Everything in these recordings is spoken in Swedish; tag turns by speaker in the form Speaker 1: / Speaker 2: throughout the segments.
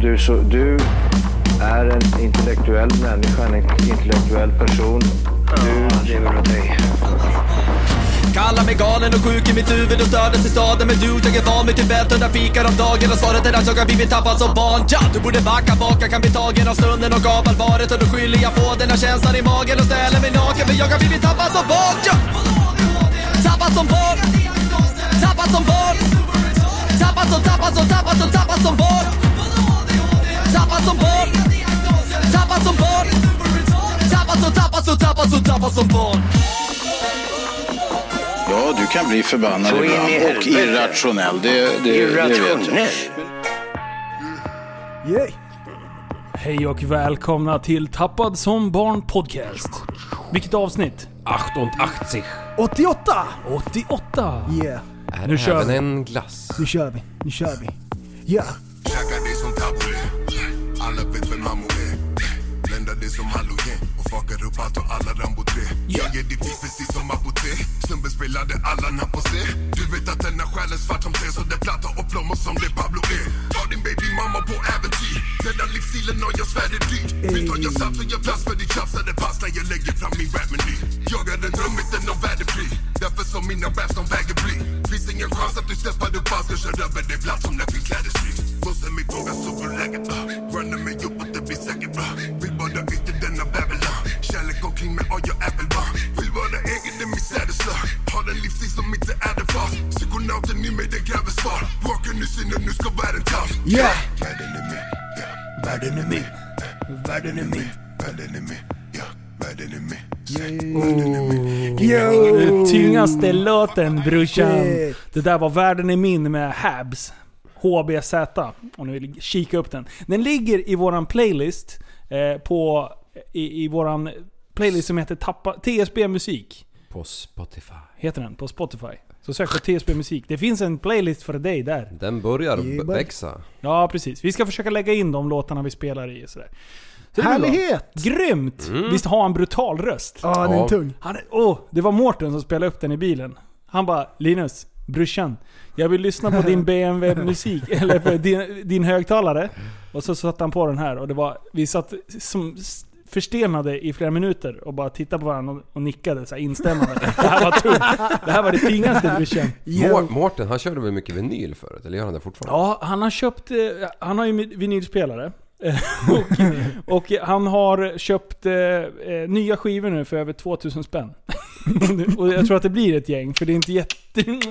Speaker 1: du, så, du är en intellektuell människa, en intellektuell person. Du lever av dig.
Speaker 2: Kallar mig galen och sjuk i mitt huvud och stördes i staden Men du, jag är van vid Tibet och där fikar om dagen Och svaret är att jag har blivit tappad som barn ja! Du borde backa bak, jag kan bli tagen av stunden och av allvaret Och då skyller jag på den här känslan i magen och ställer mig naken För jag har blivit tappad som barn ja! Tappad som barn Tappad som barn Tappad som, tappad som, tappad som, tappad som barn Tappad som barn Tappad som barn Tappad som, tappad som, tappad som, tappad som barn
Speaker 3: Ja, du kan bli förbannad
Speaker 1: Så in i
Speaker 3: ibland och
Speaker 1: helvete.
Speaker 3: irrationell. Det, det, det vet jag.
Speaker 1: Irrationell.
Speaker 4: Hej och välkomna till Tappad som barn podcast. Vilket avsnitt?
Speaker 5: 88.
Speaker 6: 88!
Speaker 4: 88.
Speaker 6: Yeah,
Speaker 5: Är
Speaker 4: Nu kör
Speaker 5: även
Speaker 4: vi.
Speaker 5: en glass?
Speaker 6: nu kör vi, nu kör vi. Yeah,
Speaker 7: Käkar det som tabbouleh Alla vet vem Mammo är Bländar det som halogen Och fuckar upp allt och alla Rambo 3 Jag är ditt liv precis som Aboté Snubben spelade Allan Apocé Du vet att denna själ är svart som te Så det plattar och plommon som det Pablo är Ta din baby mamma på äventyr Rädda livsstilen och jag svär det är dyrt Mitt har jag satt och jag plats för ditt tjafs När det passar jag lägger fram min rapmeny Jag är en trummisen och värdepri Därför som mina raps de väger bly Finns ingen chans att du steppar upp alls Jag kör över dig blatt som när vi kläder slut Bussen min fråga så hur läget var Runner mig upp och det blir säkert bra Vill bara ut i denna Babylon Kärlek omkring mig och jag är väl van Vill vara egen, det är min sädesslag Har en livsstil som inte är den fast Psykonauten i mig, det kräver svar Vaken nu synen, nu ska världen tas
Speaker 6: yeah!
Speaker 7: Världen är min, ja. Världen är min, världen är min, världen är min, ja. Världen är min,
Speaker 6: Yo!
Speaker 4: Den tyngaste låten brorsan.
Speaker 6: Shit.
Speaker 4: Det där var Världen är min med Habs. HBZ. Om ni vill kika upp den. Den ligger i våran playlist. Eh, på, i, I våran playlist som heter Tappa, TSB musik.
Speaker 5: På Spotify.
Speaker 4: Heter den på Spotify. Så sök på TSB musik. Det finns en playlist för dig där.
Speaker 5: Den börjar
Speaker 6: Jibba.
Speaker 5: b- växa.
Speaker 4: Ja precis. Vi ska försöka lägga in de låtarna vi spelar i och sådär. Så det blir bra.
Speaker 6: Härlighet!
Speaker 4: Grymt! Visst har han brutal röst?
Speaker 6: Ja, den
Speaker 5: Ja.
Speaker 6: är tung.
Speaker 4: Han, åh, det var Mårten som spelade upp den i bilen. Han bara Linus, brorsan. Jag vill lyssna på din BMW-musik, eller på din, din högtalare. Och så satte han på den här och det var, vi satt som s- förstenade i flera minuter och bara tittade på varandra och, och nickade så här instämmande. Det här var tungt. Det här var det tyngaste brorsan.
Speaker 5: Mår- Mårten, han körde väl mycket vinyl förut? Eller gör han det fortfarande?
Speaker 4: Ja, han har köpt... eh, Han har ju vinylspelare. och, och han har köpt eh, eh, nya skivor nu för över 2000 spänn. och jag tror att det blir ett gäng, för det är inte jätte...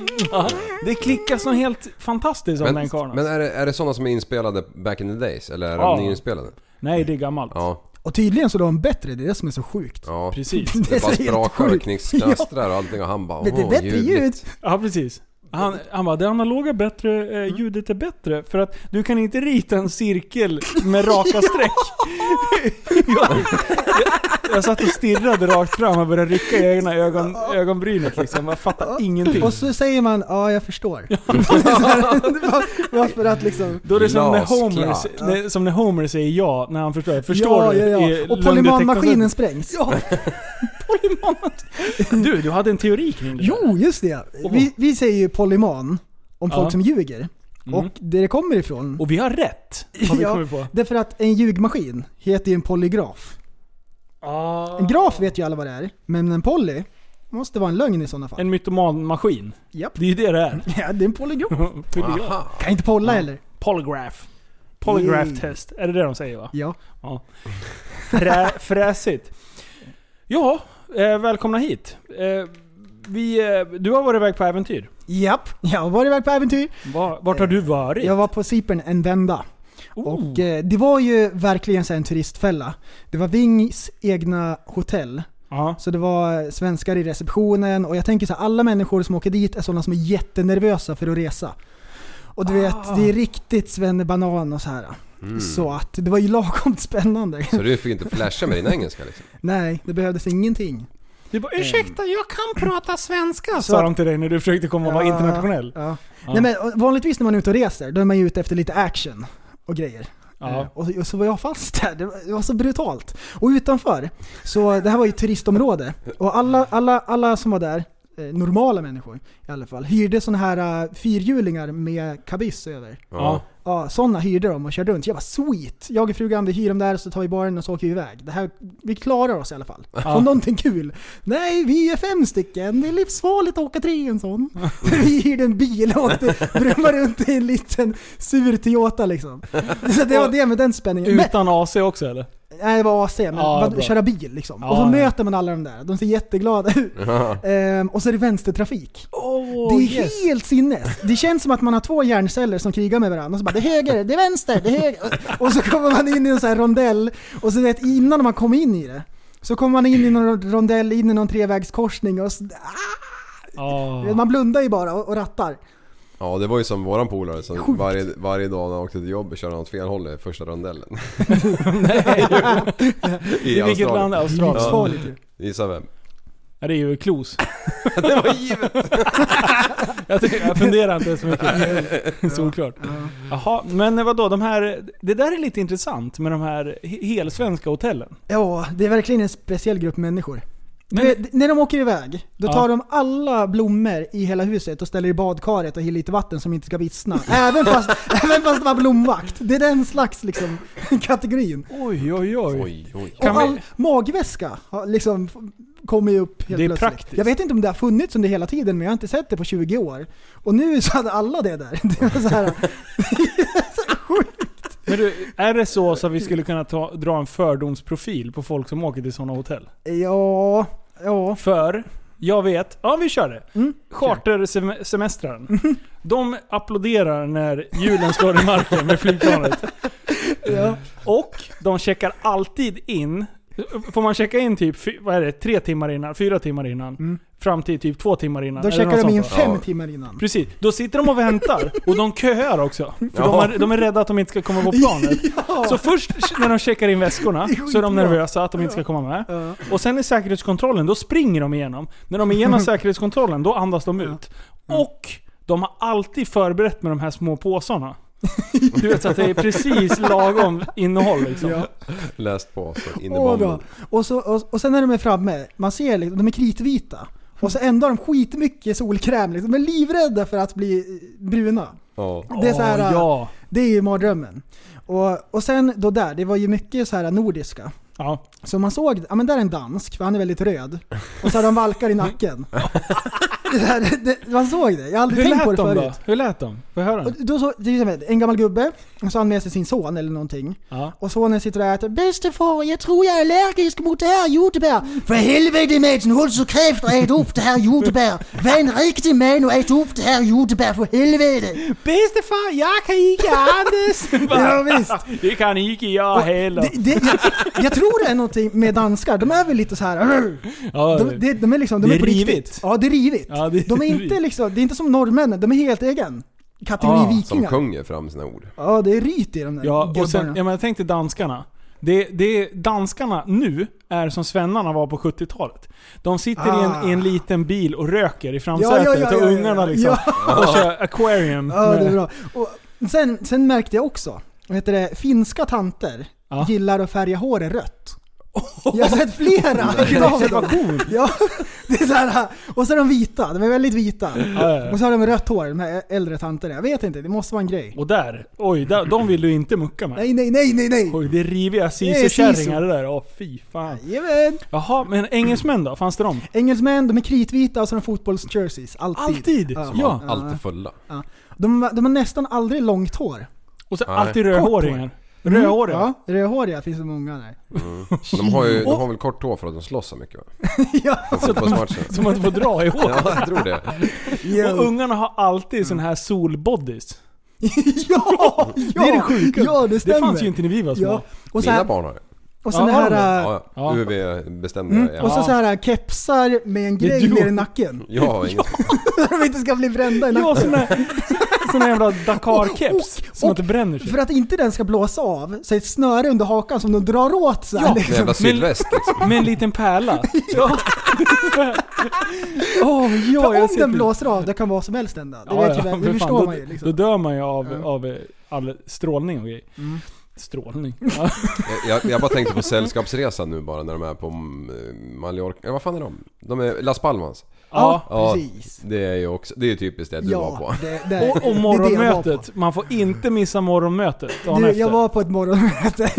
Speaker 4: Ja, det klickas något helt fantastiskt om den karln.
Speaker 5: men är det, är det sådana som är inspelade back in the days? Eller är
Speaker 4: Ja.
Speaker 5: de nyinspelade?
Speaker 4: Nej, det är gammalt.
Speaker 5: Ja.
Speaker 6: Och tydligen så är de bättre, det är det som är så sjukt.
Speaker 5: ja.
Speaker 4: Precis.
Speaker 5: Det
Speaker 6: är
Speaker 5: bara
Speaker 6: så helt
Speaker 5: sprakar och
Speaker 6: sjukt.
Speaker 5: knicksknastrar och allting och han bara
Speaker 6: Ja. Det är
Speaker 5: "Åh,
Speaker 6: bättre ljud.
Speaker 5: ljudligt."
Speaker 4: Ja, precis. Han, han bara, det analoga är bättre,
Speaker 6: Mm.
Speaker 4: eh, ljudet är bättre. För att du kan inte rita en cirkel med raka streck. jag, jag, jag satt och stirrade rakt fram och började rycka i egna ögon, ögonbrynet liksom. Jag fattar ingenting.
Speaker 6: Och så säger man ja, jag förstår. Var- Varför att liksom...
Speaker 4: Då är det som när,
Speaker 5: Glasklart.
Speaker 4: Homer, när, som när Homer säger ja, när han förstår. Förstår
Speaker 6: ja,
Speaker 4: du?
Speaker 6: ja,
Speaker 4: I
Speaker 6: ja. Och
Speaker 4: lögndetektorn-
Speaker 6: polymanmaskinen sprängs. Ja.
Speaker 4: Polyman- Du, du hade en teori kring det där.
Speaker 6: Jo, just det. Vi, vi säger ju polyman om
Speaker 4: Ja. Mm.
Speaker 6: folk som ljuger. Och det det kommer ifrån.
Speaker 4: Och vi har rätt, har vi kommit på.
Speaker 6: därför att en ljugmaskin heter ju en polygraf. En graf vet ju alla vad det är, men en poly måste vara en lögn i sådana fall.
Speaker 4: En mytomanmaskin.
Speaker 6: Japp.
Speaker 4: Det är ju det det är.
Speaker 6: Ja, det är en polygraf.
Speaker 4: Polygraf.
Speaker 5: Aha.
Speaker 6: Kan inte polla heller.
Speaker 4: Polygraph. Polygraph
Speaker 6: Yay.
Speaker 4: test. Är det det de säger va?
Speaker 6: Ja.
Speaker 4: Frä, fräsigt. Ja, eh, välkomna hit. Eh, vi, eh, du har varit iväg på äventyr.
Speaker 6: Japp. Jag har varit iväg på äventyr.
Speaker 4: Va, vart har du varit?
Speaker 6: Jag var på Cypern en vända.
Speaker 4: oh.
Speaker 6: Och eh, det var ju verkligen så här en turistfälla. Det var Vings egna hotell.
Speaker 4: Ja.
Speaker 6: Så det var svenskar i receptionen och jag tänker så här, alla människor som åker dit är sådana som är jättenervösa för att resa. Och du
Speaker 4: Ah.
Speaker 6: vet, det är riktigt svennebanan och så här.
Speaker 4: Mm.
Speaker 6: Så att det var ju lagom spännande.
Speaker 5: Så du fick inte flasha med din engelska liksom?
Speaker 6: Nej, det behövdes ingenting.
Speaker 4: Du bara 'Ursäkta, jag kan prata svenska'
Speaker 6: Så
Speaker 4: sa
Speaker 6: att-
Speaker 4: de till dig när du försökte komma och vara
Speaker 6: Ja,
Speaker 4: internationell.
Speaker 6: Ja. Nej, men, och vanligtvis när man är ute och reser, då är man ju ute efter lite action och grejer. Eh,
Speaker 4: Ja.
Speaker 6: Och, och så var jag fast där, det var, det var så brutalt. Och utanför, så det här var ju ett turistområde. Och alla, alla, alla som var där, eh, normala människor i alla fall, hyrde sådana här eh, fyrhjulingar med kabyss över.
Speaker 4: Ja.
Speaker 6: Ja, sådana hyrde de och körde runt. Jag var sweet! Jag och frugan vi hyr dem där så tar vi baren och så åker vi iväg. Det här, vi klarar oss i alla fall. Från någonting kul. Nej, vi är fem stycken. Det är livsfarligt att åka tre i en sån. vi hyrde en bil och åkte, brummade runt i en liten sur Toyota liksom. Så det var det med den spänningen. Men,
Speaker 4: Utan AC också eller?
Speaker 6: nej, det var AC, men
Speaker 4: Ja,
Speaker 6: vad-
Speaker 4: bra.
Speaker 6: köra bil liksom.
Speaker 4: Ja,
Speaker 6: och så
Speaker 4: ja.
Speaker 6: möter man alla de där. De ser jätteglada ut. Ehm, och så är det vänstertrafik.
Speaker 4: Oh,
Speaker 6: Det är helt sinnes. Det känns som att man har två hjärnceller som krigar med varandra. Och så bara, det är höger, det är vänster, det är höger. Och så kommer man in i en sån här rondell. Och så vet innan man kom in i det. Så kommer man in i någon rondell, in i någon trevägskorsning och så,
Speaker 4: Ah.
Speaker 6: Man blundar ju bara och, och rattar.
Speaker 5: Ja det var ju som våran polare som varje, varje dag när han åkte till jobbet körde han åt fel håll i första rondellen. I,
Speaker 4: I vilket
Speaker 5: Australien.
Speaker 4: land? Australien?
Speaker 6: Livsfarligt ju.
Speaker 5: Gissa vem?
Speaker 4: Ja, det är ju Klos. det var givet! jag, tycker, jag funderar inte så mycket. Solklart. Jaha, men vadå, de här... Det där är lite intressant med de här he- helsvenska hotellen.
Speaker 6: Ja, det är verkligen en speciell grupp människor. Du
Speaker 4: Men-
Speaker 6: vet, när de åker iväg, då
Speaker 4: Ja.
Speaker 6: tar de alla blommor i hela huset och ställer i badkaret och häller lite vatten som inte ska vissna. Även fast, även fast det var blomvakt. Det är den slags liksom, kategorin.
Speaker 4: Oj, oj,
Speaker 5: Oj oj.
Speaker 4: Kan
Speaker 6: och
Speaker 4: vi-
Speaker 6: all magväska har liksom f- kommer ju upp helt
Speaker 4: Det är
Speaker 6: plötsligt.
Speaker 4: praktiskt.
Speaker 6: Jag vet inte om det har funnits under hela tiden, men jag har inte sett det på 20 år. Och nu så hade alla det där. Det var så här,
Speaker 4: Men du, är det så, så att vi skulle kunna ta, dra en fördomsprofil på folk som åker till sådana hotell?
Speaker 6: ja, ja.
Speaker 4: För, jag vet, ja vi kör det.
Speaker 6: Mm.
Speaker 4: Chartersemestraren. De applåderar när hjulen slår i marken med flygplanet. Och de checkar alltid in. Får man checka in typ fy- vad är det, tre timmar innan, fyra timmar innan? Fram till typ två timmar
Speaker 6: Mm.
Speaker 4: innan.
Speaker 6: Då
Speaker 4: eller
Speaker 6: checkar
Speaker 4: något
Speaker 6: de
Speaker 4: sånt
Speaker 6: in
Speaker 4: va?
Speaker 6: fem
Speaker 5: Ja.
Speaker 6: timmar innan.
Speaker 4: Precis, då sitter de och väntar och de köar också. För de,
Speaker 5: Ja.
Speaker 4: har, de är rädda att de inte ska komma på planet. Så först när de checkar in väskorna så är de
Speaker 6: skitbra.
Speaker 4: nervösa att de inte ska komma med. Och sen i säkerhetskontrollen, då springer de igenom. När de är igenom säkerhetskontrollen, då andas de ut. Och de har alltid förberett med de här små påsarna. Du vet så att det är precis lagom innehåll liksom.
Speaker 6: Ja.
Speaker 5: Läst på så in i
Speaker 6: Åh, bra.
Speaker 5: bomben.
Speaker 6: Och, så, och, och sen när de är framme, man ser liksom, de är kritvita. Och så ändå har de skitmycket solkräm. Liksom. De är livrädda för att bli eh, bruna.
Speaker 5: Ja.
Speaker 6: Det är, så här,
Speaker 4: Åh, ja.
Speaker 6: det är ju mardrömmen. Och, och sen då där, det var ju mycket så här nordiska.
Speaker 4: ja.
Speaker 6: Så man såg, ja men där är en dansk, för han är väldigt röd. Och så har de valkar i nacken. det här, det, man såg det, jag har aldrig
Speaker 4: Hur
Speaker 6: tänkt på
Speaker 4: lät
Speaker 6: det
Speaker 4: de då?
Speaker 6: förut.
Speaker 4: Hur lät de? Får jag höra?
Speaker 6: Och då så, det är som en gammal gubbe, och så har han med sig sin son eller någonting.
Speaker 4: Ja.
Speaker 6: Och sonen sitter där och äter. Bäste far, jag tror jag är allergisk mot det här jordbär. För helvete Madsen, håll så kräft och ät upp det här jordbär. Var en riktig man och ät upp det här jordbär, för helvete.
Speaker 4: Bäste far, jag kan inte andas!
Speaker 6: Ja, visst.
Speaker 4: Det kan inte jag heller.
Speaker 6: Det, det, jag, jag tror det är någonting med danskar, de är väl lite så här.
Speaker 4: ja,
Speaker 6: De, de, de är liksom, de
Speaker 4: Det
Speaker 6: är,
Speaker 4: är
Speaker 6: på
Speaker 4: rivigt.
Speaker 6: riktigt. Ja, det är rivigt.
Speaker 4: Ja, det är
Speaker 6: de är inte
Speaker 4: rivigt.
Speaker 6: liksom, det är inte som norrmännen, de är helt egen kategori
Speaker 4: Ah, som
Speaker 5: Som
Speaker 6: vikingar.
Speaker 5: sjunger fram sina ord.
Speaker 6: Ja, det är ryt i de där
Speaker 4: Ja, och sen,
Speaker 6: gubbarna.
Speaker 4: ja, men jag tänkte danskarna. Det, det, danskarna nu är som svennarna var på 70-talet. De sitter i, en, i en liten bil och röker i framsätet
Speaker 6: Ah. Ja, ja, ja,
Speaker 4: och
Speaker 6: ja, ja,
Speaker 4: ungarna
Speaker 6: ja.
Speaker 4: liksom. Och kör aquarium.
Speaker 6: Ja, det är
Speaker 4: med-
Speaker 6: bra. Och sen, sen märkte jag också, vad heter det, finska tanter
Speaker 4: Ja.
Speaker 6: gillar att färga håret rött. Jag har sett flera av dem. Ja, det är så här, och så är de vita, de är väldigt vita.
Speaker 4: Ja, ja, ja.
Speaker 6: Och så har de rött hår, de här äldre tanterna. Jag vet inte, det måste vara en grej.
Speaker 4: Och där, oj, där, de vill du inte mucka med.
Speaker 6: Nej, nej, nej, nej, nej!
Speaker 4: Oj, det är riviga
Speaker 6: Det är
Speaker 4: sisu-kärringar
Speaker 6: sisu.
Speaker 4: det där. Åh fy fan.
Speaker 6: Jajamän!
Speaker 4: Jaha, men engelsmän då? Fanns det de?
Speaker 6: Engelsmän, de är kritvita och så har de fotbolls-jerseys. Alltid.
Speaker 4: Alltid!
Speaker 6: Ja.
Speaker 4: Ja.
Speaker 5: Allt är fulla.
Speaker 6: De, de har nästan aldrig långt hår.
Speaker 4: Och så
Speaker 5: Nej.
Speaker 4: alltid rödhåringar.
Speaker 6: Mm,
Speaker 4: Rödhåriga?
Speaker 6: Ja, rödhåriga finns det många där.
Speaker 5: De har ju de har väl kort tå för att de slåss så mycket va?
Speaker 6: ja,
Speaker 5: På fotbollsmatchen.
Speaker 4: Som man inte får dra i hår.
Speaker 5: Ja, jag tror det.
Speaker 4: Och ungarna har alltid sån här solbodies.
Speaker 6: ja,
Speaker 4: det är det sjuka.
Speaker 6: Ja, det stämmer.
Speaker 4: Det fanns ju inte när vi var små.
Speaker 6: Ja. Och, så
Speaker 5: Mina
Speaker 6: här,
Speaker 5: barn har det.
Speaker 6: och sen
Speaker 4: Ja,
Speaker 6: det
Speaker 4: har de det?
Speaker 6: här... äh,
Speaker 5: Ja, ja.
Speaker 4: Ja.
Speaker 5: UV-bestämda
Speaker 6: Mm, och
Speaker 5: ja.
Speaker 6: så, så här kepsar med en
Speaker 4: Det är
Speaker 6: grej
Speaker 4: du.
Speaker 6: ner i nacken.
Speaker 5: Ja, inget.
Speaker 6: För att de inte ska bli brända i
Speaker 4: Ja,
Speaker 6: nacken.
Speaker 4: sån där, sån där jävla Dakar-keps
Speaker 6: Och- och-
Speaker 4: som inte bränner sig.
Speaker 6: För att inte den ska blåsa av, så är ett snöre under hakan som de drar åt så här,
Speaker 4: Ja.
Speaker 5: En jävla sydväst liksom.
Speaker 4: Med en liten pärla. Ja. Åh, ja,
Speaker 6: För
Speaker 4: jag
Speaker 6: om
Speaker 4: ser
Speaker 6: den
Speaker 4: till-
Speaker 6: blåser av, det kan vad som helst hända. Det,
Speaker 4: Ja,
Speaker 6: vet
Speaker 4: ja,
Speaker 6: ju,
Speaker 4: för
Speaker 6: det
Speaker 4: fan,
Speaker 6: förstår
Speaker 4: då,
Speaker 6: man ju. Liksom.
Speaker 4: Då dör man ju av, av eh, all strålning och grejer.
Speaker 6: Mm.
Speaker 4: Strålning? Ja.
Speaker 5: Jag, jag bara tänkte på eh, sällskapsresan nu bara när de är på mm, Mallorca. Ja, vad fan är de? De är Las Palmas.
Speaker 6: Ja,
Speaker 5: Ja,
Speaker 6: precis.
Speaker 5: Det är ju också, det är ju typiskt det du var på.
Speaker 6: det, det,
Speaker 4: Och, och morgonmötet. Man får inte missa morgonmötet dagen
Speaker 6: Du,
Speaker 4: efter.
Speaker 6: jag var på ett morgonmöte.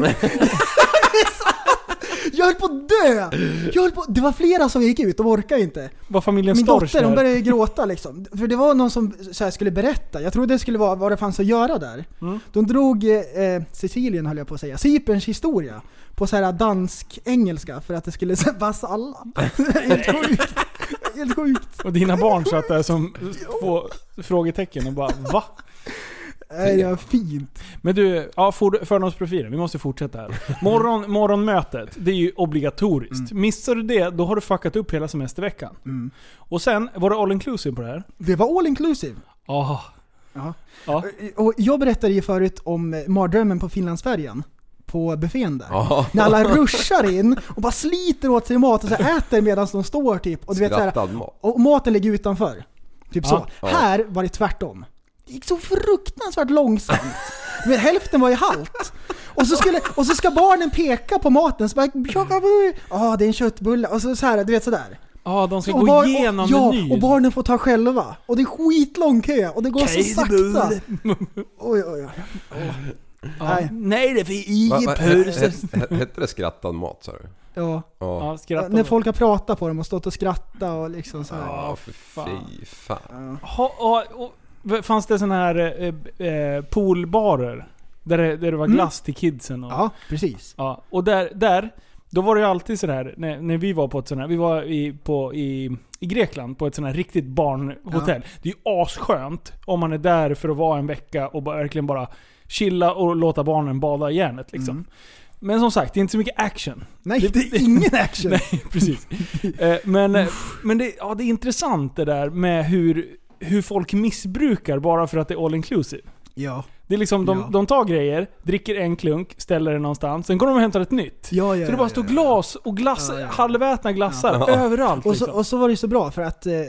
Speaker 6: jag höll på att dö! Jag höll på, det var flera som gick ut och orkade inte.
Speaker 4: Var familjen
Speaker 6: Min
Speaker 4: Storch
Speaker 6: dotter hon
Speaker 4: där?
Speaker 6: började gråta liksom. För det var någon som så här, skulle berätta. Jag trodde det skulle vara vad det fanns att göra där.
Speaker 4: Mm.
Speaker 6: De drog eh, eh, Sicilien höll jag på att säga, Cyperns historia. På så här dansk-engelska för att det skulle så här passa alla. Helt sjukt. Helt sjukt.
Speaker 4: Och dina barn satt där som två frågetecken och bara va?
Speaker 6: Nej, det var fint.
Speaker 4: Men du, ja, for- fördomsprofilen. Vi måste fortsätta här. Morgon, morgonmötet, det är ju obligatoriskt. Missar du det, då har du fuckat upp hela semesterveckan. Och sen, var det all inclusive på det här?
Speaker 6: Det var all inclusive.
Speaker 4: Ja.
Speaker 6: Ja.
Speaker 4: Ja.
Speaker 6: Och jag berättade ju förut om eh, mardrömmen på Finlandsfärjan. På buffén där.
Speaker 5: Ja.
Speaker 6: När alla ruschar in och bara sliter åt sig mat och så här äter medan de står typ. Och du vet så här,
Speaker 5: Skrattad mat.
Speaker 6: och maten ligger utanför. Typ
Speaker 4: Ja.
Speaker 6: så. Här var det tvärtom. Det gick så fruktansvärt långsamt. Men hälften var ju halt. Och så, skulle, och så ska barnen peka på maten. Så bara, ja det är en köttbulle. Och så, så här, du vet sådär.
Speaker 4: Ja, de ska
Speaker 6: Och
Speaker 4: gå
Speaker 6: barn-
Speaker 4: igenom
Speaker 6: och, ja,
Speaker 4: menyn.
Speaker 6: och barnen får ta själva. Och det är skitlång kö och det går så sakta. Oj, oj, oj. Nej.
Speaker 4: Nej, det är för
Speaker 5: Va-
Speaker 4: i
Speaker 5: va-
Speaker 4: pulsen.
Speaker 5: he- he- Hette det skrattad mat sa du?
Speaker 6: Ja.
Speaker 5: Ja.
Speaker 4: Ja, skrattar.
Speaker 6: När folk har pratat på dem och stått och skrattat och liksom så här.
Speaker 5: Ja, för fy fan.
Speaker 4: Ha, ha, och, fanns det såna här eh, eh, poolbarer? Där det, där det var glass till kidsen? Och,
Speaker 6: Ja, precis.
Speaker 4: Ja, och där, där, då var det ju alltid sådär, när, när vi var på ett sånt här, vi var i, på, i, i Grekland på ett sånt här riktigt barnhotell. Det är ju asskönt om man är där för att vara en vecka och bara, verkligen bara chilla och låta barnen bada i järnet liksom.
Speaker 6: Mm.
Speaker 4: Men som sagt, det är inte så mycket action.
Speaker 6: Nej, det, är ingen action.
Speaker 4: Nej, precis. Eh, men eh, men det, ja, det är intressant det där med hur, hur folk missbrukar bara för att det är all inclusive.
Speaker 6: Ja.
Speaker 4: Det är liksom, de,
Speaker 6: Ja.
Speaker 4: de tar grejer, dricker en klunk, ställer det någonstans, sen går de och hämtar ett nytt.
Speaker 6: Ja, ja,
Speaker 4: så det bara
Speaker 6: ja,
Speaker 4: står
Speaker 6: ja,
Speaker 4: glas och glass,
Speaker 6: Ja, ja, ja.
Speaker 4: halvätna glassar överallt.
Speaker 6: Och så,
Speaker 4: Liksom.
Speaker 6: och så var det ju så bra för att eh, eh,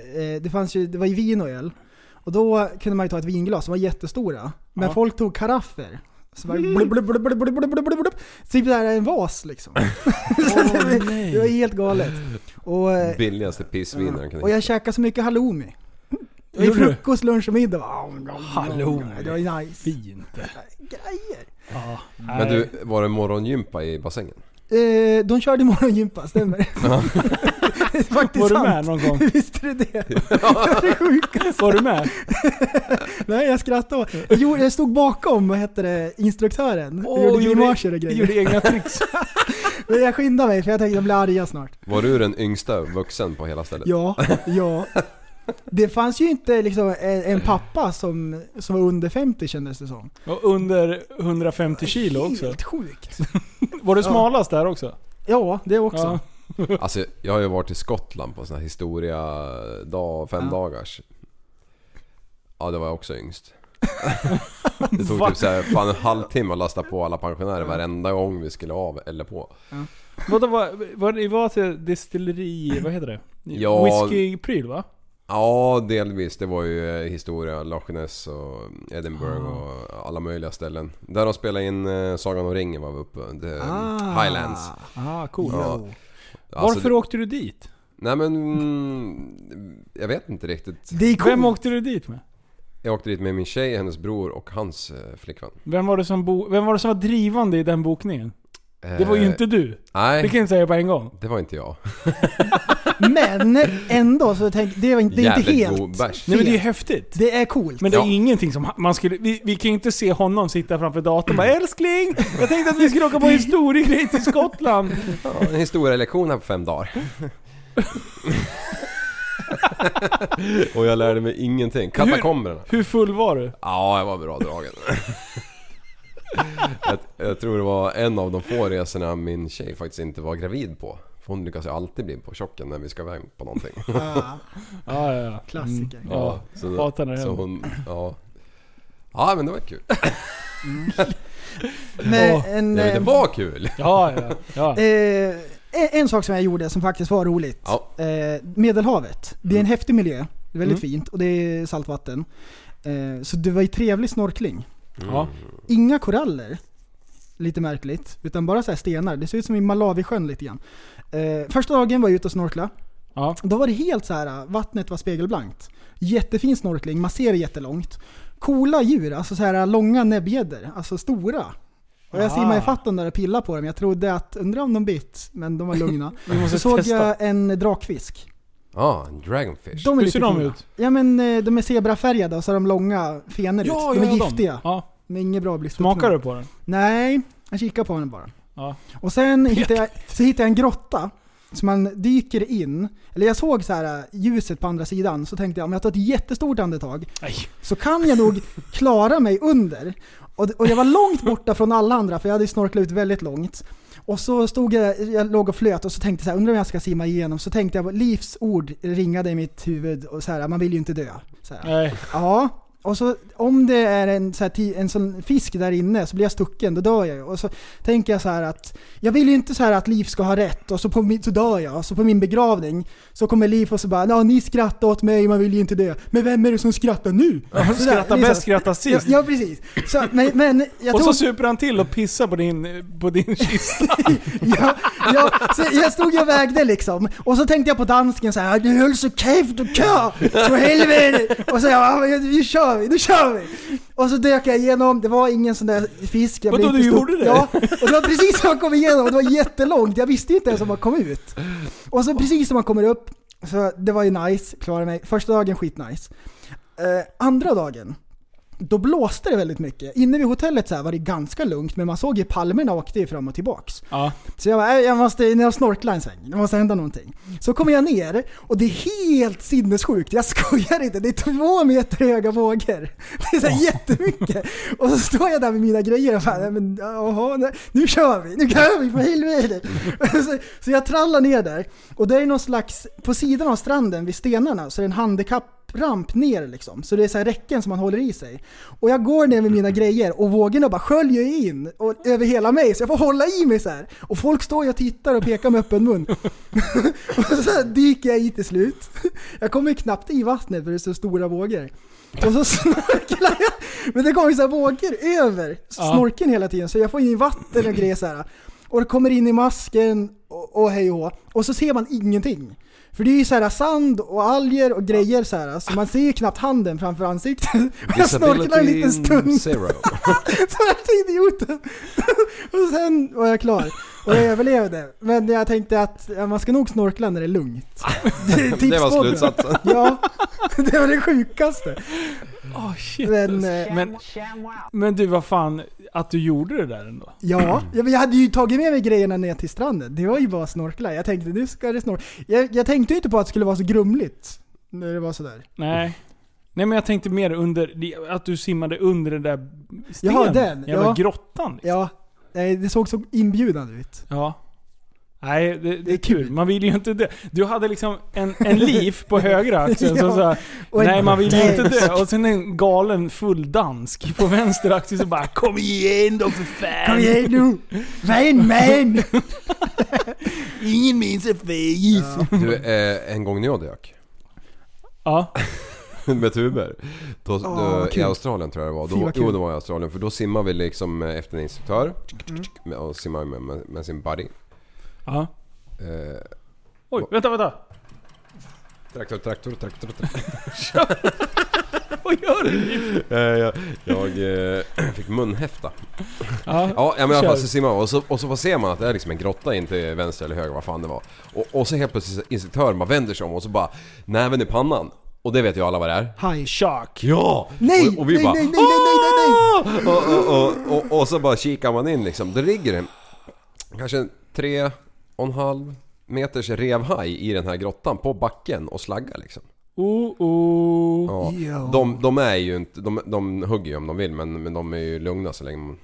Speaker 6: det fanns ju, det var ju vin och öl. Och då kunde man ju ta ett vinglas som var jättestora. Men
Speaker 4: Ja. Mm.
Speaker 6: folk tog karaffer. Så bara blub, blub, blub, blub, blub, blub, blub, blub. Typ där en vas liksom. det,
Speaker 4: nej.
Speaker 6: det var helt galet. Och, eh,
Speaker 5: Billigaste pissvinnaren kan
Speaker 6: och
Speaker 5: jag...
Speaker 6: jag käkade så mycket halloumi. Det var ju
Speaker 4: Gjorde du?
Speaker 6: frukost, lunch och middag. Au, au, au.
Speaker 4: Halloumi.
Speaker 6: Det var ju nice.
Speaker 4: Fint.
Speaker 6: Grejer.
Speaker 4: Ja.
Speaker 5: Men du, var det morgongympa i bassängen?
Speaker 6: Eh, de körde morgongympa, stämmer det? är faktiskt
Speaker 4: Var du med
Speaker 6: sant.
Speaker 4: någon gång?
Speaker 6: Visste du det? Det var det sjukaste.
Speaker 4: var du med?
Speaker 6: Nej, jag skrattade. åt- Jag, gjorde, jag stod bakom, vad heter det, instruktören.
Speaker 4: Åh,
Speaker 6: gjorde
Speaker 4: gjorde-
Speaker 6: grimaser och
Speaker 4: Du
Speaker 6: grejer.
Speaker 4: gjorde egna tricks.
Speaker 6: Men jag skyndade mig för jag tänkte de blir arga snart.
Speaker 5: Var du den yngsta vuxen på hela stället?
Speaker 6: Ja, ja. Det fanns ju inte liksom en, en pappa som, som var under 50 kändes det som.
Speaker 4: Och under 150 kilo också.
Speaker 6: Helt sjukt.
Speaker 4: Var du smalast där också?
Speaker 6: Ja, det också.
Speaker 4: Ja.
Speaker 5: Alltså jag har ju varit i Skottland på en sån här historia dag, fem dagars. Ja det var jag också yngst. Det tog
Speaker 4: Va?
Speaker 5: typ såhär, fan en halvtimme att lasta på alla pensionärer varenda gång vi skulle av eller på.
Speaker 4: Vadå, var, var det var till destilleri... Vad heter det?
Speaker 5: Ja.
Speaker 4: Whiskypryl va?
Speaker 5: Ja delvis, det var ju eh, historia, Loch Ness och
Speaker 4: Ah.
Speaker 5: Edinburgh och alla möjliga ställen. Där de spelade in eh, Sagan om ringen var vi uppe, det, Highlands.
Speaker 4: Ah, cool.
Speaker 5: Ja. Alltså,
Speaker 4: Varför åkte du dit?
Speaker 5: Nej men, mm, jag vet inte riktigt.
Speaker 6: Det är coolt.
Speaker 4: Vem åkte du dit med?
Speaker 5: Jag åkte dit med min tjej, hennes bror och hans eh, flickvän.
Speaker 4: Vem var det som, bo, vem var, det som var drivande i den bokningen? Det var ju
Speaker 5: Eh,
Speaker 4: inte du.
Speaker 5: Nej,
Speaker 4: Det kan jag säga på en gång.
Speaker 5: det var inte jag.
Speaker 6: Men ändå så tänk, det, var inte, det är inte
Speaker 5: Jävligt
Speaker 6: helt
Speaker 5: god bärs.
Speaker 4: Nej men det är ju
Speaker 6: fel.
Speaker 4: häftigt.
Speaker 6: Det är coolt.
Speaker 4: Men det är
Speaker 5: Ja.
Speaker 4: ingenting som han- man skulle... Vi, vi kan ju inte se honom sitta framför datorn och bara ”Älskling! Jag tänkte att vi skulle åka på historiegrej till Skottland!”
Speaker 5: Ja, en historielektion här på fem dagar. och jag lärde mig ingenting. Katakomberna.
Speaker 4: Hur full var du?
Speaker 5: Ja, jag var bra dragen. jag, jag tror det var en av de få resorna min tjej faktiskt inte var gravid på. För hon lyckas ju alltid bli på chocken när vi ska iväg på någonting.
Speaker 6: Ja,
Speaker 4: Ja, ja, ja.
Speaker 6: klassiker.
Speaker 4: Ja,
Speaker 5: så,
Speaker 4: hatar när det
Speaker 5: så
Speaker 4: händer.
Speaker 5: hon, ja. ja, men det var kul.
Speaker 6: Men
Speaker 4: Åh,
Speaker 5: Nej,
Speaker 6: en,
Speaker 5: men det
Speaker 6: eh,
Speaker 5: var kul!
Speaker 4: Ja, ja, ja.
Speaker 6: Eh, en- en sak som jag gjorde som faktiskt var roligt.
Speaker 5: Ja. Mm.
Speaker 6: Eh, Medelhavet. Det är en häftig miljö. Det är väldigt
Speaker 4: Mm.
Speaker 6: fint och det är saltvatten. Eh, så det var ju trevlig snorkling.
Speaker 4: ja.
Speaker 5: Mm.
Speaker 6: Inga koraller. Lite märkligt. Utan bara så här stenar. Det ser ut som i Malawisjön lite grann. Eh, första dagen var jag ute och snorkla.
Speaker 4: Ja.
Speaker 6: Då var det helt så här, äh, vattnet var spegelblankt. Jättefin snorkling, man ser jättelångt. Coola djur, alltså så här långa näbbgäddor, alltså stora. Och jag
Speaker 4: Ah.
Speaker 6: simmade ifatt dem där och pillade på dem. Jag trodde att, undrar om de bit, men de var lugna.
Speaker 4: Vi måste
Speaker 6: Så såg
Speaker 4: testa.
Speaker 6: jag en drakfisk.
Speaker 5: Ah, en dragonfish.
Speaker 6: De är
Speaker 4: Hur
Speaker 6: lite
Speaker 4: ser de
Speaker 6: coola.
Speaker 4: ut?
Speaker 6: Ja men eh, de är zebrafärgade och så har de långa fenor
Speaker 4: Ja,
Speaker 6: ut. De
Speaker 4: ja,
Speaker 6: är
Speaker 4: ja, de.
Speaker 6: giftiga.
Speaker 4: Ja.
Speaker 6: Men inget bra att bli stucken
Speaker 4: Smakar
Speaker 6: av.
Speaker 4: du på den?
Speaker 6: Nej, jag kikar på den bara.
Speaker 4: Ja.
Speaker 6: Och sen hittade jag, så hittade jag en grotta. Så man dyker in. Eller jag såg så här äh, ljuset på andra sidan. Så tänkte jag om jag tar ett jättestort andetag
Speaker 4: Nej.
Speaker 6: så kan jag nog klara mig under. Och, och jag var långt borta från alla andra för jag hade ju snorklat ut väldigt långt. Och så stod jag, jag låg och flöt och så tänkte jag så här, undrar om jag ska simma igenom. Så tänkte jag, livs ord ringade i mitt huvud och så här, man vill ju inte dö. Så här.
Speaker 4: Nej.
Speaker 6: Ja, och så om det är en, så här, ti- en sån fisk där inne så blir jag stucken, då dör jag ju. Och så tänker jag så här att jag vill ju inte så här att Liv ska ha rätt och så, på min, så dör jag. Och så på min begravning så kommer Liv och så bara ja ni skrattar åt mig, man vill ju inte dö. Men vem är det som skrattar nu? Så där,
Speaker 4: Skratta
Speaker 6: liksom.
Speaker 4: bäst, skratta
Speaker 6: Ja,
Speaker 4: sist.
Speaker 6: ja precis. Så, men, men jag
Speaker 4: Och
Speaker 6: tog,
Speaker 4: så super han till och pissar på din, på din kista.
Speaker 6: ja, ja, så jag stod och vägde liksom. Och så tänkte jag på dansken så här, du höll så käft och kö, så helvete. Och så jag, "Ja, men nu kör vi, nu kör vi. Och så dök jag igenom, det var ingen sån där fisk. Jag
Speaker 4: Vadå,
Speaker 6: blev
Speaker 4: du
Speaker 6: inte
Speaker 4: gjorde det?
Speaker 6: Ja, och det var precis som jag kom igenom, och det var jättelångt. Jag visste ju inte ens om man kom ut. Och så precis som man kommer upp, så det var ju nice, klarade mig. Första dagen skitnice. Eh, andra dagen, då blåste det väldigt mycket. Inne vid hotellet så här var det ganska lugnt, men man såg ju palmerna åkte ju fram och tillbaks.
Speaker 4: Ja.
Speaker 6: Så jag bara, "Nej, jag måste, när jag snorklar en sväng, det måste hända någonting. Så kommer jag ner och det är helt sinnessjukt, jag skojar inte, det är två meter höga vågor. Det är så här jättemycket. Och så står jag där med mina grejer och bara, "Nej, men jaha, nej, nu kör vi, nu kör vi, för helvete. Så, så jag trallar ner där och där är någon slags, på sidan av stranden vid stenarna så är det en handikappramp ner liksom. Så det är så här räcken som man håller i sig. Och jag går ner med mina grejer och vågorna bara sköljer in och, över hela mig så jag får hålla i mig så här. Och folk står ju och tittar och pekar med öppen mun. och så här dyker jag i till slut. Jag kommer ju knappt i vattnet för det är så stora vågor. Och så snorklar jag. Men det kommer ju så här vågor över snorkeln hela tiden så jag får in i vatten och grejer så här. Och det kommer in i masken och, och hej och hå. Och så ser man ingenting. För det är ju så här sand och alger och grejer så här. Så man ser ju knappt handen framför ansiktet. Och jag snorklar en liten stund.
Speaker 5: zero.
Speaker 6: Så vart jag idioten. Och sen var jag klar. Och jag överlevde. Men jag tänkte att ja, man ska nog snorkla när det är lugnt. är
Speaker 5: det var
Speaker 6: tipspodden.
Speaker 5: slutsatsen.
Speaker 6: Ja, det var det sjukaste.
Speaker 4: Åh, shit.
Speaker 6: Men eh,
Speaker 4: Men, men du, vad fan att du gjorde det där ändå.
Speaker 6: ja, Ja, men jag hade ju tagit med mig grejerna ner till stranden. Det var ju bara att snorkla. Jag tänkte nu ska det snorkla. Jag, jag tänkte ju inte på att det skulle vara så grumligt. När det var sådär.
Speaker 4: Nej. Nej men jag tänkte mer under, att du simmade under den där stenen.
Speaker 6: Jaha, den,
Speaker 4: Jävla
Speaker 6: ja.
Speaker 4: grottan. Liksom.
Speaker 6: Ja, nej, det såg så inbjudande ut.
Speaker 4: Ja. Nej, det, det är kul. Man vill ju inte dö. Du hade liksom en, en liv på högra axeln som
Speaker 6: Ja.
Speaker 4: sa
Speaker 6: Och en-
Speaker 4: Nej, man vill ju inte dö. Och sen en galen full dansk på vänster axel som bara Kom igen då för fan!
Speaker 6: Kom igen nu! Vän, vän!
Speaker 2: Ingen minns en fegis.
Speaker 5: Du, eh, en gång när jag dök
Speaker 4: Ja.
Speaker 5: med tuber. Då,
Speaker 6: vad
Speaker 5: då, I
Speaker 6: Ah, kul.
Speaker 5: Australien tror jag det var.
Speaker 6: Fy,
Speaker 5: Då,
Speaker 6: vad kul.
Speaker 5: jo det var i Australien. För då simmar vi liksom eh, efter en instruktör. med- Och simmar med, med, med sin buddy.
Speaker 4: ja.
Speaker 5: Eh,
Speaker 4: Oj, vänta, vänta.
Speaker 5: traktor, traktor, traktor, traktor.
Speaker 4: Vad gör du?
Speaker 5: Eh, jag jag eh, fick munhäfta.
Speaker 4: Ja.
Speaker 5: Ja, ja men i alla
Speaker 4: Kör.
Speaker 5: fall så simmar man och så, och så vad ser man att det är liksom en grotta in till vänster eller höger, vad fan det var. Och, och så helt plötsligt instruktören bara vänder sig om och så bara näven i pannan. Och det vet ju alla vad det är.
Speaker 6: Haj.
Speaker 4: Shark.
Speaker 5: Ja!
Speaker 6: Nej,
Speaker 5: Och, och vi
Speaker 6: nej,
Speaker 5: bara
Speaker 6: nej, nej, nej, nej, nej!
Speaker 5: "Ah!" Och, och, och, och, och så bara kikar man in liksom. Det ligger en, kanske en tre och en halv meters revhaj i den här grottan på backen och slaggar liksom.
Speaker 4: Oh, oh.
Speaker 5: Ja.
Speaker 6: Ja.
Speaker 5: De, de är ju inte, de, de hugger ju om de vill men, men de är ju lugna så länge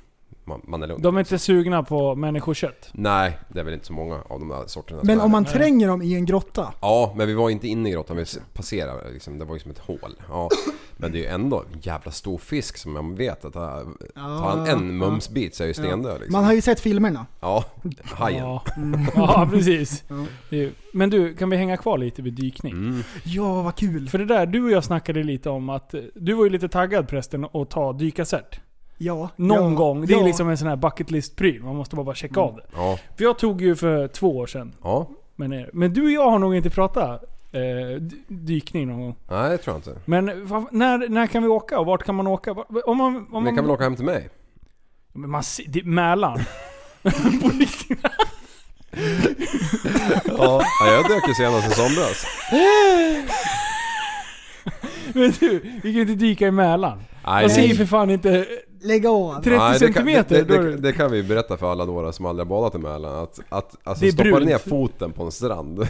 Speaker 5: man, man är lugn.
Speaker 4: De är inte sugna på människokött.
Speaker 5: Nej, det är väl inte så många av de där sorterna som
Speaker 6: Men
Speaker 5: är
Speaker 6: om
Speaker 5: det.
Speaker 6: man tränger dem i en grotta.
Speaker 5: Ja, men vi var inte inne i grottan, vi passerade liksom, det var ju som ett hål. Ja. Men det är ju ändå en jävla stor fisk som man vet att tar han en mumsbit så är ju stendöd liksom.
Speaker 6: Man har ju sett filmerna.
Speaker 5: Ja, hajen.
Speaker 4: Ja,
Speaker 6: Mm.
Speaker 4: ja precis. Det är ju- Men du, kan vi hänga kvar lite vid dykning?
Speaker 5: Mm.
Speaker 6: Ja, vad kul.
Speaker 4: För det där, du och jag snackade lite om att eh, du var ju lite taggad prästen att ta dykacert.
Speaker 6: Ja.
Speaker 4: Någon
Speaker 6: ja,
Speaker 4: gång.
Speaker 6: ja.
Speaker 4: Det liksom
Speaker 6: Mm.
Speaker 4: är liksom en sån här bucket list-pryl. Man måste bara, bara checka av det.
Speaker 5: Ja,
Speaker 4: För jag tog ju för två år sedan
Speaker 5: ja.
Speaker 4: med er. Men du och jag har nog inte pratat eh, dy- dykning någon gång.
Speaker 5: Nej, det tror jag inte.
Speaker 4: Men va, när, när kan vi åka och vart kan man åka? Va- Om man, om man,
Speaker 5: Ni kan väl åka hem till mig?
Speaker 4: Men man ser- det, Mälaren. På riktigt.
Speaker 5: Ja. jag dök ju senast i somras.
Speaker 4: Men du, vi kan inte dyka i Mälaren.
Speaker 5: Nej,
Speaker 4: Jag säger
Speaker 5: det-
Speaker 4: för fan inte
Speaker 6: Lägg av.
Speaker 4: 30
Speaker 5: Nej, det kan-
Speaker 4: centimeter.
Speaker 5: Det,
Speaker 4: då
Speaker 5: det,
Speaker 4: är
Speaker 5: det,
Speaker 4: det,
Speaker 5: det kan vi berätta för alla några som aldrig har badat i Mälaren. Att, att alltså,
Speaker 4: Det är
Speaker 5: stoppa
Speaker 4: brunt.
Speaker 5: ner foten på en strand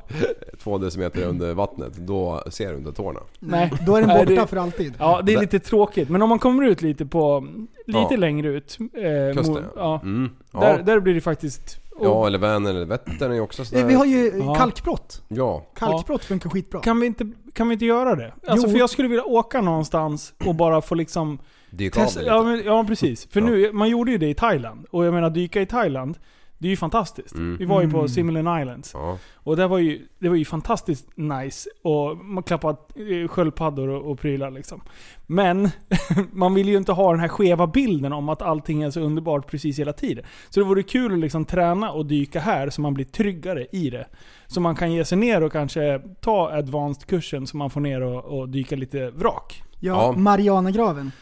Speaker 5: 200 meter under vattnet, då ser du inte tårna.
Speaker 4: nej.
Speaker 6: Då är den
Speaker 4: Nej,
Speaker 6: borta
Speaker 4: det-
Speaker 6: för alltid.
Speaker 4: Ja, det är
Speaker 5: Där-
Speaker 4: lite tråkigt. Men om man kommer ut lite på... Lite
Speaker 5: Ja.
Speaker 4: längre ut. Eh,
Speaker 5: Kusten
Speaker 4: mot- ja.
Speaker 5: Mm. Ja.
Speaker 4: Där, där blir det faktiskt... och-
Speaker 5: ja, eller Vänern eller Vättern är ju också sådär.
Speaker 6: Eh, Vi har ju
Speaker 4: Ja.
Speaker 6: kalkbrott.
Speaker 5: Ja.
Speaker 6: Kalkbrott funkar skitbra.
Speaker 4: Kan vi, inte, kan vi inte göra det? Alltså
Speaker 6: Jo.
Speaker 4: för jag skulle vilja åka någonstans och bara få liksom...
Speaker 5: Dyka av
Speaker 4: Testa,
Speaker 5: lite.
Speaker 4: ja, men, ja precis. För
Speaker 5: Ja.
Speaker 4: nu, man gjorde ju det i Thailand. Och jag menar dyka i Thailand, det är ju fantastiskt.
Speaker 5: Mm.
Speaker 4: Vi var ju på
Speaker 6: Mm.
Speaker 4: Similan Islands.
Speaker 5: Ja.
Speaker 4: Och det var ju, det var ju fantastiskt nice. Och man klappade eh, sköldpaddor och, och prylar liksom. Men man vill ju inte ha den här skeva bilden om att allting är så underbart precis hela tiden. Så det vore kul att liksom träna och dyka här så man blir tryggare i det. Så man kan ge sig ner och kanske ta advanced-kursen så man får ner och, och dyka lite vrak.
Speaker 6: Ja,
Speaker 5: Ja.
Speaker 6: Marianagraven.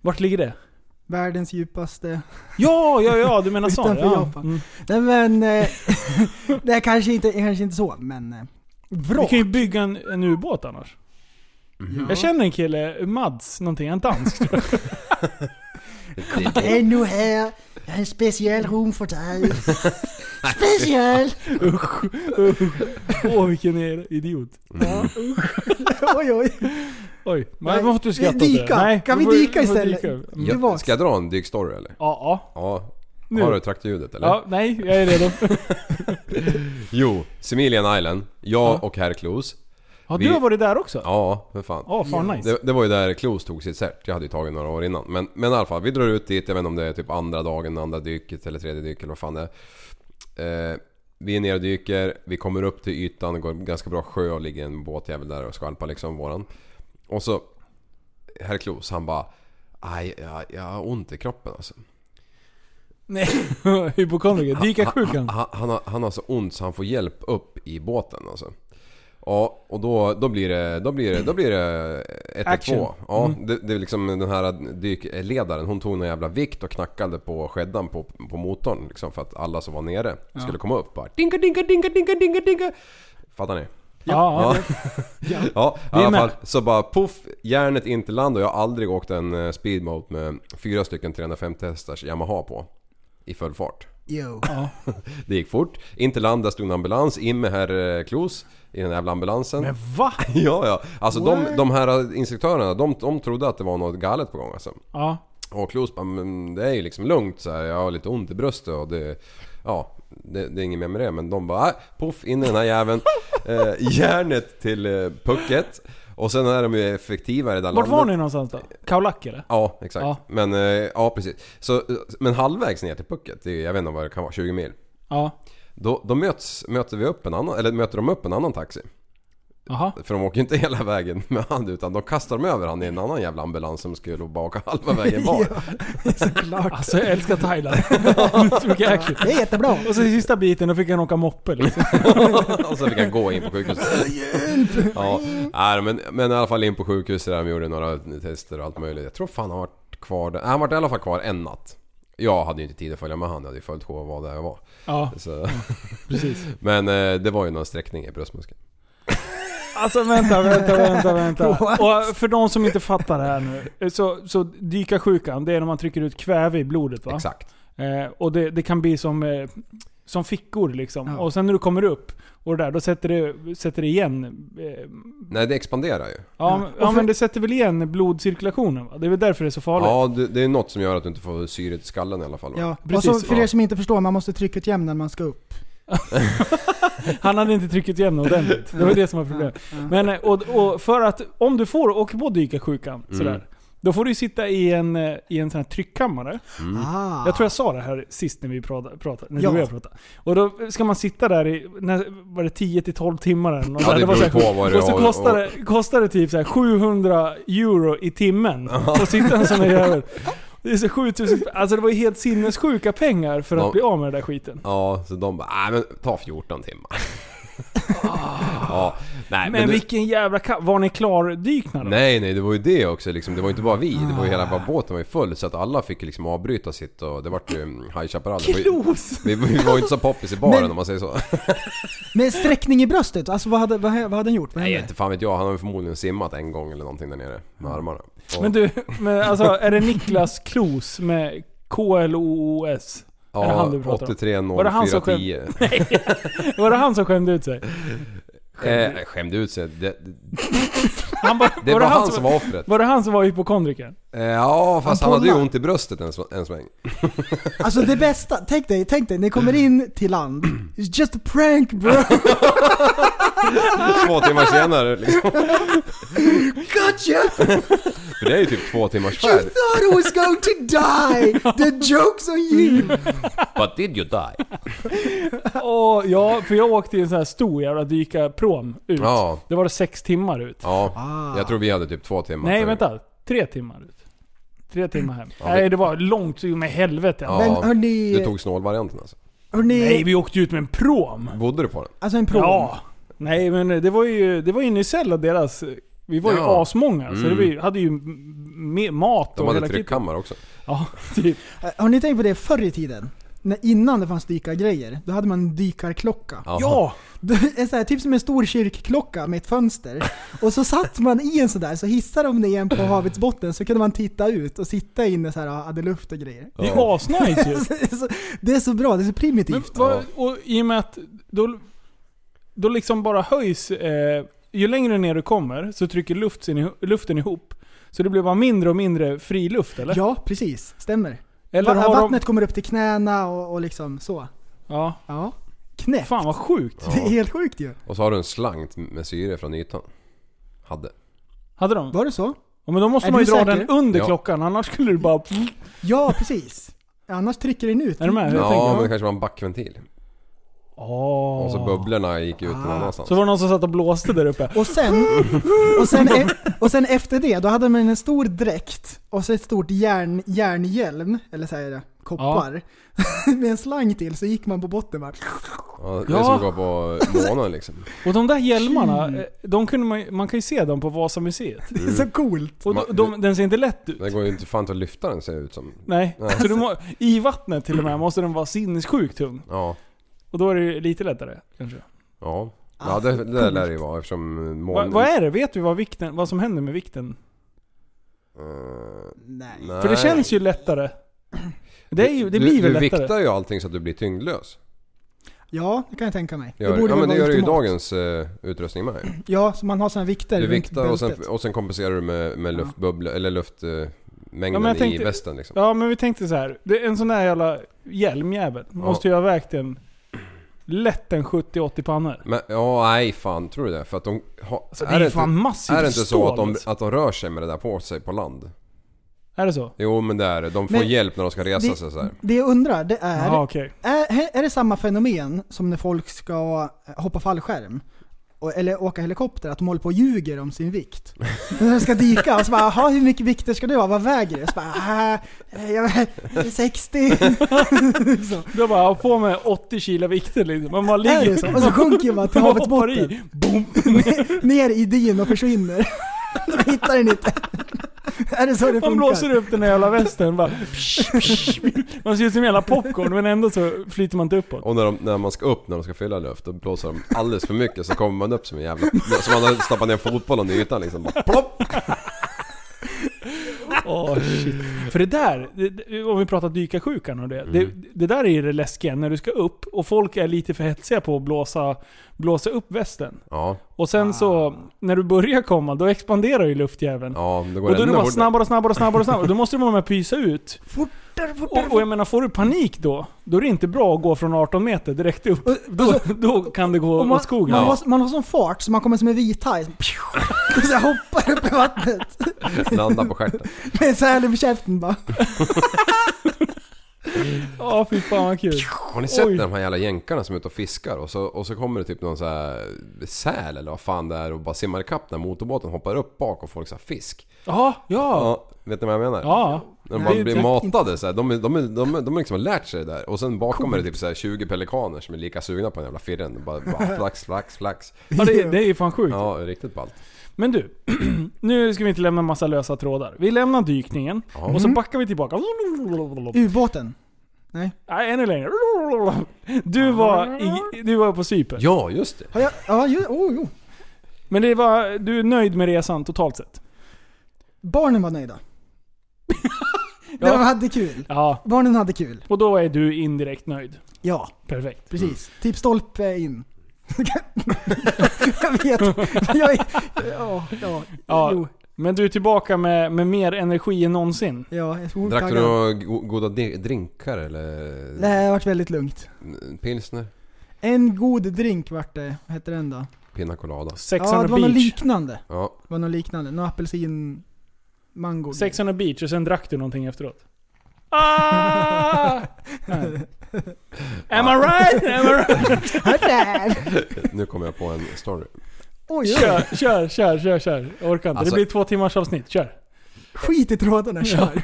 Speaker 4: Vart ligger det?
Speaker 6: Världens djupaste.
Speaker 4: Ja, ja, ja, du menar så.
Speaker 6: Utanför
Speaker 4: ja. Mm.
Speaker 6: Japan. Nej men... eh, det är kanske inte, kanske inte så, men... eh,
Speaker 4: Vi
Speaker 6: Vrak.
Speaker 4: kan ju bygga en, en ubåt annars.
Speaker 6: Ja.
Speaker 4: Jag känner en kille, Mads någonting, han är dansk. tror jag.
Speaker 6: Hej nu här, jag har en specialrum för dig. Special!
Speaker 4: Åh vilken er- idiot.
Speaker 6: oj oj.
Speaker 4: Oj, men
Speaker 6: Nej,
Speaker 4: varför har du
Speaker 6: vi-
Speaker 4: skrattat
Speaker 6: dyka. Kan vi
Speaker 4: får-
Speaker 6: dyka
Speaker 4: får
Speaker 6: istället?
Speaker 4: dyka. Ja,
Speaker 6: Det var-
Speaker 5: Ja. Ska jag dra en dykstory eller?
Speaker 4: ja.
Speaker 5: Ja.
Speaker 4: Nu.
Speaker 5: Har du traktljudet eller?
Speaker 4: Ja, nej, jag är redo.
Speaker 5: Jo, Similian Island. Jag och herr Klos.
Speaker 4: Har
Speaker 5: Vi-
Speaker 4: du varit där också?
Speaker 5: Ja, för fan.
Speaker 4: Ja, fan nice.
Speaker 5: Det, det var ju där Klos tog sitt cert. Jag hade ju tagit några år innan. Men, men i alla fall, vi drar ut dit. Jag vet inte om det är typ andra dagen, andra dyket eller tredje dyket eller vad fan det är. Eh, vi är nere och dyker, vi kommer upp till ytan, det går ganska bra sjö och ligger en båtjävel där och skvalpar liksom, våran. Och så... Herr Klos, han bara... Aj, jag, jag har ont i kroppen alltså.
Speaker 4: Nej. Hypokondriker.
Speaker 5: Han,
Speaker 4: Dykarsjukan.
Speaker 5: han, han, har, han har så ont så han får hjälp upp i båten alltså. Ja, och då, då blir det... Då blir det... Då blir det... 112.
Speaker 4: Action.
Speaker 5: Ja, det, det är liksom den här dykledaren. Hon tog någon jävla vikt och knackade på skeddan på, på motorn liksom för att alla som var nere skulle komma upp. Bara, dinka, dinka, dinka, dinka, dinka, dinka. Fattar ni?
Speaker 4: Ja.
Speaker 5: Ja. ja, i alla
Speaker 4: med.
Speaker 5: fall. Så bara poff, järnet in till land och jag har aldrig åkt en eh, speedboat med fyra stycken 350 hästars Yamaha på. I full fart.
Speaker 6: Jo.
Speaker 5: Det gick fort. In till land, där stod en ambulans. In med herr eh, Klos i den jävla ambulansen.
Speaker 4: Men va?
Speaker 5: Ja, ja. Alltså de, de här instruktörerna, de, de trodde att det var något galet på gång alltså.
Speaker 4: Ja.
Speaker 5: Och Klos bara, men det är ju liksom lugnt så här. Jag har lite ont i bröstet och det... Ja, det, det är inget mer med det. Men de bara, "Nej, poff in i den här jäveln. Eh, järnet till eh, pucket. Och sen är de ju effektivare i det här
Speaker 4: Vart var
Speaker 5: landet.
Speaker 4: ni någonstans då? Kaolack eller?
Speaker 5: Ja, exakt.
Speaker 4: Ja.
Speaker 5: Men, eh, ja precis. Så, eh, men halvvägs ner till pucket, det är, jag vet inte vad det kan vara, 20 mil.
Speaker 4: Ja.
Speaker 5: Då, då möts, möter vi upp en annan, eller möter de upp en annan taxi.
Speaker 4: Jaha.
Speaker 5: För de åker ju inte hela vägen med han utan de kastar de över han i en annan jävla ambulans som skulle bara åka halva vägen var.
Speaker 6: Såklart.
Speaker 4: Alltså jag älskar Thailand. Så mycket action.
Speaker 6: Det är jättebra.
Speaker 4: Och så i sista biten, då fick han åka moppe liksom.
Speaker 5: och så fick han gå in på sjukhuset. ja, nej, men, men i alla fall in på sjukhuset där de gjorde några tester och allt möjligt. Jag tror fan han varit kvar där. Han varit i alla fall kvar en natt. Jag hade ju inte tid att följa med han, jag hade ju följt sjå och var där jag var.
Speaker 4: Ja,
Speaker 5: Så,
Speaker 4: precis.
Speaker 5: men eh, det var ju någon sträckning i bröstmuskeln.
Speaker 4: Alltså vänta, vänta, vänta, vänta. Och eh, för de som inte fattar det här nu. eh, Så, så dyka sjukan, det är när man trycker ut kväve i blodet va?
Speaker 5: Exakt.
Speaker 4: Eh, och det, det kan bli som, eh, som fickor liksom.
Speaker 6: Ja.
Speaker 4: Och sen när du kommer upp och det där, då sätter det, sätter det igen... Eh,
Speaker 5: Nej det expanderar ju.
Speaker 4: ja,
Speaker 6: Och
Speaker 4: men- ja
Speaker 6: för-
Speaker 4: men det sätter väl igen blodcirkulationen va? Det är väl därför det är så farligt.
Speaker 5: Ja det, det är något som gör att du inte får syret i skallen i alla fall. va?
Speaker 6: Ja.
Speaker 4: Precis,
Speaker 6: och så för
Speaker 5: ja.
Speaker 6: er som inte förstår, man måste trycka ut jämn när man ska upp.
Speaker 4: Han hade inte tryckt igen ordentligt. Det var det som var problemet. Men, eh, och, och för att om du får åka på dykarsjukan sådär. Då får du ju sitta i en, eh, i en sån här tryckkammare.
Speaker 6: Ah.
Speaker 4: Jag tror jag sa det här sist när vi pratade, pratade när
Speaker 6: Ja.
Speaker 4: du och jag pratade. Och då ska man sitta där i, när, var det 10-12 timmar eller något
Speaker 5: Ja,
Speaker 4: där.
Speaker 5: det
Speaker 4: var
Speaker 5: beror
Speaker 4: så
Speaker 5: på
Speaker 4: här-
Speaker 5: vad det
Speaker 4: Och så
Speaker 5: har-
Speaker 4: kostar det, kostar det typ så här 700 euro i timmen att sitta i en sån här jävel. Det är så 7000 spänn. Alltså det var ju helt sinnessjuka pengar för att
Speaker 5: Ja.
Speaker 4: bli av med den där skiten.
Speaker 5: Ja, så de bara, nej men ta 14 timmar. ja, nej,
Speaker 4: Men,
Speaker 5: men det-
Speaker 4: vilken jävla kapp. Var ni klardykna då? Ah.
Speaker 5: Nej, nej, det var ju det också liksom. Det var ju inte bara vi. Det var ju hela bara båten var ju full så att alla fick ju liksom avbryta sitt och det vart ju mm, High Chaparral. Det var ju-
Speaker 4: Klos!
Speaker 5: Vi, vi var ju inte så poppis i baren
Speaker 6: Men-
Speaker 5: om man säger så.
Speaker 6: Med sträckning i bröstet, alltså vad hade, vad, vad hade han gjort? Vad
Speaker 5: Nej,
Speaker 6: hände?
Speaker 5: inte fan vet jag. Han har ju förmodligen simmat en gång eller någonting där nere med armarna. Och,
Speaker 4: Mm. Men du, men alltså är det Niklas Klos med K-L-O-O-S? är det han du pratar om?
Speaker 5: 83
Speaker 4: Var det han som
Speaker 5: 04
Speaker 4: skäm-
Speaker 5: 10.
Speaker 4: Var det han som skämde ut sig?
Speaker 5: Eh, skämde ut sig. Det, det,
Speaker 4: Han bara,
Speaker 5: det var, han som var offret.
Speaker 4: Var det han som var hypokondriker?
Speaker 5: Eh, ja, fast han,
Speaker 6: Han
Speaker 5: hade ju
Speaker 6: pollar.
Speaker 5: ont i bröstet en, sv- en sväng.
Speaker 6: Alltså det bästa, tänk dig, tänk dig, ni kommer in till land. It's just a prank bro!
Speaker 5: Två timmar senare liksom.
Speaker 6: Gotcha!
Speaker 5: För det är ju typ två timmars
Speaker 6: You
Speaker 5: färd.
Speaker 6: thought I was going to die! The joke's on
Speaker 4: Mm.
Speaker 6: you!
Speaker 5: But did you die?
Speaker 4: Åh, ja, för jag åkte i en sån här stor jävla dykarprom ut.
Speaker 5: Ja.
Speaker 4: Det var det sex timmar ut.
Speaker 5: Ja, jag tror vi hade typ två timmar.
Speaker 4: Ah. Nej,
Speaker 5: för-
Speaker 4: vänta. Tre timmar ut. Tre timmar hem.
Speaker 5: vi-
Speaker 4: Nej, det var långt så in med helvete.
Speaker 5: Ja,
Speaker 6: Men hörni-
Speaker 5: Du tog snålvarianten alltså.
Speaker 4: Nej,
Speaker 6: Hörni,
Speaker 4: vi åkte ut med en prom.
Speaker 5: Bodde du på den?
Speaker 6: alltså en prom.
Speaker 4: Ja. Nej, men det var ju, det var ju Nysell och deras... Vi var ju
Speaker 5: Ja. Mm.
Speaker 4: asmånga, så det var ju, hade ju m- m- mat
Speaker 5: De
Speaker 4: och
Speaker 5: hade
Speaker 4: hela kittet.
Speaker 5: tryckkammare också.
Speaker 4: Ja, typ.
Speaker 6: Eh, Har ni tänkt på det förr i tiden? När, innan det fanns dykargrejer, då hade man en dykarklocka.
Speaker 5: Ja.
Speaker 4: Ja!
Speaker 6: Det är så här, typ som en stor kyrkklocka med ett fönster. Och så satt man i en sådär, så hissade de ner en på havets botten så kunde man titta ut och sitta inne så här och hade luft och grejer.
Speaker 4: Det är asnice ju.
Speaker 6: Det är så, det är så bra, det är så
Speaker 4: Men,
Speaker 6: primitivt.
Speaker 4: vad, och i och med att då, då liksom bara höjs... Eh, ju längre ner du kommer så trycker luften, i- luften ihop. Så det blir bara mindre och mindre fri luft eller?
Speaker 6: Ja, precis. Stämmer.
Speaker 4: eller
Speaker 6: Bara
Speaker 4: har
Speaker 6: vattnet kommer upp till knäna och, och liksom så.
Speaker 4: De, ja.
Speaker 6: Ja. Knäppt.
Speaker 4: Fan vad sjukt.
Speaker 6: Det är helt sjukt ju.
Speaker 5: Och så har du en slang med syre från ytan. Hade.
Speaker 4: Hade de?
Speaker 6: Var det så?
Speaker 4: Ja, men då måste
Speaker 6: Är
Speaker 4: man ju
Speaker 6: du
Speaker 4: dra
Speaker 6: säker?
Speaker 4: den under
Speaker 5: Ja.
Speaker 4: klockan annars skulle du bara...
Speaker 6: Ja, precis. Annars trycker den ut.
Speaker 4: Är du med? Jag
Speaker 5: Ja,
Speaker 4: tänker,
Speaker 5: men
Speaker 4: ja.
Speaker 5: det kanske var en backventil.
Speaker 4: Åh.
Speaker 5: Och så bubblorna gick ut någon annanstans.
Speaker 4: Ah. Så var det någon som satt och blåste där uppe.
Speaker 6: Och sen, och, sen, e- och sen efter det, då hade man en stor dräkt och så ett stort järn, järnhjälm, eller så här, koppar. Med en slang till så gick man på botten bara.
Speaker 5: Ja, det är
Speaker 4: Ja.
Speaker 5: som att gå på månen liksom.
Speaker 4: Och de där hjälmarna, eh, de kunde man, ju- man kan ju se dem på Vasamuseet.
Speaker 6: Det är
Speaker 5: Mm.
Speaker 6: så coolt.
Speaker 4: Och de, de, den ser inte lätt ut.
Speaker 5: Det går ju inte fan att lyfta den ser det ut som.
Speaker 4: Nej.
Speaker 5: Nej.
Speaker 4: Så du må, I vattnet till och med måste den vara sinnessjukt tung.
Speaker 5: Ja.
Speaker 4: Och då är det ju lite lättare kanske.
Speaker 5: Ja. Ja det, det där lär det ju vara eftersom
Speaker 4: Ah, Va,
Speaker 5: månen...
Speaker 4: vad är det? Vet vi vad, vikten, vad som händer med vikten?
Speaker 5: Eh,
Speaker 6: Nej.
Speaker 5: nej.
Speaker 4: För det känns ju lättare. Det, är ju, det
Speaker 5: Du-
Speaker 4: blir väl
Speaker 5: Du
Speaker 4: lättare?
Speaker 5: viktar ju allting så att du blir tyngdlös.
Speaker 6: Ja, det kan jag tänka mig.
Speaker 5: Gör, ja
Speaker 6: väl
Speaker 5: men det
Speaker 6: vara
Speaker 5: gör du ju i
Speaker 6: ultimat.
Speaker 5: dagens eh, utrustning med. ju.
Speaker 6: Ja, så man har sådana vikter
Speaker 5: Du
Speaker 6: runt
Speaker 5: viktar och sen,
Speaker 6: bältet.
Speaker 5: och sen kompenserar du med, med
Speaker 6: Ja.
Speaker 5: luftbubblor, eller luftmängden
Speaker 4: jag
Speaker 5: i
Speaker 4: tänkte-
Speaker 5: västen liksom.
Speaker 4: Ja men vi tänkte så här. Det är en sån där jävla hjälmjävel. Måste ju ha vägt en... Lätt en 70-80 pannor. Alltså,
Speaker 5: Men, ja nej fan, tror du det? För att de har...
Speaker 4: det är ju fan
Speaker 5: inte,
Speaker 4: massivt
Speaker 5: är det inte så
Speaker 4: stål,
Speaker 5: att de,
Speaker 4: alltså.
Speaker 5: att de rör sig med det där på sig på land?
Speaker 4: Är det så?
Speaker 5: Jo men det är det. De får
Speaker 6: Men-
Speaker 5: hjälp när de ska resa sig så här.
Speaker 6: det, det jag undrar, det är...
Speaker 4: Ja okej.
Speaker 6: Är, är det samma fenomen som när folk ska eh, hoppa fallskärm? Och- Eller åka helikopter, att de håller på och ljuger om sin vikt. När de ska dyka och så bara "Jaha, hur mycket vikter ska du ha? Vad väger du?” Så bara "Ah, jag väger 60. så.
Speaker 4: Då bara, jag får med 80 kilo vikter liksom. Man bara
Speaker 6: Är
Speaker 4: ligger...
Speaker 6: det så? Och så sjunker man till
Speaker 4: man
Speaker 6: havets
Speaker 4: hoppar
Speaker 6: botten.
Speaker 4: i. Boom.
Speaker 6: Ner i dyn och försvinner. De hittar den inte. Är det så det funkar?
Speaker 4: Man blåser upp den där jävla västen bara... Man ser ut som en jävla popcorn men ändå så flyter man inte uppåt.
Speaker 5: Och när, de, när man ska upp, när de ska fylla luft, då blåser de alldeles för mycket så kommer man upp som en jävla... Som man har stoppat ner fotbollen i ytan liksom. Bara plopp!
Speaker 4: Åh shit. För det där, det- det, om vi pratar dykarsjukan och det, det. Det där är ju det läskiga när du ska upp och folk är lite för hetsiga på att blåsa, blåsa upp västen.
Speaker 5: Ja,
Speaker 4: Och sen så, när du börjar komma, då expanderar ju luftjäveln.
Speaker 5: ja, då går
Speaker 4: Och då är
Speaker 5: det
Speaker 4: det
Speaker 5: ännu
Speaker 4: bara
Speaker 5: fortare.
Speaker 4: snabbare och snabbare och snabbare och snabbare. Då måste du vara med och pysa ut.
Speaker 6: Fortare, fortare,
Speaker 4: Och, och jag menar, får du panik då, då är det inte bra att gå från 18 meter direkt upp. Då, då kan det gå
Speaker 6: Och man,
Speaker 4: åt skogen.
Speaker 6: man,
Speaker 4: Ja.
Speaker 6: har, man har sån fart så man kommer som en vithaj. Så och så hoppar upp i vattnet.
Speaker 5: Landa på stjärten.
Speaker 6: Med en säl över käften bara.
Speaker 4: Ja, fy fan vad kul.
Speaker 5: Har ni sett
Speaker 4: Oj.
Speaker 5: när de här jävla jänkarna som är ute och fiskar och så, och så kommer det typ någon så här säl eller vad fan det är och bara simmar ikapp när motorbåten hoppar upp bak och får liksom fisk?
Speaker 4: Ja, ja.
Speaker 5: Ja, vet ni vad jag menar?
Speaker 4: Ja.
Speaker 5: När de
Speaker 6: Nej,
Speaker 5: bara blir
Speaker 6: inte-
Speaker 5: matade så här. De, är- de, är- de, är- de har liksom har lärt sig det där. Och sen bakom är det typ så här 20 pelikaner som är lika sugna på den jävla firren. De Bara, bara flax, flax, flax.
Speaker 4: Ja, det, det är ju fan sjukt.
Speaker 5: Ja, riktigt ballt.
Speaker 4: Men du, nu ska vi inte lämna massa lösa trådar. Vi lämnar dykningen och
Speaker 6: Mm.
Speaker 4: så backar vi tillbaka.
Speaker 6: Ubåten.
Speaker 4: Nej, ännu längre. Du var, i, du var på Cypern.
Speaker 5: Ja, just det.
Speaker 6: Har jag? Ja, ju, oh, jo.
Speaker 4: Men det var, du är nöjd med resan totalt sett?
Speaker 6: Barnen var nöjda. De
Speaker 4: Ja.
Speaker 6: hade kul.
Speaker 4: Ja.
Speaker 6: Barnen hade kul.
Speaker 4: Och då är du indirekt nöjd?
Speaker 6: Ja, mm.
Speaker 4: Perfekt.
Speaker 6: precis. Tipstolpe in. jag vet. Jag är, ja, ja,
Speaker 4: Ja.
Speaker 6: Jo,
Speaker 4: Men du är tillbaka med, med mer energi än någonsin?
Speaker 6: ja, jag är så
Speaker 5: Drack du
Speaker 6: taggad.
Speaker 5: några go- goda di- drinkar eller?
Speaker 6: Nej, det har varit väldigt lugnt.
Speaker 5: Pilsner?
Speaker 6: En god drink vart det, vad hette den då?
Speaker 5: Pina colada?
Speaker 6: Ja,
Speaker 4: 600
Speaker 6: det var något
Speaker 4: beach.
Speaker 6: liknande.
Speaker 5: Ja.
Speaker 6: Det var något liknande. Någon apelsin... Mango.
Speaker 4: 600 beach och sen drack du någonting efteråt? Ah! Nej. Am I right? Am I right?
Speaker 5: Nu kommer jag på en story.
Speaker 6: Oj, oj.
Speaker 4: Kör, kör, kör, kör, kör. Jag orkar inte.
Speaker 5: Alltså-
Speaker 4: det blir två timmars avsnitt. Kör.
Speaker 6: Skit i trådarna, kör.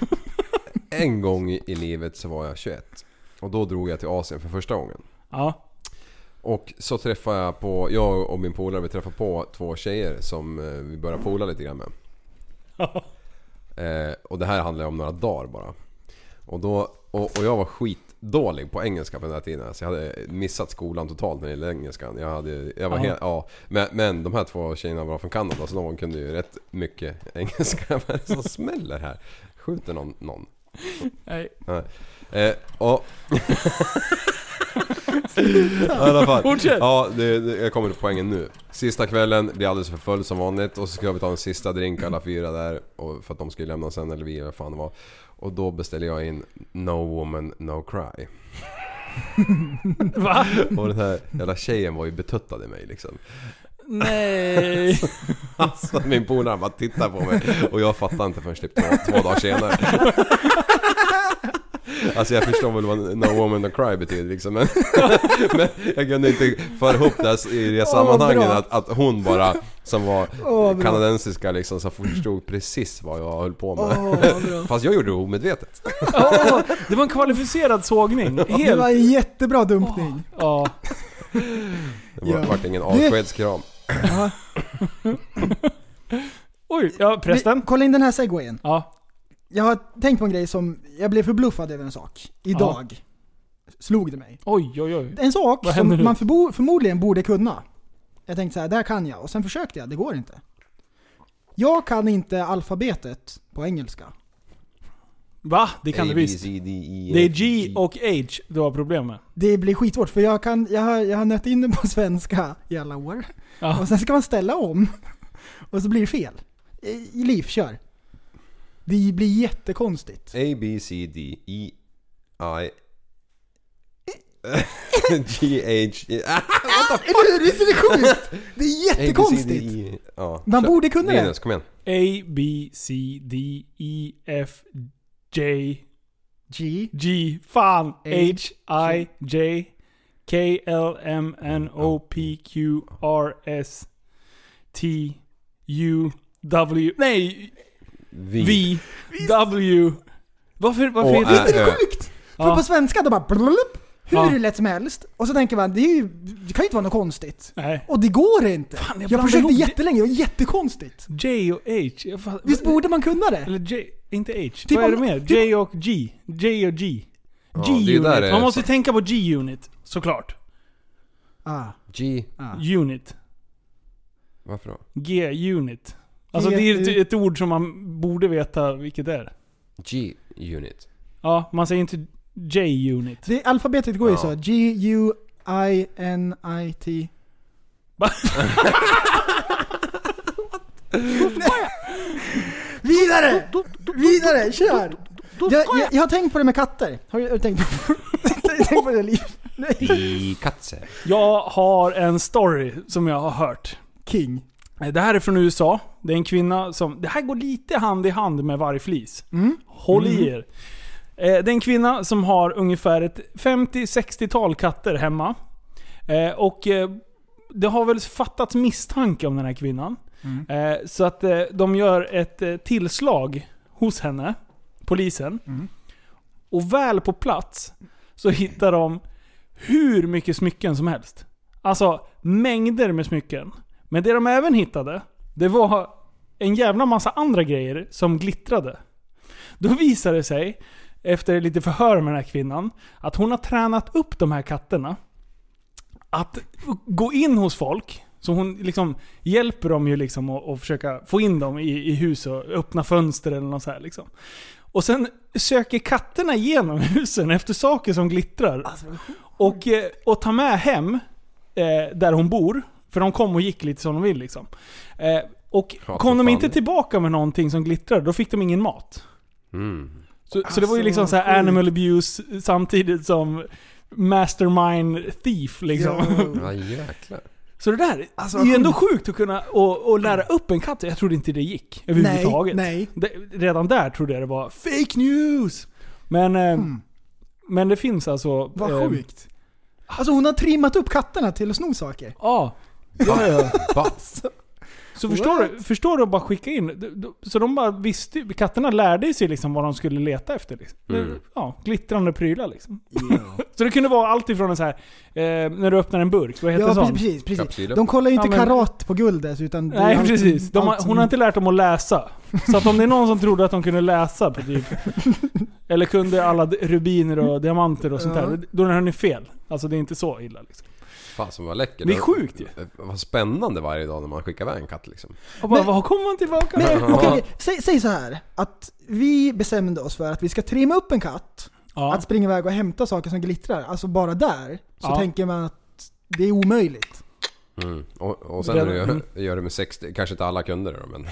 Speaker 5: En gång i livet så var jag 21. Och då drog jag till Asien för första gången.
Speaker 4: Ja.
Speaker 5: Och så träffade jag på, jag och min polare vi träffade på två tjejer som eh, vi började pola lite grann med. Eh, och det här handlade om några dagar bara. Och, då, och, och jag var skitdålig på engelska på den här tiden. Så jag hade missat skolan totalt när det gällde engelskan. Jag hade, jag var
Speaker 4: Ja.
Speaker 5: helt, ja. men, men de här två tjejerna var från Kanada så de kunde ju rätt mycket engelska. Vad är det som smäller här? Skjuter någon? någon?
Speaker 4: Nej.
Speaker 5: Nej. Eh, och... I alla fall.
Speaker 4: Fortsätt.
Speaker 5: Ja, det, det, jag kommer till poängen nu. Sista kvällen, blir alldeles för full som vanligt och så ska vi ta en sista drink alla fyra där och, för att de ska ju lämna sen eller vi eller vad fan det var. Och då beställer jag in No Woman No Cry.
Speaker 4: Va?
Speaker 5: Och den här jävla tjejen var ju betuttad i mig liksom.
Speaker 4: Nej.
Speaker 5: Alltså min polare bara tittar på mig och jag fattar inte förrän typ två, två dagar senare. Alltså jag förstår väl vad No Woman No Cry betyder liksom men, men jag kunde inte föra ihop det här i det sammanhanget
Speaker 6: bra.
Speaker 5: att, att hon bara som var
Speaker 6: Åh, bra.
Speaker 5: kanadensiska liksom så förstod precis vad jag höll på med.
Speaker 6: Åh, vad bra.
Speaker 5: Fast jag gjorde det omedvetet.
Speaker 4: Åh, det var en kvalificerad sågning.
Speaker 6: Det var
Speaker 4: Helt.
Speaker 6: en jättebra dumpning.
Speaker 4: Ja.
Speaker 5: Det var,
Speaker 6: Ja.
Speaker 5: vart ingen
Speaker 6: Det-
Speaker 5: avskedskram.
Speaker 4: Oj, ja
Speaker 6: Vi-
Speaker 4: prästen.
Speaker 6: Kolla in den här segwayen.
Speaker 4: Ja.
Speaker 6: Jag har tänkt på en grej som, jag blev förbluffad över en sak. Idag. Slog det mig.
Speaker 4: Oj, oj, oj.
Speaker 6: En sak
Speaker 4: Vad
Speaker 6: som
Speaker 4: händer nu?
Speaker 6: man förbo- förmodligen borde kunna. Jag tänkte så här, där kan jag. Och sen försökte jag, det går inte. Jag kan inte alfabetet på engelska.
Speaker 4: Va? Det kan
Speaker 5: A,
Speaker 4: du
Speaker 5: B,
Speaker 4: visst.
Speaker 5: C, D, E,
Speaker 4: Det är
Speaker 5: F,
Speaker 4: G
Speaker 5: G.
Speaker 4: och H du har problem med.
Speaker 6: Det blir skitsvårt för jag, kan, jag, har, jag har nött in den på svenska i alla år.
Speaker 4: Ja.
Speaker 6: Och sen ska man ställa om. Och så blir det fel. I- i Liv, kör. Det blir jättekonstigt.
Speaker 5: A, B, C, D, E, I... G, H... E- Ah,
Speaker 6: Eller hur? Visst är det sjukt? Det är
Speaker 5: A, B, C, D,
Speaker 6: jättekonstigt.
Speaker 5: E. Ja,
Speaker 6: Man
Speaker 5: kör.
Speaker 6: borde kunna det.
Speaker 5: Linus, kom igen.
Speaker 4: A, B, C, D, E, F, J,
Speaker 6: G.
Speaker 4: G, fan,
Speaker 6: H,
Speaker 4: H, I, J, K, L, M, N, O, P, Q, R, S, T, U, W, nej,
Speaker 5: Vi.
Speaker 4: V, W. Varför, varför
Speaker 5: Och
Speaker 4: är det?
Speaker 5: Ä.
Speaker 6: Visst är det sjukt? För
Speaker 4: Ja.
Speaker 6: på svenska då bara blulup, hur
Speaker 4: Ja.
Speaker 6: lätt som helst. Och så tänker man, det, är ju, det kan ju inte vara något konstigt.
Speaker 4: Nej.
Speaker 6: Och det går inte. jag
Speaker 4: jag blandar
Speaker 6: försökte
Speaker 4: ihop det.
Speaker 6: jättelänge, det var jättekonstigt.
Speaker 4: J och H. Jag fa-
Speaker 6: Visst borde man kunna det?
Speaker 4: Eller J, inte H.
Speaker 6: Typ
Speaker 4: Vad är det
Speaker 6: om-
Speaker 4: mer?
Speaker 6: typ-
Speaker 4: J och G. J och G.
Speaker 5: det är ju där det
Speaker 4: G-unit.
Speaker 5: är
Speaker 4: Man måste
Speaker 5: så-
Speaker 4: tänka på G-unit, såklart.
Speaker 6: Ah,
Speaker 5: G.
Speaker 4: Unit.
Speaker 5: Varför då?
Speaker 4: G-unit. Alltså
Speaker 6: G-
Speaker 4: det är ett, ett ord som man borde veta vilket det är.
Speaker 5: G unit.
Speaker 4: Ja, man säger inte J-unit.
Speaker 6: det, alfabetet går ju
Speaker 5: Ja.
Speaker 6: så. G, U, I, N, I, T.
Speaker 4: Va?
Speaker 6: Vidare! Vidare, kör! Jag, jag, jag har tänkt på det med katter. Har du, har du tänkt på, tänkt på det Liv? Nej.
Speaker 5: I katse.
Speaker 4: Jag har en story som jag har hört.
Speaker 6: King.
Speaker 4: Eh, Det här är från USA. Det är en kvinna som... Det här går lite hand i hand med vargflis.
Speaker 6: Mm.
Speaker 4: Håll i er. Eh, Det är en kvinna som har ungefär ett 50-60-tal katter hemma. Eh, Och eh, det har väl fattats misstanke om den här
Speaker 6: Mm.
Speaker 4: kvinnan. Eh, Så att eh, de gör ett eh, tillslag hos henne. polisen.
Speaker 6: Mm.
Speaker 4: Och väl på plats så hittar de hur mycket smycken som helst. Alltså mängder med smycken. Men det de även hittade, det var en jävla massa andra grejer som glittrade. Då visade det sig, efter lite förhör med den här kvinnan, att hon har tränat upp de här katterna att gå in hos folk. Så hon liksom hjälper dem ju liksom att, att försöka få in dem i, i hus och öppna fönster eller något så här liksom. Och sen söker katterna igenom husen efter saker som glittrar. och, eh, och tar med hem eh, där hon bor. För de kom och gick lite som de vill liksom. Eh, och
Speaker 5: Ja,
Speaker 4: kom
Speaker 5: för
Speaker 4: de
Speaker 5: fan.
Speaker 4: inte tillbaka med någonting som glittrar, då fick de ingen mat.
Speaker 5: Mm.
Speaker 4: Så, så det var ju
Speaker 6: Alltså,
Speaker 4: liksom så
Speaker 6: sjukt.
Speaker 4: här animal abuse samtidigt som mastermind thief liksom.
Speaker 5: Ja jäklar.
Speaker 4: Så det där
Speaker 6: Alltså,
Speaker 4: är ju
Speaker 6: vad
Speaker 4: ändå sjukt att kunna och, och lära upp en katt. Jag trodde inte det gick överhuvudtaget.
Speaker 6: nej.
Speaker 4: Det, redan där trodde jag det var fake news! Men, eh, men det finns alltså... eh,
Speaker 6: Hmm. Vad sjukt. Alltså hon har trimmat upp katterna till att sno saker.
Speaker 4: Ja. Ja, ja. Alltså.
Speaker 5: Va?
Speaker 4: Så förstår du, förstår du att bara skicka in? d- d- Så de bara visste ju- katterna lärde sig liksom vad de skulle leta efter. Liksom.
Speaker 5: Mm.
Speaker 4: Ja, glittrande prylar liksom. så det kunde vara allt ifrån en så här, eh, när du öppnar en burk, vad heter
Speaker 6: Ja
Speaker 4: sån?
Speaker 6: precis, precis.
Speaker 5: Kapsylen.
Speaker 6: De kollar ju inte
Speaker 4: Ja, men-
Speaker 6: karat på guldet utan... det är
Speaker 4: Nej
Speaker 6: allt-
Speaker 4: precis. De har,
Speaker 6: allt som-
Speaker 4: hon har inte lärt dem att läsa. Så att om det är någon som trodde att de kunde läsa på typ... Eller kunde alla d- rubiner och diamanter och sånt
Speaker 6: Ja.
Speaker 4: där. Då är ni fel. Alltså det är inte så illa liksom.
Speaker 5: Fan som var läcker. Eh,
Speaker 4: Det är sjukt ju.
Speaker 5: Vad spännande varje dag när man skickar iväg en katt liksom.
Speaker 4: Och bara,
Speaker 6: Men-
Speaker 4: vad kommer man tillbaka med?
Speaker 6: Men okej, okej. säg, säg så här att vi bestämde oss för att vi ska trimma upp en katt,
Speaker 4: Ja.
Speaker 6: att springa iväg och hämta saker som glittrar. Alltså bara där så
Speaker 4: Ja.
Speaker 6: tänker man att det är omöjligt.
Speaker 5: Mm. Och, och sen
Speaker 4: Det-
Speaker 5: när du
Speaker 4: mm.
Speaker 5: gör, gör det med 60, kanske inte alla kunder då men.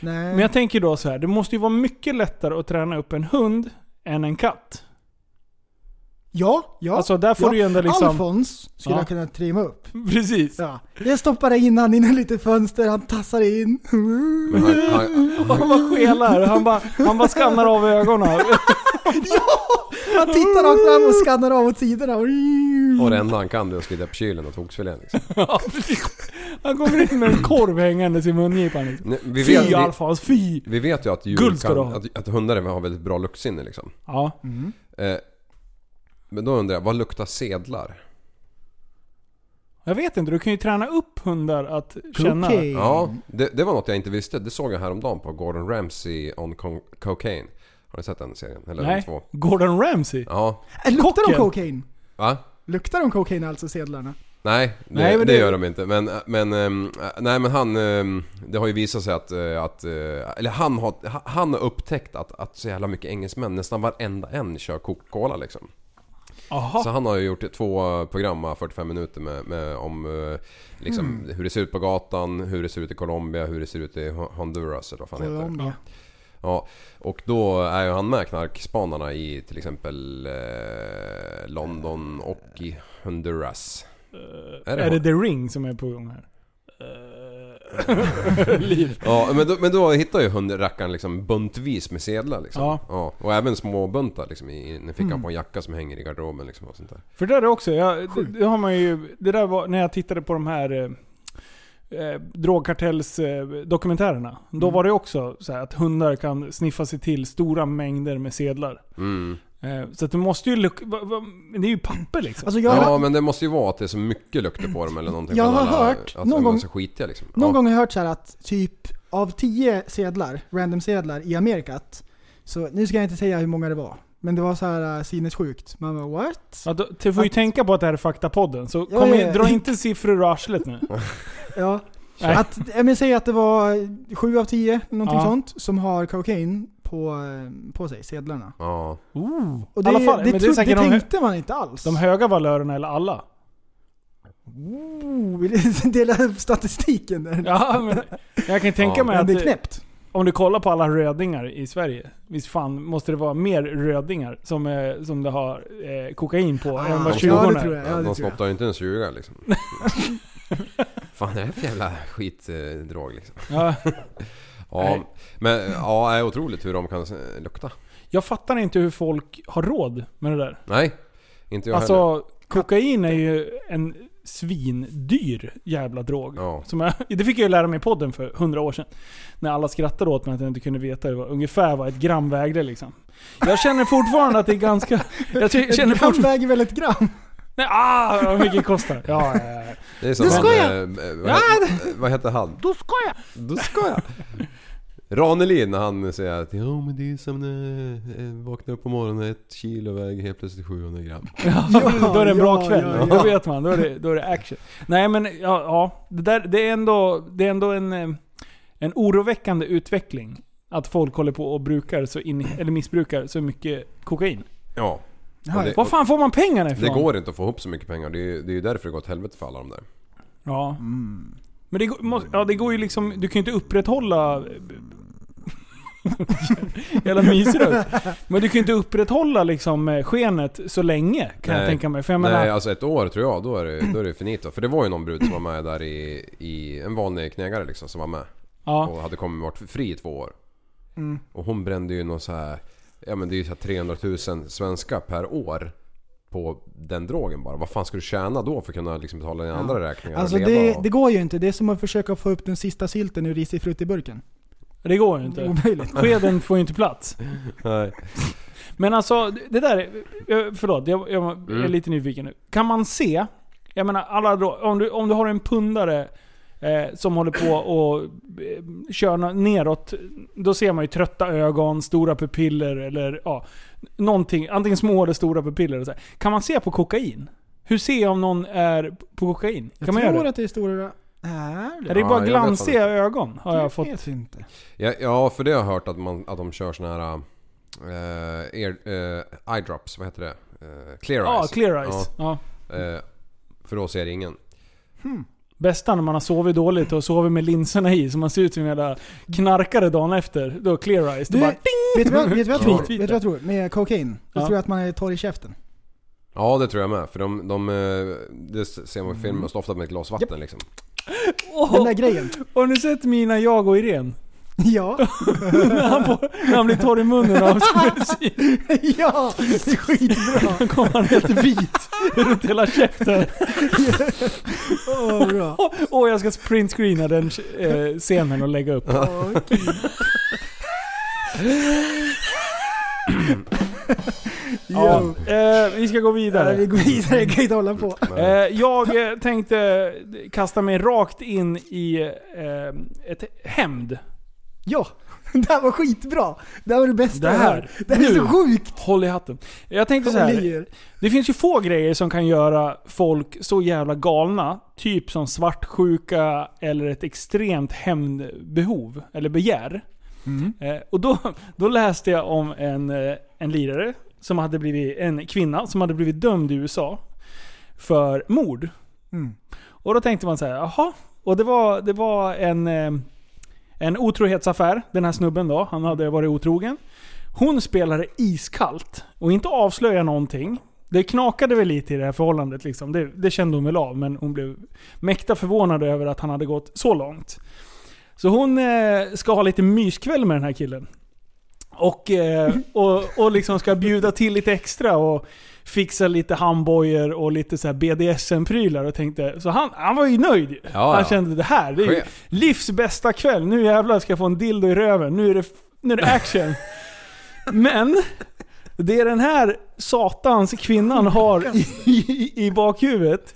Speaker 6: Nej.
Speaker 4: Men jag tänker då så här. det måste ju vara mycket lättare att träna upp en hund än en katt.
Speaker 6: ja, ja.
Speaker 4: Alltså där får
Speaker 6: ja.
Speaker 4: du ju ändå liksom...
Speaker 6: Alfons skulle
Speaker 4: Ja.
Speaker 6: jag kunna trimma upp.
Speaker 4: Precis.
Speaker 6: Ja. Jag stoppar in han in i lite fönster, han tassar in.
Speaker 5: men han, han,
Speaker 4: Och han bara skelar. Han bara, han bara skannar av ögonen.
Speaker 6: Han tittar rakt fram och skannar av åt sidorna.
Speaker 5: och det enda han kan det är att slita på kylen och toxfilén liksom.
Speaker 4: Ja, precis. han kommer in med en korv hängandes i mungipan. Liksom.
Speaker 5: Nej, Vi
Speaker 4: Fy
Speaker 5: vet, vi,
Speaker 4: Alfons, fy!
Speaker 5: vi vet ju att, djur
Speaker 4: Guld ska
Speaker 5: kan,
Speaker 4: du ha.
Speaker 5: att, att hundar har väldigt bra luktsinne liksom.
Speaker 4: Ja.
Speaker 5: Eh, men då undrar jag, vad luktar sedlar?
Speaker 4: Jag vet inte, du kan ju träna upp hundar att känna.
Speaker 6: Okej.
Speaker 5: Ja,
Speaker 4: Mm.
Speaker 5: det, det var något jag inte visste. Det såg jag häromdagen på Gordon Ramsay on con- Cocaine. Har ni sett den serien? Eller de
Speaker 4: Nej.
Speaker 5: två?
Speaker 4: Gordon Ramsay?
Speaker 5: Ja.
Speaker 6: Äh, Luktar de
Speaker 4: Kocken.
Speaker 6: kokain?
Speaker 5: Va?
Speaker 6: Luktar de kokain alltså sedlarna?
Speaker 5: Nej, det,
Speaker 4: Nej, men
Speaker 5: det
Speaker 4: det-
Speaker 5: gör de inte. Men, men, ehm, nej, men han... ehm, Det har ju visat sig att... eh, att eh, eller han har, han har upptäckt att, att så jävla mycket engelsmän, nästan varenda en kör Coca-Cola liksom.
Speaker 4: Jaha.
Speaker 5: Så han har ju gjort två program här, 45 minuter med, med, om eh, liksom,
Speaker 4: Hmm.
Speaker 5: hur det ser ut på gatan, hur det ser ut i Colombia, hur det ser ut i Hon- Honduras eller vad fan heter.
Speaker 6: Colombia.
Speaker 5: Ja, och då är ju han med knarkspanarna i till exempel eh, London och i Honduras. är det Eh.
Speaker 4: Eh, är det
Speaker 5: hon?
Speaker 4: The Ring som är på gång här?
Speaker 5: Ja, men då, men då hittar ju hundrackaren liksom buntvis med sedlar liksom.
Speaker 4: Ja.
Speaker 5: och även små buntar liksom i, i
Speaker 6: Mm.
Speaker 5: fickan på en jacka som hänger i garderoben liksom och sånt där.
Speaker 4: För det där är också, jag, det, det har man ju... Det där var när jag tittade på de här eh, eh, drogkartells eh, dokumentärerna. Då
Speaker 5: Mm.
Speaker 4: var det också så här att hundar kan sniffa sig till stora mängder med sedlar.
Speaker 5: Mm.
Speaker 4: Eh, så att det måste ju... Luk- va, va, men det är ju papper liksom.
Speaker 6: Alltså jag,
Speaker 5: Ja, men det måste ju vara att det är så mycket lukter på dem eller någonting.
Speaker 6: Jag
Speaker 5: från
Speaker 6: har
Speaker 5: alla-
Speaker 6: hört
Speaker 5: att
Speaker 6: någon
Speaker 5: de
Speaker 6: gång-
Speaker 5: är så skitiga liksom.
Speaker 6: någon
Speaker 5: ja.
Speaker 6: gång har jag hört så här att typ av 10 sedlar, random sedlar i Amerikat, så nu ska jag inte säga hur många det var, men det var så här äh, sinnessjukt. Man bara what?
Speaker 4: Ja, då, du får ju tänka på att det här är faktapodden, så
Speaker 6: Ja,
Speaker 4: kom
Speaker 6: ja,
Speaker 4: in,
Speaker 6: ja.
Speaker 4: dra inte siffror ur arslet nu.
Speaker 6: Ja.
Speaker 4: Nej.
Speaker 6: Att, jag men säg att det var 7 av 10, någonting
Speaker 4: Ja.
Speaker 6: sånt, som har kokain på, eh, på sig, sedlarna.
Speaker 5: Ja.
Speaker 4: Ooh.
Speaker 6: Och det,
Speaker 4: I alla fall,
Speaker 6: det,
Speaker 4: men det är
Speaker 6: trodde-
Speaker 4: säkert
Speaker 6: det
Speaker 4: de-
Speaker 6: tänkte man inte alls.
Speaker 4: De höga valörerna eller alla?
Speaker 6: Ooh, vill du dela upp statistiken där?
Speaker 4: Ja, men jag kan tänka
Speaker 5: Ja.
Speaker 4: mig
Speaker 6: Men
Speaker 4: att
Speaker 6: det är
Speaker 4: eh,
Speaker 6: knäppt.
Speaker 4: om du kollar på alla rödingar i Sverige. Visst fan måste det vara mer rödingar som, eh, som det har eh, kokain på
Speaker 6: Ah,
Speaker 4: än vad
Speaker 5: de
Speaker 4: 20
Speaker 6: ja,
Speaker 4: ja,
Speaker 6: det tror jag. Ja,
Speaker 5: de
Speaker 6: det tror jag.
Speaker 5: snottar ju inte en 20 liksom. Fan det här är för jävla skitdrog liksom.
Speaker 4: Ja,
Speaker 5: Ja,
Speaker 4: Nej.
Speaker 5: men ja, är otroligt hur de kan eh, lukta.
Speaker 4: jag fattar inte hur folk har råd med det där.
Speaker 5: Nej, inte jag heller.
Speaker 4: Alltså, kokain är ju en svindyr jävla drog.
Speaker 5: Ja.
Speaker 4: Som jag, det fick jag ju lära mig i podden för hundra år sedan. När alla skrattade åt mig att jag inte kunde veta vad, ungefär vad ett gram vägde liksom. Jag känner fortfarande att det är ganska... Jag ty- känner
Speaker 6: Ett gram
Speaker 4: fortfarande...
Speaker 6: väger väl ett gram?
Speaker 4: Nej, ah, vad mycket det kostar. Ja, ja, ja.
Speaker 5: Det är som
Speaker 6: Nu
Speaker 5: han,
Speaker 6: skojar
Speaker 5: eh, eh, vad, hette, eh, vad hette han? Då ska jag! Då ska jag! Ranelid när han säger att ja men det är som när jag vaknar upp på morgonen ett kilo och väger helt plötsligt 700 gram.
Speaker 4: då är det en bra
Speaker 6: ja,
Speaker 4: kväll.
Speaker 6: ja,
Speaker 4: Då vet man. Då är det, då är det action. Nej men ja, ja det, där, det är ändå, det är ändå en, eh, en oroväckande utveckling. Att folk håller på och brukar så in, eller missbrukar så mycket kokain.
Speaker 5: Ja. Och det,
Speaker 4: Var fan får man pengarna
Speaker 5: och
Speaker 4: ifrån?
Speaker 5: det går inte att få ihop så mycket pengar. Det är ju det är ju därför det går åt helvete för alla de där.
Speaker 4: Ja.
Speaker 5: Mm.
Speaker 4: Men det, går- måste- ja, det går ju liksom... Du kan ju inte upprätthålla... Jävla mysröst. Men du kan ju inte upprätthålla liksom eh, skenet så länge kan jag
Speaker 5: Nej.
Speaker 4: tänka mig. För jag menar,
Speaker 5: Nej alltså ett år tror jag, då är det, då är det finito. För det var ju någon brud som var med där i, i en vanlig knegare liksom som var med.
Speaker 4: ja. Mm.
Speaker 5: Och hade kommit varit fri i två år. Och hon brände ju någon så här, ja men det är ju så här 300 000 svenska per år på den drogen bara. Vad fan ska du tjäna då för att kunna liksom betala dina andra räkningar
Speaker 6: Alltså
Speaker 5: och leva
Speaker 6: det,
Speaker 5: och...
Speaker 6: det går ju inte. Det är som att försöka få upp den sista sylten ur risig frukt i burken.
Speaker 4: Det går ju
Speaker 6: Det
Speaker 4: inte.
Speaker 6: är omöjligt.
Speaker 4: Skeden får ju inte plats.
Speaker 5: Nej.
Speaker 4: Men alltså, det där... eh, Förlåt, jag, jag är
Speaker 5: Mm.
Speaker 4: lite nyfiken nu. Kan man se... Jag menar, alla då, om, du, om du har en pundare eh, som håller på och eh, kör nå- neråt, då ser man ju trötta ögon, stora pupiller eller ja, någonting. Antingen små eller stora pupiller. Och så här. Kan man se på kokain? Hur ser jag om någon är på kokain? Kan
Speaker 6: Jag
Speaker 4: man göra
Speaker 6: tror
Speaker 4: det?
Speaker 6: att det är stora... Är det?
Speaker 4: Är det
Speaker 5: Ja, jag vet
Speaker 4: bara
Speaker 5: vad
Speaker 4: glansiga ögon? Har jag fått.
Speaker 6: vet inte.
Speaker 5: Ja, ja för det har jag hört att, man, att de kör såna här... eh, ear, eh, eye drops, vad heter det? Eh, clear
Speaker 4: Ja,
Speaker 5: eyes.
Speaker 4: clear eyes. Ja.
Speaker 5: Ja, eh, för då ser ingen.
Speaker 4: Bästa när man har sovit dåligt och sovit med linserna i så man ser ut som en jävla knarkare dagen efter. Då clear eyes. Då
Speaker 6: Du,
Speaker 4: bara
Speaker 6: vet du vad, vet du vad jag tror? Vet du
Speaker 4: Kritvita.
Speaker 6: vad jag tror? Med kokain? Jag
Speaker 4: Ja.
Speaker 6: tror att man är torr i käften.
Speaker 5: Ja det tror jag med. För de, de eh, det ser man i
Speaker 4: Mm.
Speaker 5: filmen, står ofta med ett glas vatten liksom.
Speaker 6: Den där grejen.
Speaker 4: Har ni sett mina jag och Irene?
Speaker 6: Ja.
Speaker 4: När han, på, när han blir torr i munnen av sin bensin.
Speaker 6: Ja! Det är skitbra.
Speaker 4: Då kommer han helt vit runt hela käften.
Speaker 6: Åh, bra.
Speaker 4: Åh, åh, jag ska printscreena den eh, scenen och lägga upp. Ja,
Speaker 6: Jo.
Speaker 4: eh, vi ska
Speaker 6: Där,
Speaker 4: gå
Speaker 6: vi
Speaker 4: vidare.
Speaker 6: går vidare, jag kan inte hålla på.
Speaker 4: Eh, jag eh, tänkte kasta mig rakt in i eh, ett hämnd.
Speaker 6: Ja! Det här var skitbra! Det här var det bästa
Speaker 4: Det
Speaker 6: jag
Speaker 4: här.
Speaker 6: hört. Det här är så
Speaker 4: Nu.
Speaker 6: sjukt!
Speaker 4: Håll i hatten. Jag tänkte så här.
Speaker 6: Kolonier.
Speaker 4: Det finns ju få grejer som kan göra folk så jävla galna. Typ som svartsjuka eller ett extremt hämndbehov eller begär. Eh, och då, då läste jag om en, eh, en lirare, som hade blivit, en kvinna som hade blivit dömd i USA för mord.
Speaker 6: Mm.
Speaker 4: Och då tänkte man så här, jaha. Och det var, det var en, eh, en otrohetsaffär, den här snubben då. Han hade varit otrogen. Hon spelade iskallt och inte avslöja någonting. Det knakade väl lite i det här förhållandet. Liksom. Det, det kände hon väl av, men hon blev mäkta förvånad över att han hade gått så långt. Så hon eh, ska ha lite myskväll med den här killen. Och, eh, och, och liksom ska bjuda till lite extra och fixa lite handbojor och lite så här BDSM-prylar. Och tänkte, så han, han var ju nöjd ju.
Speaker 5: ja.
Speaker 4: Han kände det här, det är ju
Speaker 5: Chef.
Speaker 4: livs bästa kväll. Nu jävlar ska jag få en dildo i röven. Nu är det, nu är det action. Men det är den här satans kvinnan har i, i, i bakhuvudet.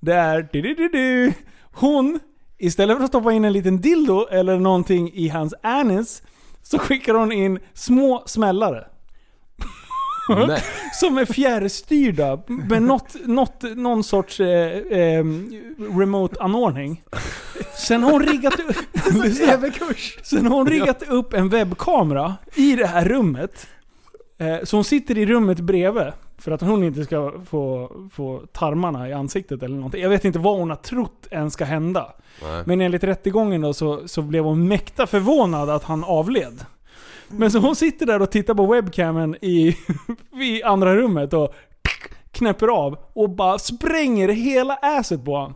Speaker 4: Det är... Du, du, du, du. Hon, istället för att stoppa in en liten dildo eller någonting i hans anus, så skickar hon in små smällare.
Speaker 5: Nej.
Speaker 4: Som är fjärrstyrda med något, något, någon sorts eh, eh, remote-anordning. Sen har hon riggat upp...
Speaker 6: Överkurs!
Speaker 4: Sen har hon riggat upp en webbkamera i det här rummet. Eh, Så hon sitter i rummet bredvid. För att hon inte ska få, få tarmarna i ansiktet eller någonting. Jag vet inte vad hon har trott än ska hända.
Speaker 5: Nej.
Speaker 4: Men enligt rättegången då så, så blev hon mäkta förvånad att han avled. Men så hon sitter där och tittar på webcamen i, i andra rummet och knäpper av och bara spränger hela asset på honom.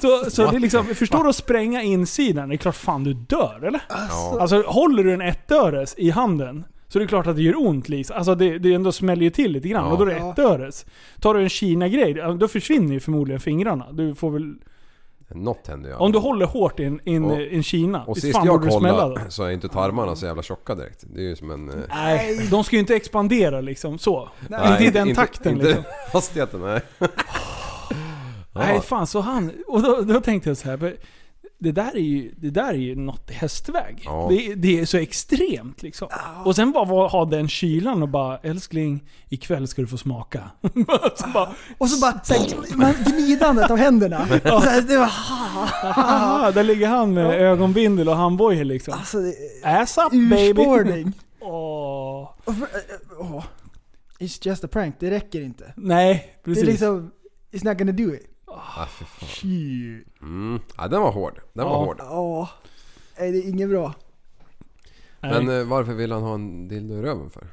Speaker 4: Så, så det är liksom, förstår du att spränga insidan? Det är klart fan du dör eller?
Speaker 5: Ja.
Speaker 4: Alltså håller du en ettöres i handen Så det är klart att det gör ont. Liksom. Alltså det, det ändå smäller ju till lite grann och då är det
Speaker 6: Ja.
Speaker 4: ett öres. Tar du en Kina-grej, ja, då försvinner ju förmodligen fingrarna. Du får väl,
Speaker 5: Något händer ju.
Speaker 4: om du håller hårt i en, i en,
Speaker 5: Och-
Speaker 4: i en Kina,
Speaker 5: Och
Speaker 4: visst
Speaker 5: sist
Speaker 4: fan
Speaker 5: jag
Speaker 4: borde det smälla då?
Speaker 5: kollade så är inte tarmarna så jävla tjocka direkt. Det är ju som en... eh,
Speaker 4: Nej, de ska ju inte expandera liksom så.
Speaker 5: nej,
Speaker 4: inte i den takten
Speaker 5: inte
Speaker 4: liksom.
Speaker 5: hastigheten, nej.
Speaker 4: Nej fan, så han... Och då, då tänkte jag så här, men det där är ju, det där är ju något hästväg.
Speaker 5: Ja.
Speaker 4: Det, det är så extremt liksom. Och sen bara vara- ha den kylan och bara älskling, ikväll ska du få smaka. så bara,
Speaker 6: Och så bara så här, man, gnidandet av händerna. Så här, det var,
Speaker 4: Aha, där ligger han med ögonbindel och handbojor liksom.
Speaker 6: alltså, det
Speaker 4: Ass up baby!
Speaker 6: urspårning.
Speaker 4: Åh.
Speaker 6: Och för- eh, åh. It's just a prank, det räcker inte.
Speaker 4: Nej, precis.
Speaker 6: Det är liksom, it's not gonna do it.
Speaker 5: Ah, fy fan.
Speaker 6: Shit.
Speaker 5: Mm. Ja, den var hård. Den
Speaker 4: Ja.
Speaker 5: var hård.
Speaker 6: Ja, Nej, det är inget bra.
Speaker 4: Nej,
Speaker 5: Men eh, varför vill han ha en dildo i röven för?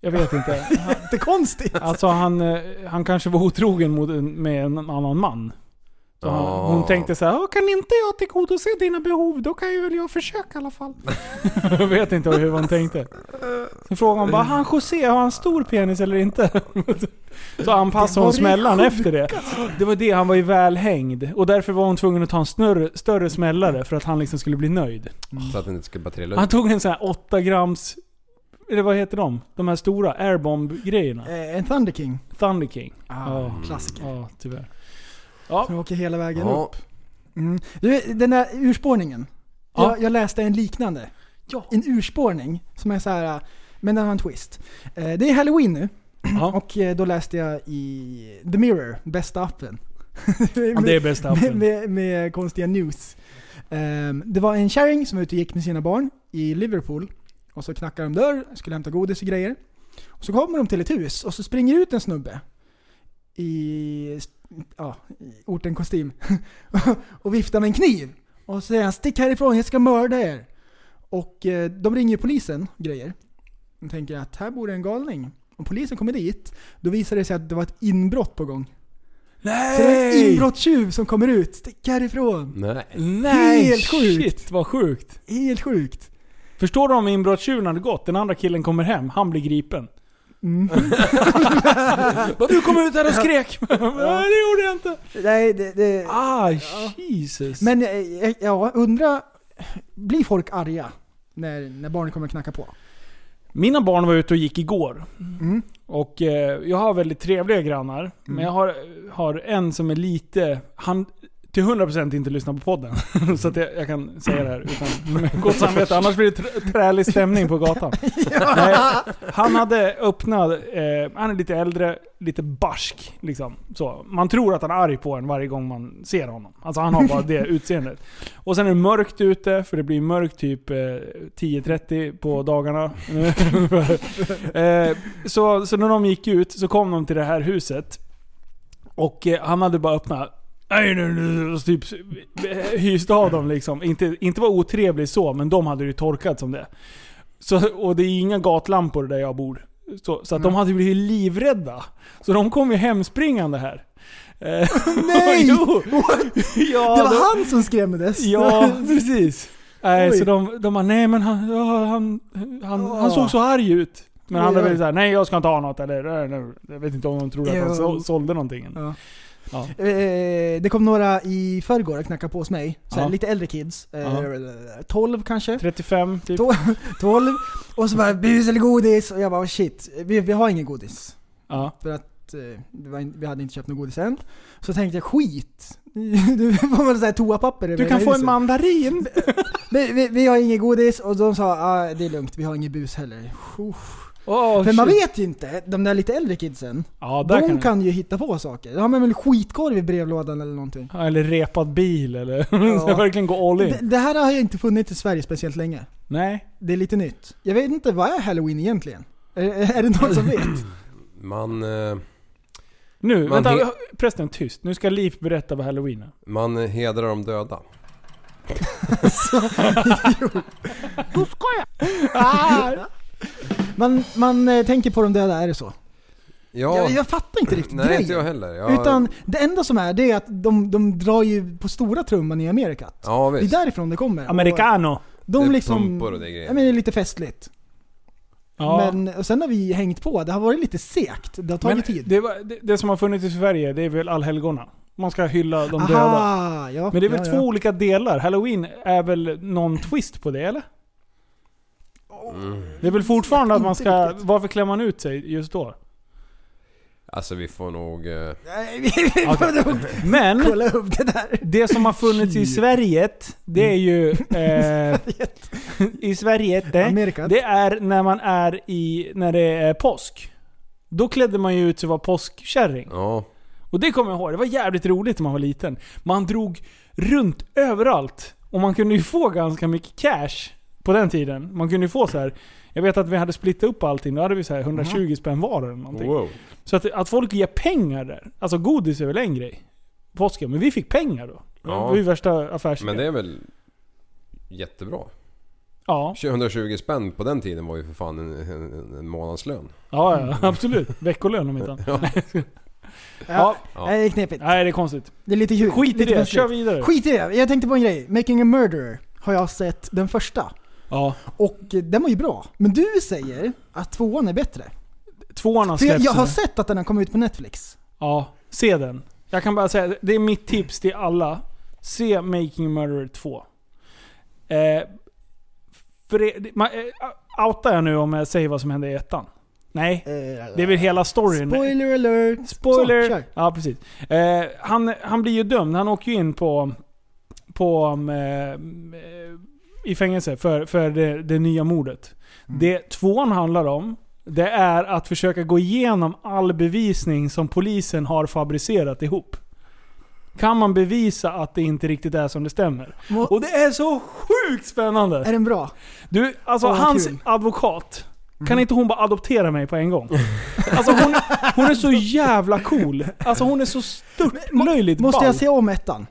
Speaker 4: jag vet inte.
Speaker 6: Det är konstigt.
Speaker 4: Alltså han, eh, han kanske var otrogen mot en, med en annan man. Så han,
Speaker 5: Ja.
Speaker 4: Hon tänkte så här, "Ja, kan inte jag tillgodose dina behov, då kan ju väl jag försöka i alla fall. jag vet inte hur hon tänkte. Sen frågade hon bara, han José, har han stor penis eller inte? så anpassade hon
Speaker 6: det
Speaker 4: smällan efter det. Det var det, han var ju väl hängd. Och därför var hon tvungen att ta en snörre, större smällare för att han liksom skulle bli nöjd.
Speaker 5: Så att den inte skulle bara trilla
Speaker 4: Han
Speaker 5: ut.
Speaker 4: tog en sån här 8 grams, eller vad heter de? De här stora airbomb-grejerna.
Speaker 6: Eh, En Thunder King.
Speaker 4: Thunder King. Ja.
Speaker 6: Klassiker.
Speaker 4: Ja, tyvärr.
Speaker 6: Som åker hela vägen upp.
Speaker 5: Ja,
Speaker 6: Mm. Du, den där urspårningen.
Speaker 4: Ja.
Speaker 6: Jag, jag läste en liknande. En urspårning som är så här, äh, men den har en twist. Eh, Det är halloween nu
Speaker 4: Ja.
Speaker 6: och eh, då läste jag i The Mirror, bästa appen.
Speaker 4: Ja, det är bästa
Speaker 6: med,
Speaker 4: appen.
Speaker 6: med, med konstiga news. Ehm, det var en kärring som var ute och gick med sina barn i Liverpool. Och så knackar de dörr, skulle hämta godis och grejer. Och så kommer de till ett hus och så springer ut en snubbe. I, ja, i orten kostym. och viftar med en kniv. Och så säger han stick härifrån, jag ska mörda er. Och eh, de ringer ju polisen och grejer. De tänker att här bor det en galning. Om polisen kommer dit, då visar det sig att det var ett inbrott på gång. Så det är en
Speaker 4: Nej!
Speaker 6: inbrottstjuv som kommer ut, stick härifrån.
Speaker 5: nej.
Speaker 4: Nej!
Speaker 6: Helt sjukt.
Speaker 4: Shit vad sjukt.
Speaker 6: Helt sjukt.
Speaker 4: Förstår du om inbrottstjuven hade gått, den andra killen kommer hem, han blir gripen. Vad du kom ut här och skrek! Nej det gjorde jag inte.
Speaker 6: Nej, det, det,
Speaker 4: Ah Jesus.
Speaker 6: Men eh, eh, ja, undra, blir folk arga när, när barnen kommer knacka på?
Speaker 4: Mina barn var ute och gick igår.
Speaker 6: Mm.
Speaker 4: Och eh, jag har väldigt trevliga grannar. Men jag har, har en som är lite... Han till 100% inte lyssnar på podden. så att jag, jag kan säga det här utan med gott samvete. Annars blir det tr- trälig stämning på gatan. Nej, han hade öppnat... Eh, han är lite äldre, lite barsk. Liksom. Så, man tror att han är arg på en varje gång man ser honom. Alltså han har bara det utseendet. Och sen är det mörkt ute, för det blir mörkt typ eh, 10.30 på dagarna. eh, så, så när de gick ut så kom de till det här huset. Och eh, han hade bara öppnat. "Aj, nu, nu", och Typ eh, hyste av dem liksom. Inte, inte var otrevlig så, men de hade ju torkat som det. Så, och det är inga gatlampor där jag bor. Så, så att de hade blivit livrädda. Så de kom ju hemspringande här. Eh,
Speaker 6: Nej!
Speaker 4: jo. ja,
Speaker 6: det
Speaker 4: de-
Speaker 6: var han som skrämdes!
Speaker 4: Ja, precis. Nej,
Speaker 6: Oj.
Speaker 4: så de, de bara, nej men han, ja, han, han, han
Speaker 6: Ja.
Speaker 4: såg så arg ut. Men han
Speaker 6: Oj,
Speaker 4: var väl
Speaker 6: oj.
Speaker 4: såhär, nej jag ska inte ha något eller "Nej, nej." jag vet inte om de trodde att han
Speaker 6: Jo.
Speaker 4: så, sålde någonting.
Speaker 6: Ja. Eh, det kom några i förrgår och knackade på hos mig. Så här,
Speaker 4: Ja.
Speaker 6: lite äldre kids. Eh,
Speaker 4: Ja.
Speaker 6: 12 kanske?
Speaker 4: 35 typ.
Speaker 6: Tå- 12. Och så bara bus eller godis? Och jag bara oh, shit, vi, vi har ingen godis.
Speaker 4: Ja.
Speaker 6: För att eh, det var in, vi hade inte köpt något godis än. Så tänkte jag skit. Du får väl säga toapapper över
Speaker 4: Du kan
Speaker 6: hela
Speaker 4: få en
Speaker 6: huset.
Speaker 4: mandarin.
Speaker 6: vi, vi, vi har inget godis och de sa ah, det är lugnt, vi har inget bus heller. Uff.
Speaker 4: Oh,
Speaker 6: Men man vet ju inte, de där lite äldre kidsen.
Speaker 4: Ja, där
Speaker 6: De
Speaker 4: kan,
Speaker 6: kan ju hitta på saker. De har med en skitkorv i brevlådan eller någonting.
Speaker 4: Ja, Eller repad bil eller... så jag verkligen gå all in.
Speaker 6: Det, det här har ju inte funnits i Sverige speciellt länge.
Speaker 4: Nej.
Speaker 6: Det är lite nytt. Jag vet inte, vad är halloween egentligen? Är, är det någon som vet?
Speaker 5: Man, eh,
Speaker 4: Nu,
Speaker 5: Man
Speaker 4: vänta.
Speaker 5: he-
Speaker 4: Prästen, tyst. Nu ska Liv berätta vad halloween är.
Speaker 5: man hedrar de döda.
Speaker 6: Man, man eh, tänker på de döda, är det så?
Speaker 5: Ja,
Speaker 6: Jag, jag fattar inte riktigt
Speaker 5: nej
Speaker 6: grejen.
Speaker 5: inte jag heller. Jag,
Speaker 6: Utan det enda som är, det är att de, de drar ju på stora trumman i Amerika.
Speaker 5: ja,
Speaker 6: Det är
Speaker 5: visst.
Speaker 6: därifrån det kommer. Och
Speaker 4: Americano.
Speaker 6: De
Speaker 5: Det är
Speaker 6: liksom...
Speaker 5: pumpor och det är grejer.
Speaker 6: ja, men det är lite festligt.
Speaker 4: Ja.
Speaker 6: Men och sen har vi hängt på. Det har varit lite segt. Det har tagit
Speaker 4: Men
Speaker 6: tid.
Speaker 4: Det, var, det, det som har funnits i Sverige, det är väl allhelgona. Man ska hylla de döda.
Speaker 6: Aha, ja,
Speaker 4: Men det är väl
Speaker 6: ja,
Speaker 4: två
Speaker 6: ja.
Speaker 4: olika delar? Halloween är väl någon twist på det, eller? Det är väl fortfarande att man ska...
Speaker 6: Inte riktigt.
Speaker 4: Varför klär man ut sig just då?
Speaker 5: Alltså vi får nog... eh,
Speaker 6: Nej, vi vi får
Speaker 4: Okej.
Speaker 6: nog
Speaker 4: Men
Speaker 6: kolla upp det där.
Speaker 4: det som har funnits i Sverige, det är ju... Eh, I Sverige, det,
Speaker 6: Amerika.
Speaker 4: det är när man är i... När det är påsk. Då klädde man ju ut sig till att vara påskkärring.
Speaker 5: Ja.
Speaker 4: Och det kommer jag ihåg, det var jävligt roligt när man var liten. Man drog runt överallt. Och man kunde ju få ganska mycket cash på den tiden. Man kunde ju få så här. Jag vet att vi hade splittat upp allting, då hade vi så här 120 spänn var eller någonting.
Speaker 5: Wow.
Speaker 4: Så att, att folk ger pengar där. Alltså godis är väl en grej. Påsken. Men vi fick pengar då. Det
Speaker 5: Ja.
Speaker 4: var ju värsta affärsidén.
Speaker 5: Men det är väl jättebra.
Speaker 4: Ja,
Speaker 5: 120 spänn på den tiden var ju för fan en, en, en månadslön.
Speaker 4: ja,
Speaker 6: Mm.
Speaker 4: ja absolut. Veckolön om inte annat. Ja.
Speaker 5: Ja.
Speaker 6: Nej, det är knepigt.
Speaker 4: Nej, det är konstigt.
Speaker 6: Det är lite kul.
Speaker 4: Skit i
Speaker 6: lite
Speaker 4: det,
Speaker 6: konstigt.
Speaker 4: kör vidare.
Speaker 6: Skit i det. Jag tänkte på en grej. Making a murderer har jag sett den första.
Speaker 4: Ja.
Speaker 6: Och eh, den var ju bra. Men du säger att tvåan är bättre.
Speaker 4: Tvåan har
Speaker 6: För jag,
Speaker 4: släppts
Speaker 6: jag har
Speaker 4: nu.
Speaker 6: sett att den har kommit ut på Netflix.
Speaker 4: Ja, se den. Jag kan bara säga, det är mitt tips till alla. Se Making a Murderer 2. Eh, för det, man, eh, outar jag nu om jag säger vad som hände i ettan? Nej, det är väl hela storyn.
Speaker 6: Eh, Spoiler alert! Så,
Speaker 4: Spoiler!
Speaker 6: kör.
Speaker 4: ja, precis. Eh, han, han blir ju dömd. Han åker ju in på... på um, eh, I fängelse för, för det, det nya mordet.
Speaker 6: Mm.
Speaker 4: Det tvåan handlar om, det är att försöka gå igenom all bevisning som polisen har fabricerat ihop. Kan man bevisa att det inte riktigt är som det stämmer?
Speaker 6: Må-
Speaker 4: Och det är så sjukt spännande!
Speaker 6: Är den bra?
Speaker 4: Du, alltså
Speaker 6: Åh, vad
Speaker 4: hans
Speaker 6: kul. Mm.
Speaker 4: advokat. Kan inte hon bara adoptera mig på en gång? Alltså hon, hon är så jävla cool. Alltså hon är så stört löjligt
Speaker 6: Måste
Speaker 4: ball.
Speaker 6: jag se om ettan?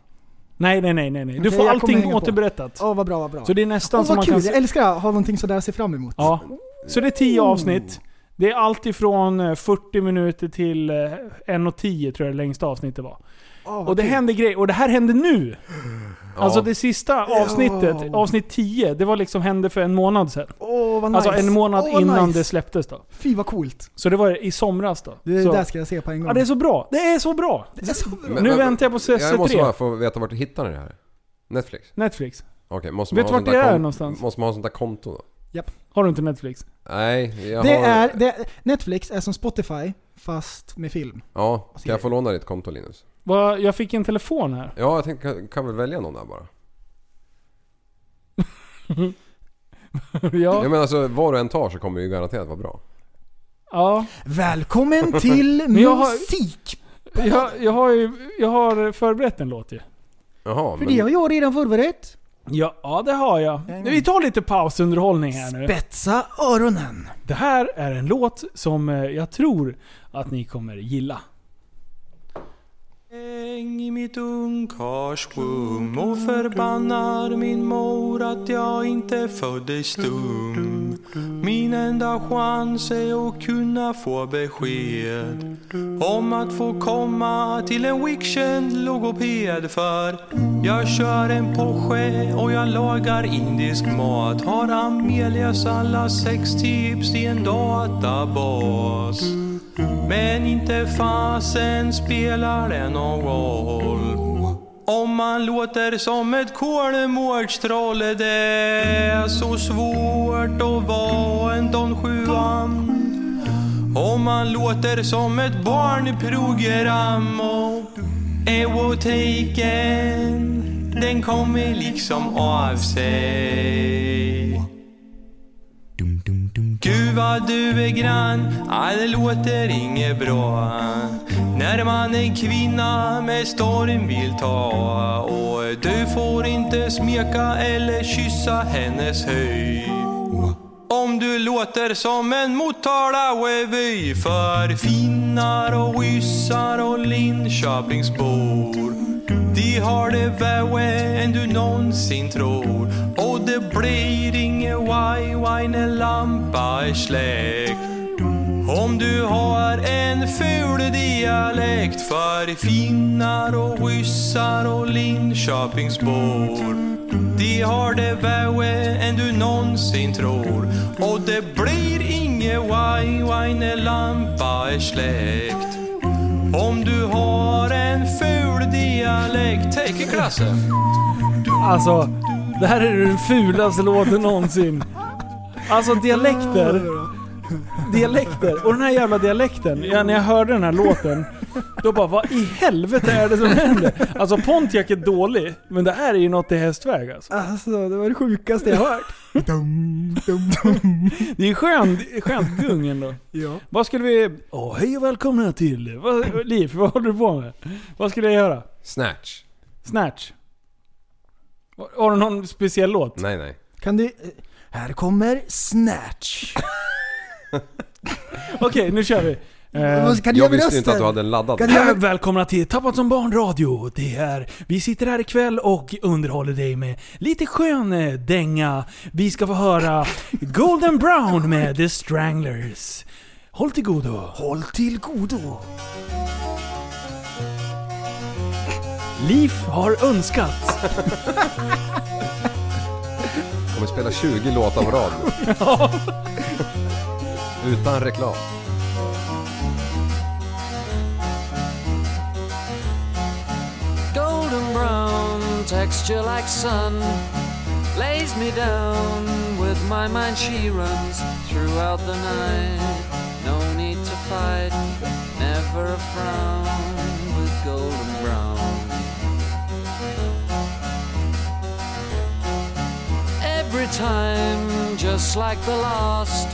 Speaker 4: Nej, nej, nej, nej. nej. Du
Speaker 6: Okej,
Speaker 4: får
Speaker 6: jag kommer
Speaker 4: allting
Speaker 6: hänga på.
Speaker 4: återberättat.
Speaker 6: Åh vad bra, vad bra.
Speaker 4: Så det är nästan
Speaker 6: Åh
Speaker 4: som
Speaker 6: vad
Speaker 4: man
Speaker 6: kul,
Speaker 4: kan...
Speaker 6: jag
Speaker 4: se-
Speaker 6: älskar att ha någonting sådär att se fram emot.
Speaker 4: Ja. Så det är 10 avsnitt. Det är allt ifrån eh, 40 minuter till eh, 1.10 tror jag det längsta avsnittet var.
Speaker 6: Åh, vad
Speaker 4: Och det
Speaker 6: kul.
Speaker 4: händer grejer. Och det här hände nu! Alltså
Speaker 5: Ja.
Speaker 4: det sista avsnittet,
Speaker 6: Ja.
Speaker 4: avsnitt 10, det var liksom hände för en månad sedan.
Speaker 6: Åh vad nice.
Speaker 4: Alltså en månad
Speaker 6: Åh, vad
Speaker 4: innan
Speaker 6: nice.
Speaker 4: det släpptes då.
Speaker 6: Fy vad coolt.
Speaker 4: Så det var i somras då.
Speaker 6: Det
Speaker 4: så.
Speaker 6: där ska jag se på en gång.
Speaker 4: ja, det är så bra. Det är så bra.
Speaker 6: Det är så bra.
Speaker 5: Men-
Speaker 4: nu
Speaker 5: men-
Speaker 4: väntar jag på E
Speaker 5: Jag måste bara
Speaker 4: CC3.
Speaker 5: få veta vart du hittar det här. Netflix?
Speaker 4: Netflix.
Speaker 5: Okej, måste
Speaker 4: Vet
Speaker 5: man ha
Speaker 4: vart
Speaker 5: sånt där
Speaker 4: det är
Speaker 5: kon-
Speaker 4: någonstans?
Speaker 5: Måste man ha sånt där konto då?
Speaker 4: Har du inte Netflix?
Speaker 5: Nej, jag
Speaker 6: Det
Speaker 5: har...
Speaker 6: är, det, Netflix är som Spotify fast med film.
Speaker 5: Ja,
Speaker 4: Alltså,
Speaker 5: kan jag få låna ditt konto Linus?
Speaker 4: Va, jag fick en telefon här.
Speaker 5: Ja, jag tänkte, kan, kan väl välja någon där bara? Jag
Speaker 4: ja.
Speaker 5: menar alltså, var du än tar så kommer det ju garanterat vara bra.
Speaker 4: ja.
Speaker 6: Välkommen till
Speaker 4: Men jag har-
Speaker 6: musik!
Speaker 4: Jag, jag, har ju, jag har förberett en låt ju.
Speaker 5: Jaha,
Speaker 6: För
Speaker 5: men...
Speaker 6: det har jag redan förberett.
Speaker 4: Ja, ja det har jag. Nu, vi tar lite pausunderhållning här nu.
Speaker 6: Spetsa öronen.
Speaker 4: Det här är en låt som eh, jag tror att ni kommer gilla.
Speaker 8: Äng i mitt ungkarlsrum och förbannar min mor att jag inte föddes stum. Min enda chans är att kunna få besked om att få komma till en weekkänd logoped för jag kör en Porsche och jag lagar indisk mat har Amelias alla sextips i en databas. Men inte fasen spelar det någon roll Om man låter som ett kolmårdstroll Det är så svårt att vara en Don Juan Om man låter som ett barnprogram och Ewotaken Den kommer liksom av sig Gud vad du är grann, ah, det låter inget bra När man en kvinna med storm vill ta Och du får inte smeka eller kyssa hennes höj om du låter som en Motala-revy För finnar och ryssar och Linköpingsbor De har det värre än du någonsin tror Och det blir ingen why-why när lampa är släckt om du har en ful dialekt för finnar och ryssar och Linköpingsbor De har det värre än du någonsin tror och det blir ingen länge wine, wine lampa är släckt. Om du har en ful dialekt, take it Klasse.
Speaker 4: Alltså, det här är den fulaste låten någonsin. Alltså dialekter. Dialekter. Och den här jävla dialekten. Ja, när jag hörde den här låten. Då bara, vad i helvete är det som händer? Alltså Pontiac är dålig, men det här är ju något i hästväg alltså.
Speaker 6: Alltså det var det sjukaste jag hört. dum, dum, dum.
Speaker 4: Det är ju skön, skönt gung ändå.
Speaker 6: Ja.
Speaker 4: Vad skulle vi... Åh, hej och välkomna till... Vad, Liv, vad håller du på med? Vad skulle jag göra?
Speaker 5: Snatch.
Speaker 4: Snatch? Har du någon speciell låt?
Speaker 5: Nej, nej.
Speaker 6: Kan du... Här kommer Snatch.
Speaker 4: Okej, nu kör vi. Eh,
Speaker 6: Vad- Kan du
Speaker 5: Jag
Speaker 6: göra
Speaker 5: visste inte
Speaker 6: rösten?
Speaker 5: att du hade en laddad.
Speaker 6: Kan du
Speaker 4: Ja,
Speaker 6: göra...
Speaker 4: välkomna till Tappat som barn radio. Det är, vi sitter här ikväll och underhåller dig med lite skön eh, dänga. Vi ska få höra Golden Brown med The Stranglers. Håll till godo.
Speaker 6: Håll till godo.
Speaker 4: Liv har önskat.
Speaker 5: Kommer spela 20 låtar på rad nu. Utan reklam.
Speaker 9: golden brown texture like sun lays me down with my mind she runs throughout the night no need to fight never a frown with golden brown every time just like the last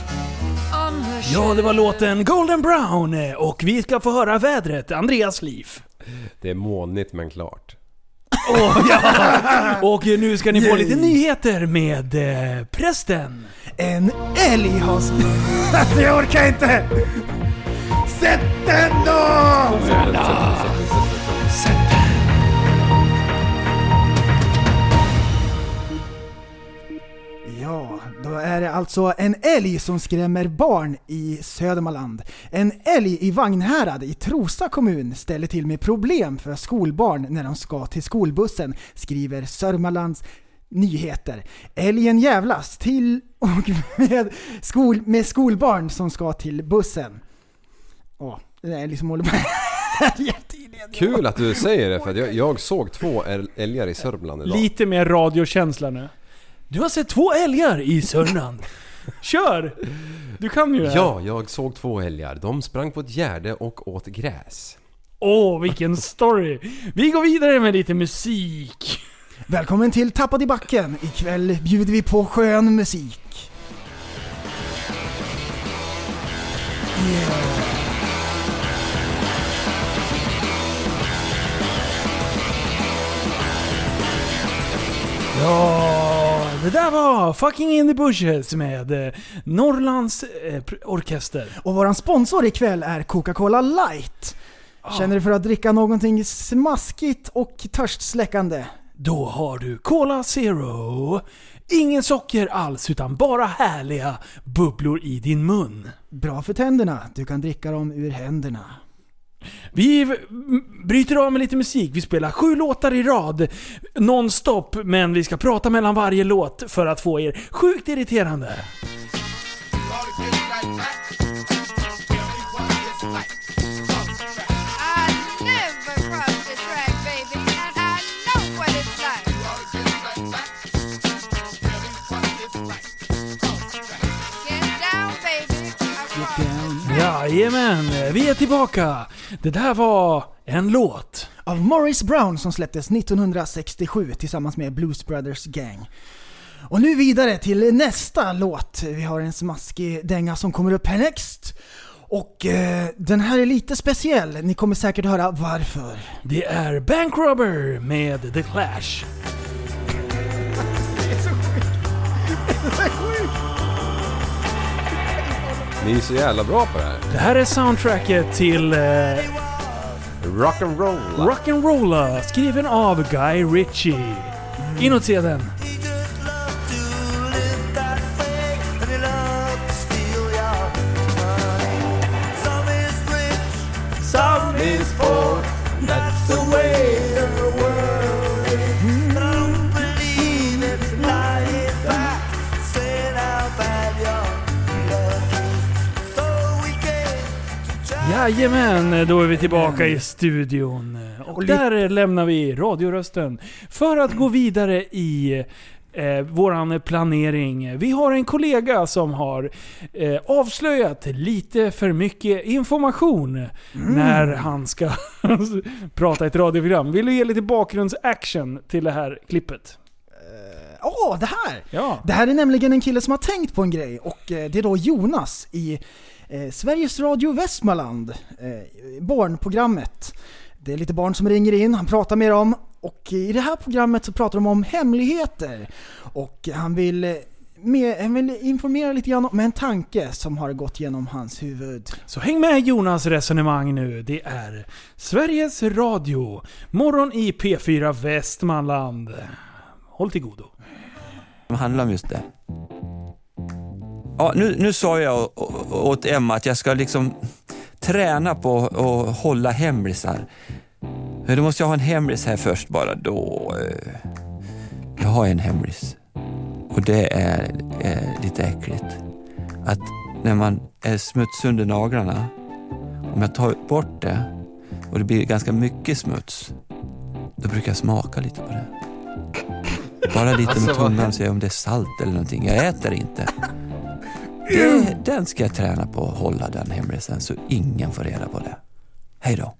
Speaker 9: on her
Speaker 4: Ja, det var
Speaker 9: shape-
Speaker 4: låten Golden Brown eh, och vi ska få höra vädret. Andreas Liv.
Speaker 5: Det är molnigt men klart.
Speaker 6: Ah.
Speaker 4: Och eh, nu ska ni få lite nyheter med eh, prästen.
Speaker 6: En älg har... Alltså jag orkar inte! Sätt den då! Ja, då är det alltså en älg som skrämmer barn i Södermanland. En älg i Vagnhärad i Trosa kommun ställer till med problem för skolbarn när de ska till skolbussen, skriver Sörmalands Nyheter. Älgen jävlas till och med, skol, med skolbarn som ska till bussen. Åh, det är liksom håller på
Speaker 5: Kul att du säger det för att jag, jag såg två äl- älgar i Sörmland idag.
Speaker 4: Lite mer radiokänsla nu. Du har sett två älgar i Sörmland. Kör! Du kan ju det här.
Speaker 5: Ja, jag såg två älgar. De sprang på ett gärde och åt gräs.
Speaker 4: Åh, vilken story! Vi går vidare med lite musik.
Speaker 6: Välkommen till Tappad i backen! Ikväll bjuder vi på skön musik.
Speaker 4: Ja, det där var Fucking in the bushes med eh, Norrlands eh, pr- orkester.
Speaker 6: Och våran sponsor ikväll är Coca-Cola Light. Känner du för att dricka någonting smaskigt och törstsläckande?
Speaker 4: Då har du Cola Zero. Ingen socker alls utan bara härliga bubblor i din mun.
Speaker 6: Bra för tänderna, du kan dricka dem ur händerna.
Speaker 4: Vi v- m- bryter av med lite musik. Vi spelar sju låtar i rad nonstop, men vi ska prata mellan varje låt för att få er sjukt irriterande.
Speaker 10: I never crossed the track, baby, and I know what it's like. Get down, baby. I rock.
Speaker 4: Jajamän, vi är tillbaka. Det där var en låt.
Speaker 6: Av Morris Brown som släpptes 1967 tillsammans med Blues Brothers Gang. Och nu vidare till nästa låt. Vi har en smaskig dänga som kommer upp härnäst. Och eh, den här är lite speciell, ni kommer säkert höra varför.
Speaker 4: Det är Bank Robber med The Clash.
Speaker 5: Ni är så jävla bra på det här.
Speaker 4: Det här är soundtracket till eh,
Speaker 5: Rock'n'roll.
Speaker 4: Rock'n'Rolla skriven av Guy Ritchie. Inåt sedeln. Jajamän, då är vi tillbaka i studion. Och
Speaker 6: Och lite-
Speaker 4: där lämnar vi radiorösten för att gå vidare i eh, våran planering. Vi har en kollega som har eh, avslöjat lite för mycket information när han ska prata i ett radioprogram. Vill du ge lite bakgrundsaction till det här klippet?
Speaker 6: Åh, det här!
Speaker 4: Ja.
Speaker 6: Det här är nämligen en kille som har tänkt på en grej och eh, det är då Jonas i eh, Sveriges Radio Västmanland, eh, barnprogrammet. Det är lite barn som ringer in, han pratar med dem och i det här programmet så pratar de om hemligheter och han vill eh, med, han vill informera lite grann om en tanke som har gått genom hans huvud.
Speaker 4: Så häng med i Jonas resonemang nu. Det är Sveriges Radio, morgon i P4 Västmanland. Håll till godo.
Speaker 11: som handlar om just det. Ja, nu, nu sa jag å- å- åt Emma att jag ska liksom träna på att hålla hemlisar. Men Då måste jag ha en hemlis här först bara. Då, eh, jag har en hemlis. Och det är eh, lite äckligt. Att när man är smuts under naglarna, om jag tar bort det och det blir ganska mycket smuts, då brukar jag smaka lite på det. Bara lite med tungan och se om det är salt eller någonting. Jag äter inte. Det, den ska jag träna på att hålla den hemlisen så ingen får reda på det. Hej då.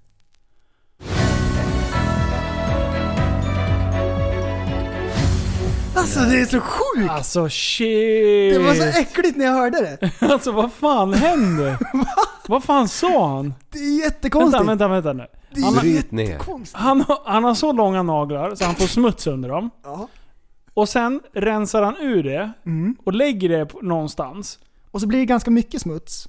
Speaker 6: Alltså det är så sjukt!
Speaker 4: Alltså shit!
Speaker 6: Det var så äckligt när jag hörde det.
Speaker 4: Alltså vad fan hände? vad fan sa han?
Speaker 6: Det är jättekonstigt.
Speaker 4: Vänta, vänta, vänta nu.
Speaker 6: Det är
Speaker 5: Bryt ner.
Speaker 6: jättekonstigt.
Speaker 4: Han har, han har så långa naglar så han får smuts under dem.
Speaker 6: Ja. Mm.
Speaker 4: Och sen rensar han ur det och lägger det på- någonstans.
Speaker 6: Och så blir det ganska mycket smuts.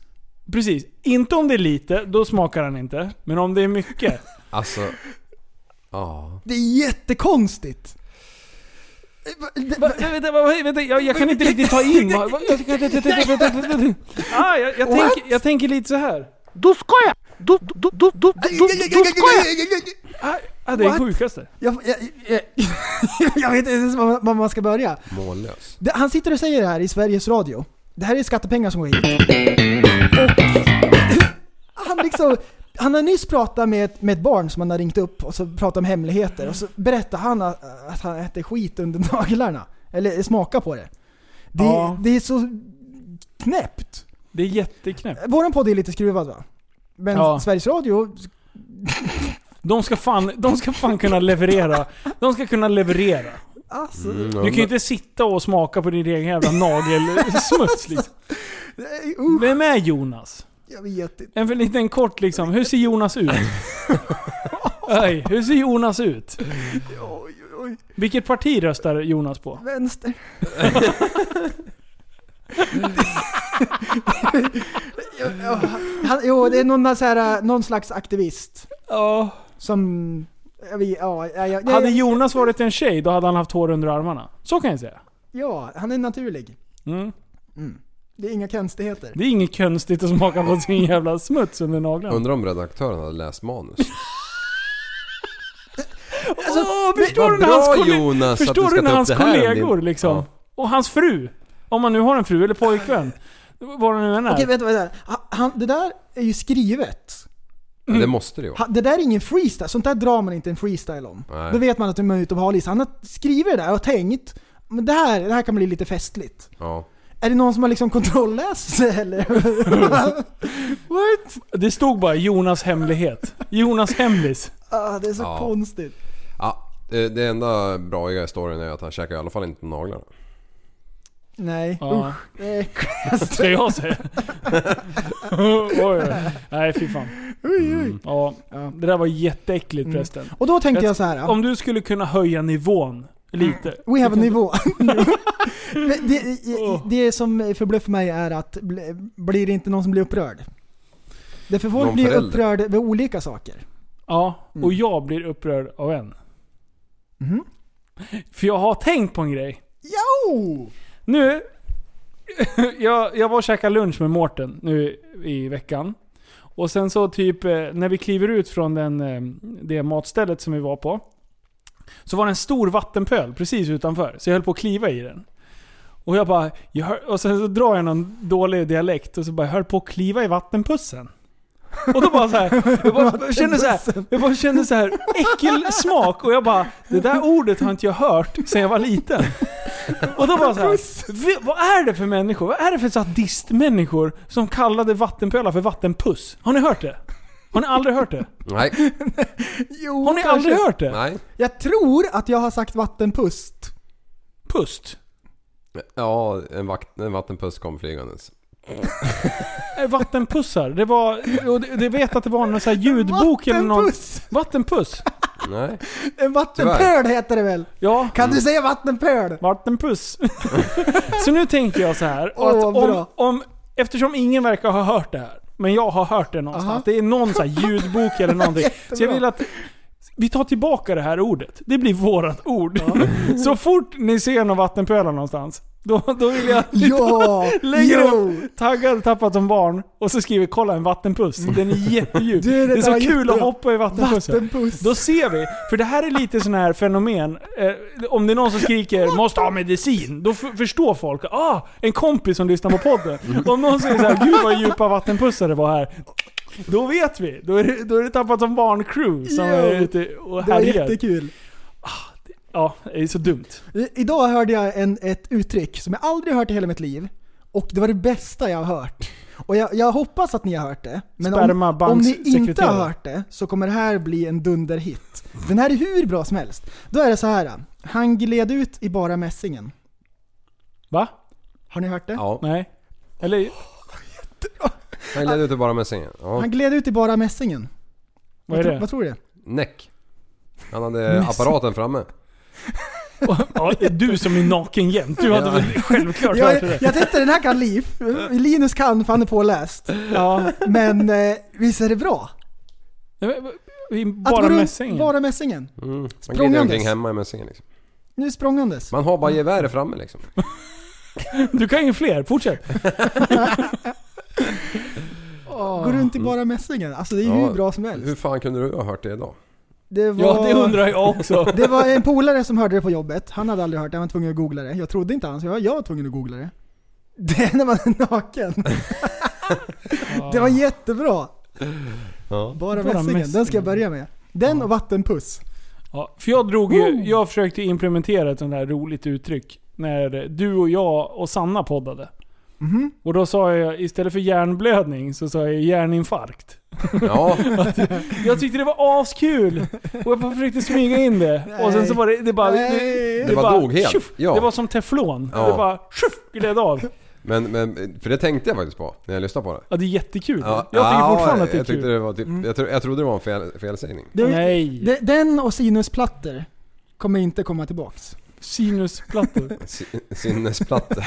Speaker 4: Precis. Inte om det är lite, då smakar han inte. Men om det är mycket.
Speaker 5: Alltså... Ja.
Speaker 6: Det är jättekonstigt. Det-
Speaker 4: Va, vänta, vänta, vänta, vänta, jag, jag kan inte riktigt ta in vad... vad- jag- jag- jag- jag- jag- jag- jag- Ah, jag, jag, tänker, jag tänker lite så här. Ah, ah, det är det
Speaker 6: What?
Speaker 4: sjukaste.
Speaker 6: Jag, jag, jag, jag vet inte ens var, var man ska börja.
Speaker 5: Mållös.
Speaker 6: Det, han sitter och säger det här i Sveriges Radio. Det här är skattepengar som går hit. Och han liksom... Han har nyss pratat med ett, med ett barn som han har ringt upp och så pratat om hemligheter och så berättar han att, att han äter skit under naglarna. Eller smakar på det. Det,
Speaker 4: Ja.
Speaker 6: det är så knäppt.
Speaker 4: Det är jätteknäppt.
Speaker 6: Våran podd är lite skruvad va? Men
Speaker 4: Ja.
Speaker 6: Sveriges Radio
Speaker 4: De ska, fan, de ska fan kunna leverera. De ska kunna leverera.
Speaker 6: Alltså,
Speaker 5: Mm,
Speaker 4: Du kan ju inte sitta och smaka på din egen jävla nagelsmuts liksom. Vem är Jonas?
Speaker 6: oh, jag vet inte.
Speaker 4: En för liten kort liksom. Hur ser Jonas ut? Oj, hur ser Jonas ut?
Speaker 6: Oj, oj, oj.
Speaker 4: Vilket parti röstar Jonas på?
Speaker 6: Vänster. Jo, jo, han, jo, det är någon, så här, någon slags aktivist
Speaker 4: Ja.
Speaker 6: som... Jag vet, ja, jag, jag,
Speaker 4: Hade Jonas varit en tjej, då hade han haft hår under armarna. Så kan jag säga.
Speaker 6: Ja, han är naturlig.
Speaker 4: Mm.
Speaker 6: Det är inga konstigheter.
Speaker 4: Det är inget konstigt att smaka på sin jävla smuts under naglarna.
Speaker 5: Undrar om redaktören hade läst manus.
Speaker 6: Alltså,
Speaker 4: Förstår
Speaker 5: Vad
Speaker 4: du när hans
Speaker 5: bra,
Speaker 4: kolle-
Speaker 5: Jonas, att
Speaker 4: Förstår
Speaker 5: du
Speaker 4: du
Speaker 5: ska
Speaker 4: när
Speaker 5: ta upp
Speaker 4: hans
Speaker 5: det här om din-
Speaker 4: kollegor liksom?
Speaker 5: Ja.
Speaker 4: Och hans fru. Om man nu har en fru eller pojkvän. Vad det nu än är.
Speaker 6: Okej, vänta, vänta. Ha- Han, det där är ju skrivet.
Speaker 5: Men
Speaker 4: Mm.
Speaker 5: det måste det ju vara.
Speaker 6: Ha- Det där är ingen freestyle, sånt där drar man inte en freestyle om.
Speaker 5: Nej.
Speaker 6: Då vet man att man är ute och har list. Han har skrivit det där och tänkt, men det här, det här kan bli lite festligt.
Speaker 5: Ja.
Speaker 6: Är det någon som har liksom kontrollläst det, eller? What?
Speaker 4: Det stod bara Jonas hemlighet. Jonas hemlis.
Speaker 6: Ah, det är så
Speaker 5: Ja.
Speaker 6: konstigt.
Speaker 5: ja. Det det enda braiga i storyn är att han käkar i alla fall inte naglarna.
Speaker 6: Nej. Eh, Usch,
Speaker 4: Ja,
Speaker 6: det är äckligast.
Speaker 4: ska jag säga. oj, oj. Nej fy fan.
Speaker 5: Mm.
Speaker 4: Ja, det där var jätteäckligt förresten.
Speaker 6: Och då tänkte
Speaker 4: Jag-
Speaker 6: jag så här.
Speaker 4: Om du skulle kunna höja nivån lite.
Speaker 6: We have a nivå.
Speaker 4: Oh.
Speaker 6: Men det, det som förbluffar mig är att bl- blir det inte någon som blir upprörd? Därför folk
Speaker 5: Någon
Speaker 6: blir
Speaker 5: förälder.
Speaker 6: upprörd över olika saker.
Speaker 4: Ja, och jag blir upprörd av en.
Speaker 6: Mhm.
Speaker 4: För jag har tänkt på en grej.
Speaker 6: Jo!
Speaker 4: Nu, jag, jag var och käkade lunch med Mårten nu i veckan. Och sen så typ eh, när vi kliver ut från den, eh, det matstället som vi var på. Så var det en stor vattenpöl precis utanför. Så jag höll på att kliva i den. Och jag bara, jag hör, och sen så drar jag någon dålig dialekt och så bara, jag höll på att kliva i vattenpussen. Och då bara så här, jag bara kände så här, jag bara kände så här äckelsmak och jag bara, det där ordet har inte jag hört sedan jag var liten. Och då bara så här, "V- vad är det för människor? Vad är det för sadistmänniskor som kallade vattenpölar för vattenpuss? Har ni hört det? Har ni aldrig hört det?
Speaker 5: Nej.
Speaker 6: Jo,
Speaker 4: Har ni
Speaker 6: kanske.
Speaker 4: aldrig hört det?
Speaker 5: Nej.
Speaker 6: Jag tror att jag har sagt vattenpust.
Speaker 4: Pust.
Speaker 5: Ja, en, vakt, en vattenpuss kom flygandes.
Speaker 4: Eh, Vattenpussar. Det var, och det, det vet att det var någon så här ljudbok eller någon...
Speaker 6: Vattenpuss!
Speaker 4: Vattenpuss?
Speaker 5: Nej.
Speaker 6: En vattenpöl
Speaker 5: Tyvärr. Mm.
Speaker 6: heter det väl?
Speaker 4: Ja.
Speaker 6: Kan du säga vattenpöl?
Speaker 4: Vattenpuss. så nu tänker jag så här.
Speaker 6: Åh,
Speaker 4: att
Speaker 6: vad
Speaker 4: om,
Speaker 6: bra.
Speaker 4: om, eftersom ingen verkar ha hört det här, men jag har hört det någonstans.
Speaker 6: Aha.
Speaker 4: Det är någon så här ljudbok eller någonting. så jag
Speaker 6: Jättebra.
Speaker 4: vill att vi tar tillbaka det här ordet. Det blir vårat ord. så fort ni ser någon vattenpölar någonstans, då, då vill jag...
Speaker 6: Ja!
Speaker 4: Lägger
Speaker 6: jo.
Speaker 4: upp taggad, tappat som barn och så skriver 'Kolla en vattenpuss' Den är jättedjup.
Speaker 6: Du,
Speaker 4: Det
Speaker 6: det
Speaker 4: är så
Speaker 6: där var
Speaker 4: kul att
Speaker 6: jättebra.
Speaker 4: hoppa i vattenpussar.
Speaker 6: Vattenpuss.
Speaker 4: Då ser vi. För det här är lite sån här fenomen. Eh, om det är någon som skriker 'Måste ha medicin' Då f- förstår folk. Ah, en kompis som lyssnar på podden. Om någon säger så här 'Gud vad djupa vattenpussar det var här' Då vet vi. Då är det, då är det tappat som barn-crew som
Speaker 6: Jo.
Speaker 4: är ute och
Speaker 6: Det var
Speaker 4: härjar.
Speaker 6: jättekul.
Speaker 4: Ja, det är så dumt.
Speaker 6: I- Idag hörde jag en, ett uttryck som jag aldrig hört i hela mitt liv. Och det var det bästa jag har hört. Och jag, jag hoppas att ni har hört det. Men om,
Speaker 4: Sperma,
Speaker 6: om ni
Speaker 4: banks-
Speaker 6: inte har
Speaker 4: sekreterare.
Speaker 6: hört det så kommer det här bli en dunderhit. Den här är hur bra som helst. Då är det så här. Han gled ut i bara mässingen.
Speaker 4: Va?
Speaker 6: Har ni hört det?
Speaker 5: Ja.
Speaker 4: Nej? Eller
Speaker 5: Han ledde ut bara med sängen. Ja.
Speaker 6: Han gled ut i bara mässingen.
Speaker 4: vad är
Speaker 6: tro-
Speaker 4: det?
Speaker 6: vad tror du?
Speaker 5: Näck. Han hade apparaten framme. Mm.
Speaker 4: Ja, det är du som är naken jämt. Du hade väl självklart hört
Speaker 6: Jag,
Speaker 4: det?
Speaker 6: jag tänkte den här kan Liv. Linus kan för han är påläst.
Speaker 4: Ja.
Speaker 6: Men eh, visst är det bra?
Speaker 4: Nej, men, vi-
Speaker 6: Att
Speaker 4: Bara
Speaker 6: gå runt-
Speaker 4: mässingen?
Speaker 6: Bara mässingen.
Speaker 5: Mm. Man glider
Speaker 6: Språngandes.
Speaker 5: omkring hemma med sängen liksom.
Speaker 6: Nu språngandes.
Speaker 5: Man har bara geväret framme liksom.
Speaker 4: Du kan ju fler, fortsätt.
Speaker 6: Gå runt i
Speaker 4: Mm.
Speaker 6: bara mässingen. Alltså det är ju
Speaker 5: Ja.
Speaker 6: hur bra som
Speaker 5: Hur
Speaker 6: helst.
Speaker 5: fan kunde du ha hört det idag?
Speaker 6: Det var,
Speaker 4: Ja, det undrar jag också.
Speaker 6: det var en polare som hörde det på jobbet. Han hade aldrig hört det, han var tvungen att googla det. Jag trodde inte han, så jag, jag var tvungen att googla det. Det är när man är naken. Det var jättebra.
Speaker 5: Ja.
Speaker 6: Bara,
Speaker 4: Bara
Speaker 6: mässingen, den ska
Speaker 4: mässingen.
Speaker 6: jag börja med. Den och vattenpuss.
Speaker 4: Ja, för jag drog
Speaker 5: Oh.
Speaker 4: ju, jag försökte implementera ett sånt här roligt uttryck när du och jag och Sanna poddade.
Speaker 5: Mhm.
Speaker 4: Och då sa jag istället för hjärnblödning så sa jag hjärninfarkt.
Speaker 5: Ja.
Speaker 4: Jag tyckte det var askul! Och jag bara försökte smyga in det. Och sen så var det, det bara...
Speaker 6: Nej.
Speaker 5: Det bara dog helt.
Speaker 4: tjoff!
Speaker 5: Ja.
Speaker 4: Det var som teflon.
Speaker 5: Ja.
Speaker 4: Det bara tjoff, gled av.
Speaker 5: Men, men, för det tänkte jag faktiskt på när jag lyssnade på det.
Speaker 4: Ja, det är jättekul. jag tycker
Speaker 5: Ja,
Speaker 4: fortfarande att det är
Speaker 5: jag tyckte
Speaker 4: kul.
Speaker 5: det var typ, jag, tro, jag trodde det var en fel, felsägning.
Speaker 6: Det,
Speaker 4: Nej.
Speaker 6: det, den och sinusplattor kommer inte komma tillbaks.
Speaker 4: Sinusplattor.
Speaker 5: Si- Sinnesplatta.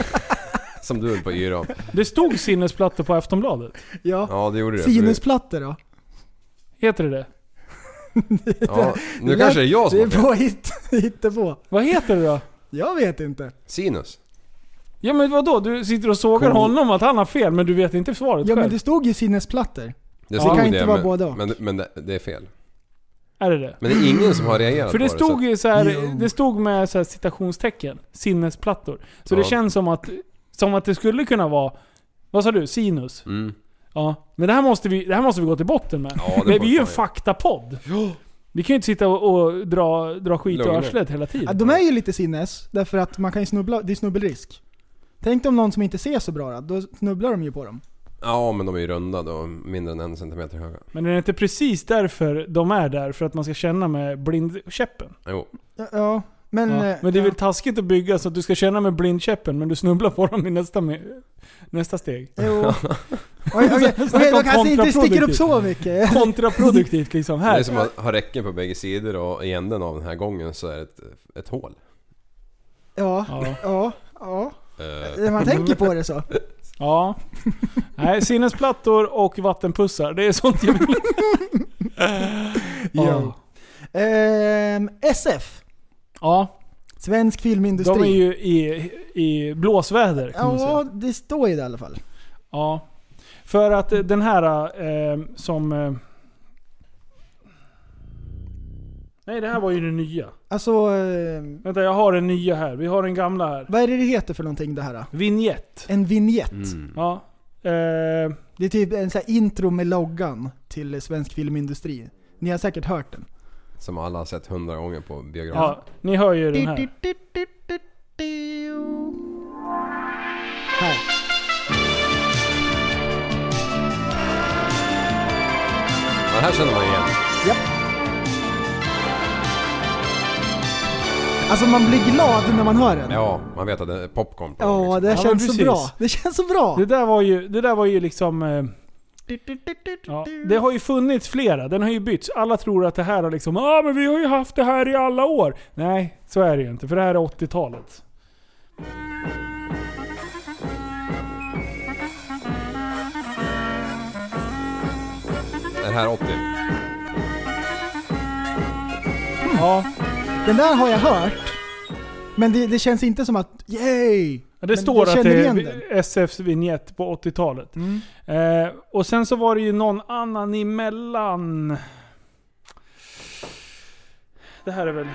Speaker 5: Som du höll på att yra om.
Speaker 4: Det stod sinusplattor på Aftonbladet.
Speaker 6: Ja.
Speaker 5: Ja, det gjorde det. så det-
Speaker 6: Sinusplattor då?
Speaker 4: Heter det det?
Speaker 5: Ja, nu kanske det är jag som
Speaker 6: Det
Speaker 5: har
Speaker 6: är
Speaker 5: fel.
Speaker 6: på hit, på.
Speaker 4: Vad heter det då?
Speaker 6: Jag vet inte.
Speaker 5: Sinus.
Speaker 4: Ja men vadå? Du sitter och sågar
Speaker 5: Kon-
Speaker 4: honom att han har fel men du vet inte svaret
Speaker 6: Ja men
Speaker 4: själv?
Speaker 6: det stod ju sinusplattor.
Speaker 5: Det
Speaker 4: Ja.
Speaker 5: stod
Speaker 4: Det
Speaker 6: kan inte vara
Speaker 5: men,
Speaker 6: både och.
Speaker 5: Men, men det, det är fel.
Speaker 4: Är det det?
Speaker 5: Men det är ingen som har reagerat
Speaker 4: För det
Speaker 5: på
Speaker 4: stod
Speaker 5: det.
Speaker 4: ju så här,
Speaker 6: Jo.
Speaker 4: det stod med så här citationstecken. Sinnesplattor. Så det
Speaker 5: Ja.
Speaker 4: känns som att, som att det skulle kunna vara... Vad sa du? Sinus?
Speaker 5: Så, mm.
Speaker 4: Ja. Men det här måste vi, det här måste vi gå till botten med.
Speaker 5: Ja, det
Speaker 4: men
Speaker 5: får
Speaker 4: vi är ju en
Speaker 5: vi fan göra.
Speaker 4: faktapodd. Vi kan ju inte sitta och, och dra, dra skit ur
Speaker 5: Lugna.
Speaker 4: arslet hela tiden.
Speaker 6: Ja, de är ju lite sinnes, därför att man kan ju snubbla, det är snubbelrisk. Tänk dig om någon som inte ser så bra då, då snubblar de ju på dem.
Speaker 5: Ja, men de är ju runda då. Mindre än en centimeter höga.
Speaker 4: Men är det inte precis därför de är där? För att man ska känna med blindkäppen?
Speaker 5: Jo.
Speaker 6: Ja, Ja, men...
Speaker 4: Ja,
Speaker 6: eh,
Speaker 4: men det är väl
Speaker 6: ja.
Speaker 4: taskigt att bygga så att du ska känna med blindkäppen men du snubblar på dem i nästa, me- nästa steg.
Speaker 6: Jo. Okej, okej,
Speaker 4: Snacka
Speaker 6: okej, de
Speaker 4: om
Speaker 6: kanske inte sticker upp
Speaker 4: kontraproduktivt.
Speaker 6: så mycket.
Speaker 4: Kontraproduktivt liksom.
Speaker 5: Det är
Speaker 4: Här.
Speaker 5: som att ha räcken på bägge sidor och i änden av den här gången så är det ett, ett hål.
Speaker 6: Ja,
Speaker 4: Ja.
Speaker 6: ja, ja.
Speaker 5: Eh,
Speaker 6: När Man tänker på det så.
Speaker 4: ja. Nej, sinnesplattor och vattenpussar. Det är sånt jag vill.
Speaker 6: Jo.
Speaker 4: ja.
Speaker 6: Ehm, SF,
Speaker 4: ja.
Speaker 6: Svensk Filmindustri.
Speaker 4: De är ju i, i blåsväder kan man
Speaker 6: ja,
Speaker 4: säga.
Speaker 6: det står ju det i alla fall.
Speaker 4: Ja. För att eh, den här eh, som... Eh, Nej, det här var ju den nya.
Speaker 6: Alltså, ehm,
Speaker 4: Vänta, jag har den nya här. Vi har den gamla här.
Speaker 6: vad är det det heter för någonting det här? då?
Speaker 4: Vignett.
Speaker 6: En vignett.
Speaker 5: Mm.
Speaker 4: Ja. Eh,
Speaker 6: Det är typ en sån här intro med loggan till svensk filmindustri. Ni har säkert hört den.
Speaker 5: Som alla har sett hundra gånger på biografen.
Speaker 4: Ja, ni hör ju den här.
Speaker 6: Här.
Speaker 5: Den här känner man igen.
Speaker 6: Alltså man blir glad när man hör den.
Speaker 5: Ja, man vet att det är popcorn. På liksom.
Speaker 6: Ja, det här
Speaker 4: Ja, men
Speaker 6: känns så
Speaker 4: precis.
Speaker 6: bra. Det känns så bra.
Speaker 4: Det där var ju, det där var ju liksom... eh, Ja, det har ju funnits flera, den har ju bytts. Alla tror att det här har liksom ah, men vi har ju haft det här i alla år. Nej, så är det ju inte. För det här är 80-talet.
Speaker 5: Den här 80.
Speaker 4: Ja,
Speaker 6: Den där har jag hört. Men det, det känns inte som att yay!
Speaker 4: Ja,
Speaker 6: Men
Speaker 4: Det står
Speaker 6: jag
Speaker 4: att
Speaker 6: känner
Speaker 4: det
Speaker 6: igen den. Mm.
Speaker 4: är SFs vignett på 80-talet. Eh, och sen så var det ju någon annan emellan. Det här är väl...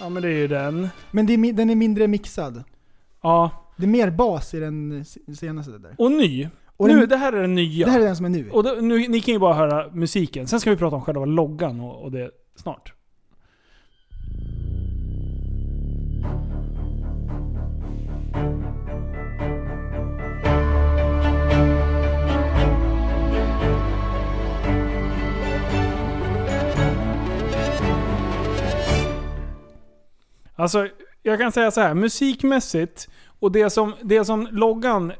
Speaker 4: Ja men det är ju den.
Speaker 6: Men det är, mi- den är mindre mixad.
Speaker 4: Ja.
Speaker 6: Det är mer bas i den se- senaste där.
Speaker 4: Och ny.
Speaker 6: Och
Speaker 4: nu,
Speaker 6: den-
Speaker 4: det här är den nya.
Speaker 6: Det här är den som är nu.
Speaker 4: Och då, nu, ni kan ju bara höra musiken. Sen ska vi prata om själva loggan och, och det snart. Alltså, jag kan säga så här. Musikmässigt och det som, det som loggan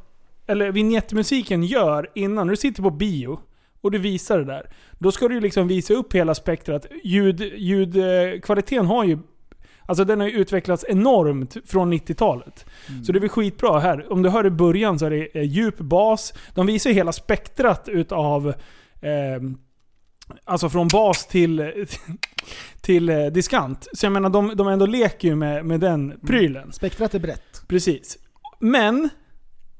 Speaker 4: eller vignettmusiken gör innan, när du sitter på bio och du visar det där. Då ska du ju liksom visa upp hela spektrat. Ljud- Ljudkvaliteten ljud, kvaliteten har ju Alltså den har ju utvecklats enormt från 90-talet. Så det är väl skitbra här. Om du hör i början så är det eh, djup bas. De visar ju hela spektrat utav... Eh, alltså från bas till, till eh, diskant. Så jag menar, de, de ändå leker ju med, med den prylen.
Speaker 6: Spektrat är brett.
Speaker 4: Precis. Men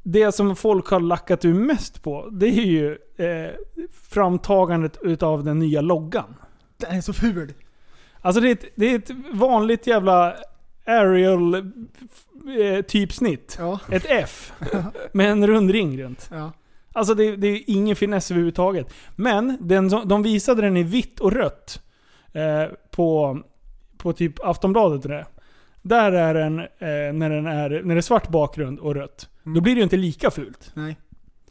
Speaker 4: det som folk har lackat ur mest på, det är ju eh, framtagandet utav den nya loggan.
Speaker 6: Den är så ful.
Speaker 4: Alltså det är ett, det är ett vanligt jävla aerial eh, typsnitt.
Speaker 6: Ja.
Speaker 4: Ett F med en rund ring runt.
Speaker 6: ja.
Speaker 4: Alltså det, det är ingen finess överhuvudtaget. Men den, som- de visade den i vitt och rött eh, på, på typ Aftonbladet. och Det. Där är den, eh, när, den är, när det är svart bakgrund och rött. Då blir det ju inte lika fult.
Speaker 6: Nej.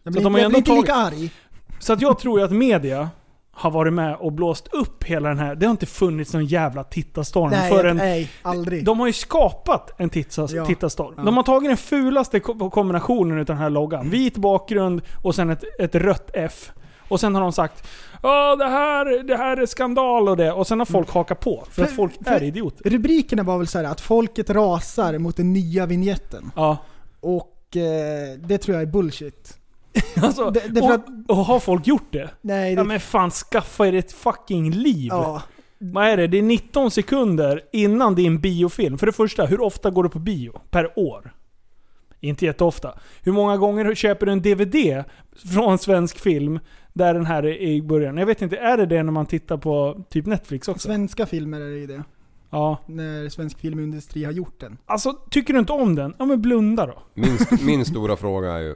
Speaker 6: Jag
Speaker 4: Så
Speaker 6: blir,
Speaker 4: de har ju
Speaker 6: jag blir inte
Speaker 4: ändå
Speaker 6: lika arg.
Speaker 4: Så att jag tror ju att media har varit med och blåst upp hela den här. Det har inte funnits någon jävla tittarstorm
Speaker 6: Nej,
Speaker 4: förrän...
Speaker 6: nej, aldrig.
Speaker 4: De har ju skapat en titsa,
Speaker 6: Ja.
Speaker 4: tittarstorm.
Speaker 6: Ja. Mm.
Speaker 4: De har tagit den fulaste ko- kombinationen utav den här loggan. Vit bakgrund och sen ett, ett rött F. Och sen har de sagt Ja det här, det här är skandal och det. Och sen har folk hakat på. För
Speaker 6: Mm.
Speaker 4: att
Speaker 6: För-
Speaker 4: folk
Speaker 6: för-
Speaker 4: är idioter.
Speaker 6: Rubrikerna var väl så här att folket rasar mot den nya vignetten.
Speaker 4: Ja.
Speaker 6: Och eh, det tror jag är bullshit.
Speaker 4: Alltså,
Speaker 6: Det- det är för
Speaker 4: och,
Speaker 6: att-
Speaker 4: och har folk gjort det?
Speaker 6: Nej, det,
Speaker 4: Ja men fan skaffa er ett fucking liv.
Speaker 6: ja.
Speaker 4: Vad är det? Det är 19 sekunder innan din biofilm. För det första, hur ofta går du på bio? Per år? Inte jätteofta. Hur många gånger köper du en DVD från svensk film där den här är i början? Jag vet inte, är det det när man tittar på typ Netflix också?
Speaker 6: Svenska filmer är det ju det.
Speaker 4: ja.
Speaker 6: När svensk filmindustri har gjort den.
Speaker 4: Alltså, tycker du inte om den? Ja men blunda då.
Speaker 5: Min, st- min stora fråga är ju...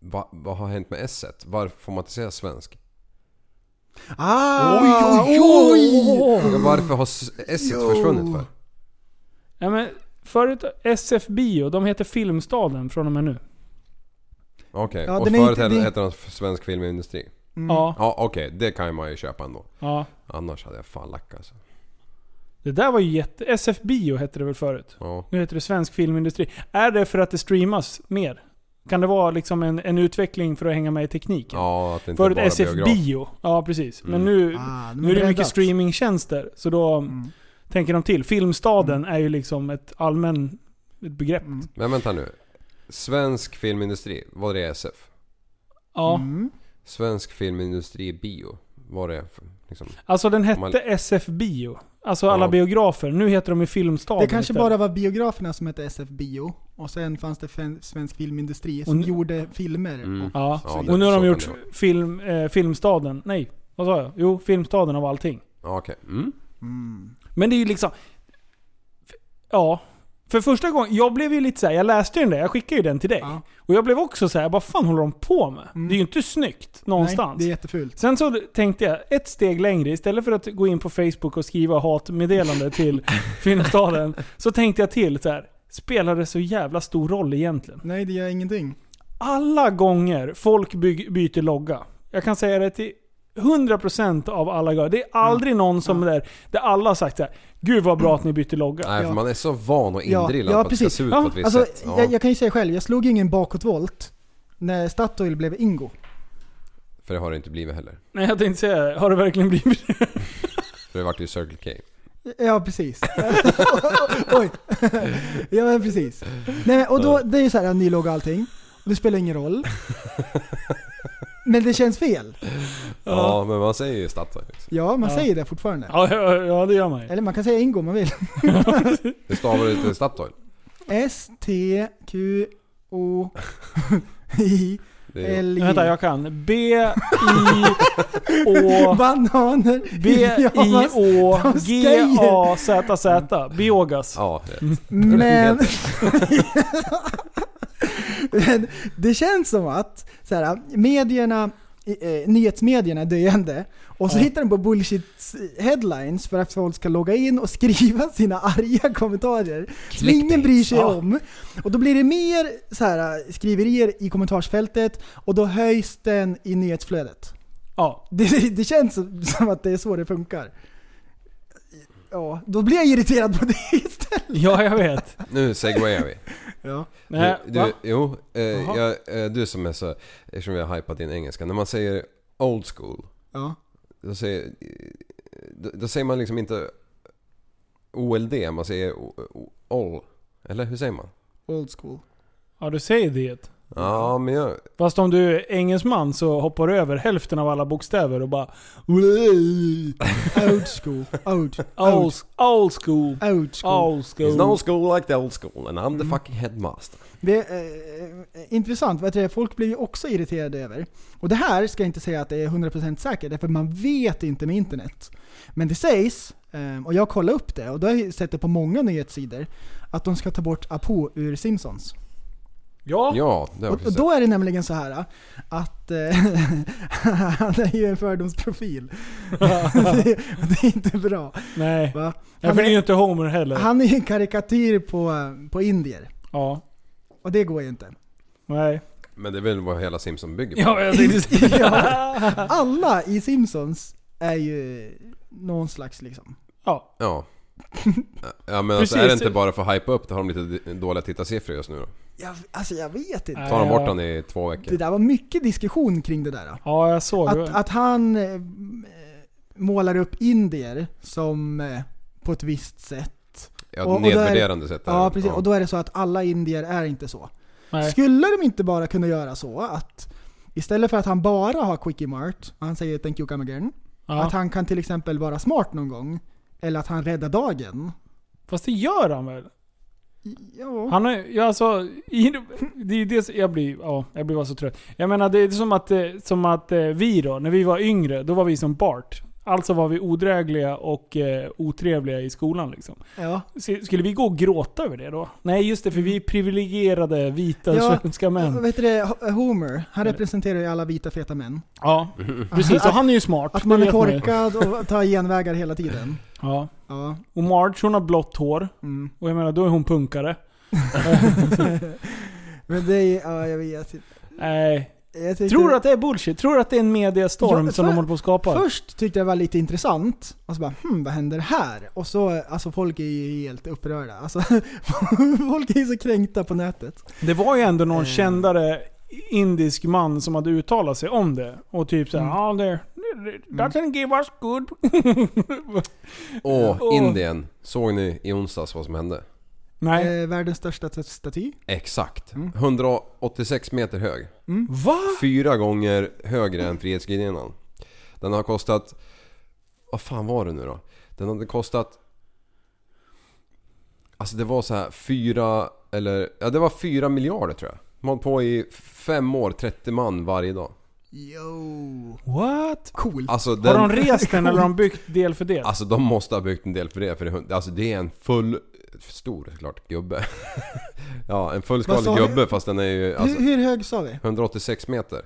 Speaker 5: Va, vad har hänt med s Varför får man inte säga svensk?
Speaker 6: Ah,
Speaker 5: Varför har s försvunnit för?
Speaker 4: Ja, men förut, SF Bio, de heter Filmstaden från och med nu.
Speaker 5: Okej,
Speaker 6: Ja,
Speaker 5: och
Speaker 6: den är
Speaker 5: förut
Speaker 6: inte- det-
Speaker 5: hette hette den Svensk Filmindustri.
Speaker 4: Ja,
Speaker 5: Ja okej, det kan man ju köpa ändå.
Speaker 4: ja.
Speaker 5: Annars hade jag fan lack alltså.
Speaker 4: Det där var ju jätte... SF Bio hette det väl förut?
Speaker 5: Ja.
Speaker 4: Nu heter det svensk filmindustri. Är det för att det streamas mer? Kan det vara liksom en, en utveckling för att hänga med i tekniken?
Speaker 5: ja, att det inte
Speaker 4: Förut
Speaker 5: bara
Speaker 4: SF
Speaker 5: biograf. Mm.
Speaker 4: Bio. Ja, precis. Men nu,
Speaker 6: Ah, de
Speaker 4: nu är det mycket Mm.
Speaker 6: breddats.
Speaker 4: streamingtjänster. Så då
Speaker 6: Mm,
Speaker 4: tänker de till. Filmstaden är ju liksom ett allmän ett begrepp.
Speaker 6: Mm.
Speaker 5: Men vänta nu. Svensk Filmindustri, var det SF?
Speaker 4: Ja.
Speaker 6: Mm.
Speaker 5: Svensk Filmindustri Bio, var det för- liksom?
Speaker 4: Alltså den hette
Speaker 5: Om man-
Speaker 4: SF Bio. Alltså alla
Speaker 5: Ja.
Speaker 4: biografer. Nu heter de ju Filmstaden
Speaker 6: Det kanske
Speaker 4: istället.
Speaker 6: bara var biograferna som hette SF Bio. Och sen fanns det fen- Svensk Filmindustri som
Speaker 4: Och nu- Mm.
Speaker 6: gjorde filmer. Och,
Speaker 4: Ja.
Speaker 5: Ja, det-
Speaker 4: Och nu har
Speaker 5: så
Speaker 4: de
Speaker 5: kan
Speaker 4: gjort
Speaker 5: det vara.
Speaker 4: film, eh, Filmstaden. Nej, vad sa jag? Jo, Filmstaden av allting.
Speaker 5: Ja, okej. Mm.
Speaker 4: Men det är ju liksom... Ja. För första gången, jag blev ju lite såhär, jag läste ju den där, jag skickade ju den till dig. Och jag blev också såhär, vad fan håller de på med? Det är ju inte snyggt någonstans.
Speaker 6: Mm. Nej, det är jättefult.
Speaker 4: Sen så tänkte jag, ett steg längre, istället för att gå in på Facebook och skriva hatmeddelande till Filmstaden, så tänkte jag till så här. spelar det så jävla stor roll egentligen?
Speaker 6: Nej, det gör ingenting.
Speaker 4: Alla gånger folk byg- byter logga, jag kan säga det till 100% av alla gånger. Det är aldrig någon som där, där alla har sagt så här, Gud vad bra att ni bytte logga.
Speaker 5: Nej, för man är så van och
Speaker 6: Ja,
Speaker 5: indrillad
Speaker 6: ja,
Speaker 5: på att det ska se ut
Speaker 6: Ja,
Speaker 5: på ett visst
Speaker 6: alltså,
Speaker 5: sätt. Ja,
Speaker 6: jag, jag kan ju säga själv, jag slog ju ingen bakåtvolt när Statoil blev Ingo.
Speaker 5: För det har det inte blivit heller.
Speaker 4: Nej jag tänkte säga det. har det verkligen blivit det?
Speaker 5: För det vart ju Circle K.
Speaker 6: Ja, precis. Oj. ja, men precis. Nej, men, och då, det är ju så här, ny logga och allting. Och det spelar ingen roll. Men det känns fel.
Speaker 5: Ja, men man säger ju Statoil. liksom.
Speaker 6: Ja, man
Speaker 4: Ja.
Speaker 6: säger det fortfarande.
Speaker 4: Ja, ja, ja det gör man ju.
Speaker 6: Eller man kan säga Ingo om man vill.
Speaker 5: Det stavar du till Statoil.
Speaker 6: S-T-Q-O-I-L-J.
Speaker 5: Det är ju-
Speaker 4: Vänta jag kan. B, I, Å,
Speaker 6: Bananer.
Speaker 4: B, I,
Speaker 6: Pyjamas.
Speaker 4: Å,
Speaker 6: de
Speaker 4: G,
Speaker 6: säger-
Speaker 4: A, Z, Z. Biogas.
Speaker 5: Ja, rätt.
Speaker 6: Men... Men det känns som att så här, medierna, eh, nyhetsmedierna är döende. Och så hittar de på bullshit headlines för att folk ska logga in och skriva sina arga kommentarer. Som ingen bryr sig
Speaker 4: Ja.
Speaker 6: om. Och då blir det mer så här, eh, skriverier i kommentarsfältet och då höjs den i nyhetsflödet.
Speaker 4: Ja.
Speaker 6: Det, det känns som- som att det är så det funkar. Ja, då blir jag irriterad på det istället.
Speaker 4: ja, jag vet.
Speaker 5: Nu segwayar vi.
Speaker 6: Ja.
Speaker 4: Nej,
Speaker 5: du, du,
Speaker 4: va?
Speaker 5: jo, eh,
Speaker 6: Jaha.
Speaker 5: jag, eh, du som är så, eftersom vi har hypat din engelska. När man säger old school,
Speaker 6: Ja.
Speaker 5: då säger, då, då säger man liksom inte OLD, man säger o, o, all. Eller hur säger man?
Speaker 6: Old school.
Speaker 4: Ja, du säger det.
Speaker 5: Ja, men jag...
Speaker 4: Fast om du är engelsman så hoppar du över hälften av alla bokstäver och bara
Speaker 6: Old school. Old.
Speaker 4: old, old school.
Speaker 6: Old school.
Speaker 4: Old
Speaker 5: It's
Speaker 4: school.
Speaker 5: no school like the old school and I'm the
Speaker 6: Mm.
Speaker 5: fucking headmaster.
Speaker 6: Det är eh, intressant, vet du, folk blir ju också irriterade över. Och det här ska jag inte säga att det är 100% säkert, därför man vet inte med internet. Men det sägs, eh, och jag kollade upp det, och då har jag sett det på många nyhetssidor, att de ska ta bort Apo ur Simpsons.
Speaker 4: Ja.
Speaker 5: Ja, det har
Speaker 6: Och,
Speaker 5: jag
Speaker 6: och
Speaker 5: då...
Speaker 6: då är det nämligen så här att eh, han är ju en fördomsprofil. det, det är inte bra.
Speaker 4: Nej.
Speaker 6: Va?
Speaker 4: Ja, för det är ju inte Homer heller.
Speaker 6: Han är ju en karikatyr på, på indier.
Speaker 4: Ja.
Speaker 6: Och det går ju inte.
Speaker 4: Nej.
Speaker 5: Men det är väl vad hela Simpson bygger på?
Speaker 4: Ja, jag tänkte säga.
Speaker 6: Alla i Simpsons är ju någon slags liksom.
Speaker 4: Ja.
Speaker 5: Ja. Ja men alltså, är det
Speaker 4: Precis.
Speaker 5: inte bara för att hypa upp det? Har de lite dåliga tittarsiffror just nu då?
Speaker 6: Jag, alltså jag vet inte.
Speaker 5: Tar de
Speaker 4: Ja.
Speaker 5: bort den i två
Speaker 6: Det
Speaker 5: veckor?
Speaker 6: där var mycket diskussion kring det där.
Speaker 4: Ja, jag såg
Speaker 6: Att,
Speaker 4: det.
Speaker 6: att han eh, målar upp indier som eh, på ett visst sätt.
Speaker 5: Ja,
Speaker 6: och- och där-
Speaker 5: nedvärderande sätt. är
Speaker 6: Ja
Speaker 5: det.
Speaker 6: precis, och då är det så att alla indier är inte så.
Speaker 4: Nej.
Speaker 6: Skulle de inte bara kunna göra så att istället för att han bara har quickie mart, han säger 'Thank you come again'
Speaker 4: Ja.
Speaker 6: Att han kan till exempel vara smart någon gång. Eller att han räddar dagen.
Speaker 4: Fast det gör han väl?
Speaker 6: Ja.
Speaker 4: Han har ju- ja, alltså, i, det är ju det som- jag blir, ja, jag blir bara så trött. Jag menar det är som att, eh, som att eh, vi då, när vi var yngre, då var vi som Bart. Alltså var vi odrägliga och eh, otrevliga i skolan liksom.
Speaker 6: ja.
Speaker 4: S- Skulle vi gå och gråta över det då? Nej just det, för vi är privilegierade vita
Speaker 6: Ja,
Speaker 4: svenska
Speaker 6: Vad
Speaker 4: män.
Speaker 6: heter det? Ho- Homer. Han representerar ju alla vita feta män.
Speaker 4: Ja, precis. Och han är ju smart.
Speaker 6: Att
Speaker 4: det
Speaker 6: man är
Speaker 4: vet ju.
Speaker 6: korkad och tar genvägar hela tiden.
Speaker 4: Ja.
Speaker 6: Ja.
Speaker 4: Och Marge hon har blått hår.
Speaker 6: Mm.
Speaker 4: Och jag menar, då är hon punkare.
Speaker 6: Men det är, ja jag vet inte.
Speaker 4: Nej.
Speaker 6: Jag tyckte-
Speaker 4: Tror du att det är bullshit? Tror du att det är en mediastorm
Speaker 6: Ja,
Speaker 4: som
Speaker 6: för-
Speaker 4: de håller på att skapa?
Speaker 6: Först tyckte jag det var lite intressant, och så bara hmm, vad händer här? Och så, alltså folk är ju helt upprörda. Alltså, folk är ju så kränkta på nätet.
Speaker 4: Det var ju ändå
Speaker 6: Eh.
Speaker 4: någon kändare indisk man som hade uttalat sig om det. Och typ
Speaker 6: Mm.
Speaker 4: såhär, ja det... Doesn't give us good...
Speaker 5: Åh,
Speaker 4: Åh.
Speaker 5: Indien. Såg ni i onsdags vad som hände?
Speaker 4: Nej.
Speaker 6: Eh, världens största t- staty.
Speaker 5: Exakt. 186 meter hög.
Speaker 4: Va?
Speaker 5: Fyra gånger högre än Frihetsgudinnan. Den har kostat... Vad fan var det nu då? Den hade kostat... Alltså det var så här fyra eller... Ja det var fyra miljarder tror jag. De har hållit på i fem år, 30 man varje dag.
Speaker 6: Yo.
Speaker 4: What?
Speaker 6: Coolt.
Speaker 5: Alltså
Speaker 4: Har
Speaker 5: den...
Speaker 4: de rest den eller har de byggt del för del?
Speaker 5: Alltså de måste ha byggt en del för alltså det. För det, alltså, det är en full stor såklart gubbe. ja, en
Speaker 6: Vad sa
Speaker 5: fullskalig
Speaker 6: du?
Speaker 5: gubbe fast den är ju alltså,
Speaker 6: hur, hur hög sa vi?
Speaker 5: 186 meter.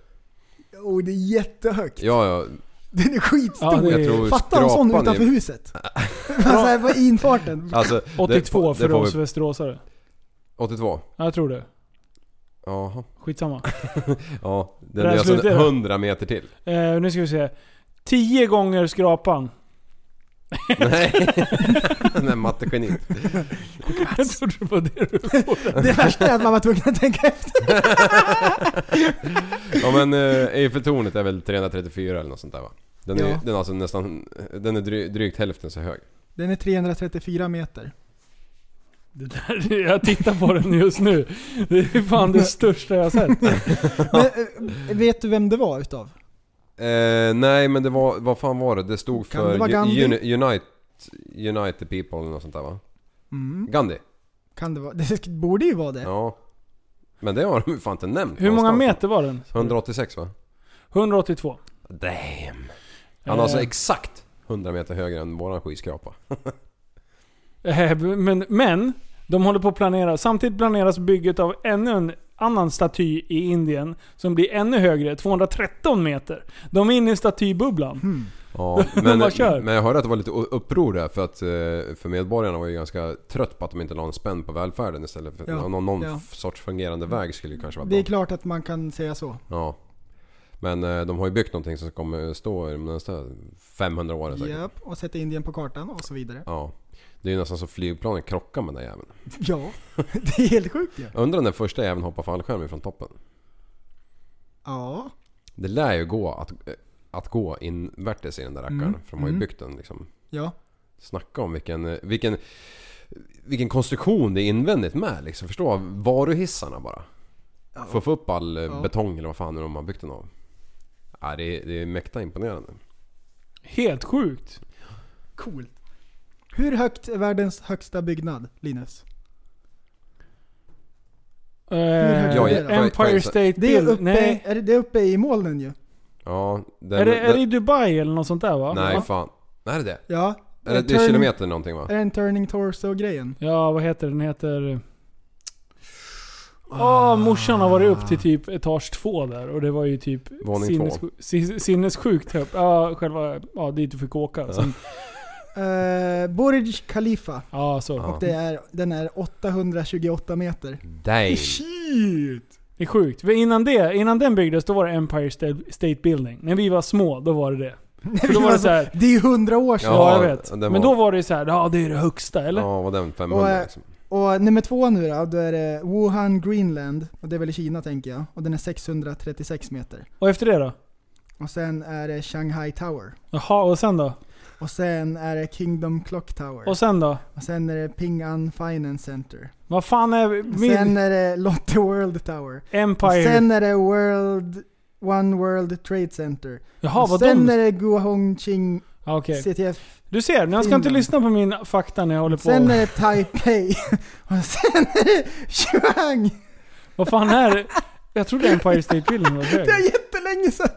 Speaker 6: Oh, det är jättehögt.
Speaker 5: Ja, ja.
Speaker 6: Den är skitstor.
Speaker 5: Ja, det är- Jag tror
Speaker 6: Fattar en sån
Speaker 5: skrapan
Speaker 6: utanför
Speaker 5: är-
Speaker 6: huset. alltså här på infarten.
Speaker 5: Alltså, det
Speaker 4: 82
Speaker 5: får- det
Speaker 4: för
Speaker 5: får vi-
Speaker 4: oss västeråsare.
Speaker 5: 82?
Speaker 4: Ja, jag tror det.
Speaker 5: Jaha.
Speaker 4: Skitsamma.
Speaker 5: Ja, den
Speaker 4: Det här
Speaker 5: är alltså
Speaker 4: slutar.
Speaker 5: 100 meter till.
Speaker 4: Eh, nu ska vi se. 10 gånger skrapan.
Speaker 5: Nej. Nej, mattegeniet.
Speaker 4: Jag trodde det var det du
Speaker 6: Det värsta är att man var tvungen att tänka efter.
Speaker 5: Ja men eh, Eiffeltornet är väl 334 eller något sånt där va? Den är,
Speaker 6: Ja.
Speaker 5: den är alltså nästan, den är dry, drygt hälften så hög.
Speaker 6: Den är 334 meter.
Speaker 4: Det där, jag tittar på den just nu. Det är fan det största jag har sett.
Speaker 6: Men, eh, vet du vem det var utav?
Speaker 5: Eh, nej men det var, vad fan var det? Det stod
Speaker 6: Kan det
Speaker 5: för
Speaker 6: vara Gandhi?
Speaker 5: Uni- Unite, United People eller något sånt där va?
Speaker 6: Mm.
Speaker 5: Gandhi?
Speaker 6: Kan det vara? Det borde ju vara det.
Speaker 5: Ja. Men det har de ju fan inte nämnt
Speaker 4: Hur många
Speaker 5: någonstans.
Speaker 4: meter var den?
Speaker 5: 186 va?
Speaker 4: 182.
Speaker 5: Damn. Han är alltså
Speaker 4: Eh.
Speaker 5: exakt 100 meter högre än våran skyskrapa.
Speaker 4: Eh, Men, men de håller på att planera. Samtidigt planeras bygget av ännu en annan staty i Indien som blir ännu högre, 213 meter. De är inne i statybubblan.
Speaker 6: Hmm.
Speaker 5: Ja,
Speaker 4: De
Speaker 5: men,
Speaker 4: bara kör.
Speaker 5: men jag hörde att det var lite o- uppror där för att eh, för medborgarna var ju ganska trött på att de inte la en spänn på välfärden istället för att
Speaker 6: Ja,
Speaker 5: någon, någon
Speaker 6: ja. Mm.
Speaker 5: sorts fungerande väg skulle ju kanske vara
Speaker 6: Det är
Speaker 5: bra.
Speaker 6: klart att man kan säga så.
Speaker 5: Ja. Men eh, de har ju byggt någonting som kommer stå i de nästa 500 åren säkert.
Speaker 6: Japp, och sätta Indien på kartan och så vidare.
Speaker 5: Ja. Det är ju nästan så flygplanen krockar med den där jäveln.
Speaker 6: Ja, det är helt sjukt ju. Ja.
Speaker 5: Undrar när första jäveln hoppar fallskärm ifrån toppen.
Speaker 6: ja.
Speaker 5: Det lär ju gå att, eh, att gå invärtes i den där rackaren.
Speaker 6: Mm,
Speaker 5: För de har ju
Speaker 6: mm.
Speaker 5: byggt den liksom.
Speaker 6: Ja.
Speaker 5: Snacka om vilken, eh, vilken, vilken konstruktion det är invändigt med liksom. Förstå varuhissarna bara. För att få upp all eh,
Speaker 6: Ja.
Speaker 5: betong eller vad fan nu de har byggt den av. Ja, det, är, det är mäkta imponerande.
Speaker 4: Helt sjukt.
Speaker 6: Coolt. Hur högt är världens högsta byggnad, Linus?
Speaker 4: Eh,
Speaker 6: högt är det då?
Speaker 5: Får
Speaker 4: Empire
Speaker 5: jag-
Speaker 4: State
Speaker 6: Det är
Speaker 4: Building.
Speaker 6: uppe,
Speaker 4: Nej.
Speaker 6: är det, det är uppe i molnen ju.
Speaker 5: Ja, den,
Speaker 4: Är det, är det i
Speaker 5: den,
Speaker 4: Dubai eller något sånt där va?
Speaker 5: Nej
Speaker 4: Va?
Speaker 5: fan. Nej, är det
Speaker 4: typ.
Speaker 5: det?
Speaker 6: Ja.
Speaker 5: Är det, det är
Speaker 6: turning-
Speaker 5: kilometer någonting va?
Speaker 6: Är det en turning torso-grejen?
Speaker 4: Ja, vad heter den? Den heter...
Speaker 5: Ah,
Speaker 4: Åh, morsan har varit upp till typ etage två där och det var ju typ
Speaker 5: Våning två.
Speaker 4: sin- sinnessjukt högt. Ja, själva... Ja, dit du fick åka. Som,
Speaker 6: Uh, Burj Khalifa.
Speaker 4: ja, så.
Speaker 5: Ja.
Speaker 6: Det är, den är 828 meter.
Speaker 5: Damn.
Speaker 6: Shit!
Speaker 4: Det är sjukt. För innan, det, innan den byggdes, då var det Empire Sta- State Building. När vi var små, då var det det. För då var det så här,
Speaker 6: Det är ju 100 år sedan.
Speaker 4: ja,
Speaker 5: Ja,
Speaker 4: jag vet.
Speaker 5: den
Speaker 4: Men
Speaker 5: var-
Speaker 4: då var det så här, ja det är det högsta, eller?
Speaker 5: Ja, var den 500
Speaker 6: Och, eh,
Speaker 5: liksom.
Speaker 6: Och nummer två nu då, då är det Wuhan Greenland. Och det är väl i Kina tänker jag. Och den är 636 meter.
Speaker 4: Och efter det då?
Speaker 6: Och sen är det Shanghai Tower.
Speaker 4: Jaha, och sen då?
Speaker 6: Och sen är det Kingdom Clock Tower.
Speaker 4: Och sen då?
Speaker 6: Och sen är det Ping An Finance Center.
Speaker 4: Vad fan är
Speaker 6: Och
Speaker 4: min
Speaker 6: Sen är det Lotte World Tower. Och
Speaker 4: Empire?
Speaker 6: sen är det World... One World Trade Center.
Speaker 4: Jaha,
Speaker 6: och
Speaker 4: vad
Speaker 6: sen
Speaker 4: dumt.
Speaker 6: är det Guangxing
Speaker 4: Ja, okej.
Speaker 6: CTF.
Speaker 4: Du ser, jag ska inte
Speaker 6: Finland.
Speaker 4: lyssna på min fakta när jag håller på.
Speaker 6: Sen är det Taipei. Och sen är det Chuang.
Speaker 4: Vad fan är det? Jag trodde Empire State Building var hög.
Speaker 6: Det är jättelänge sedan.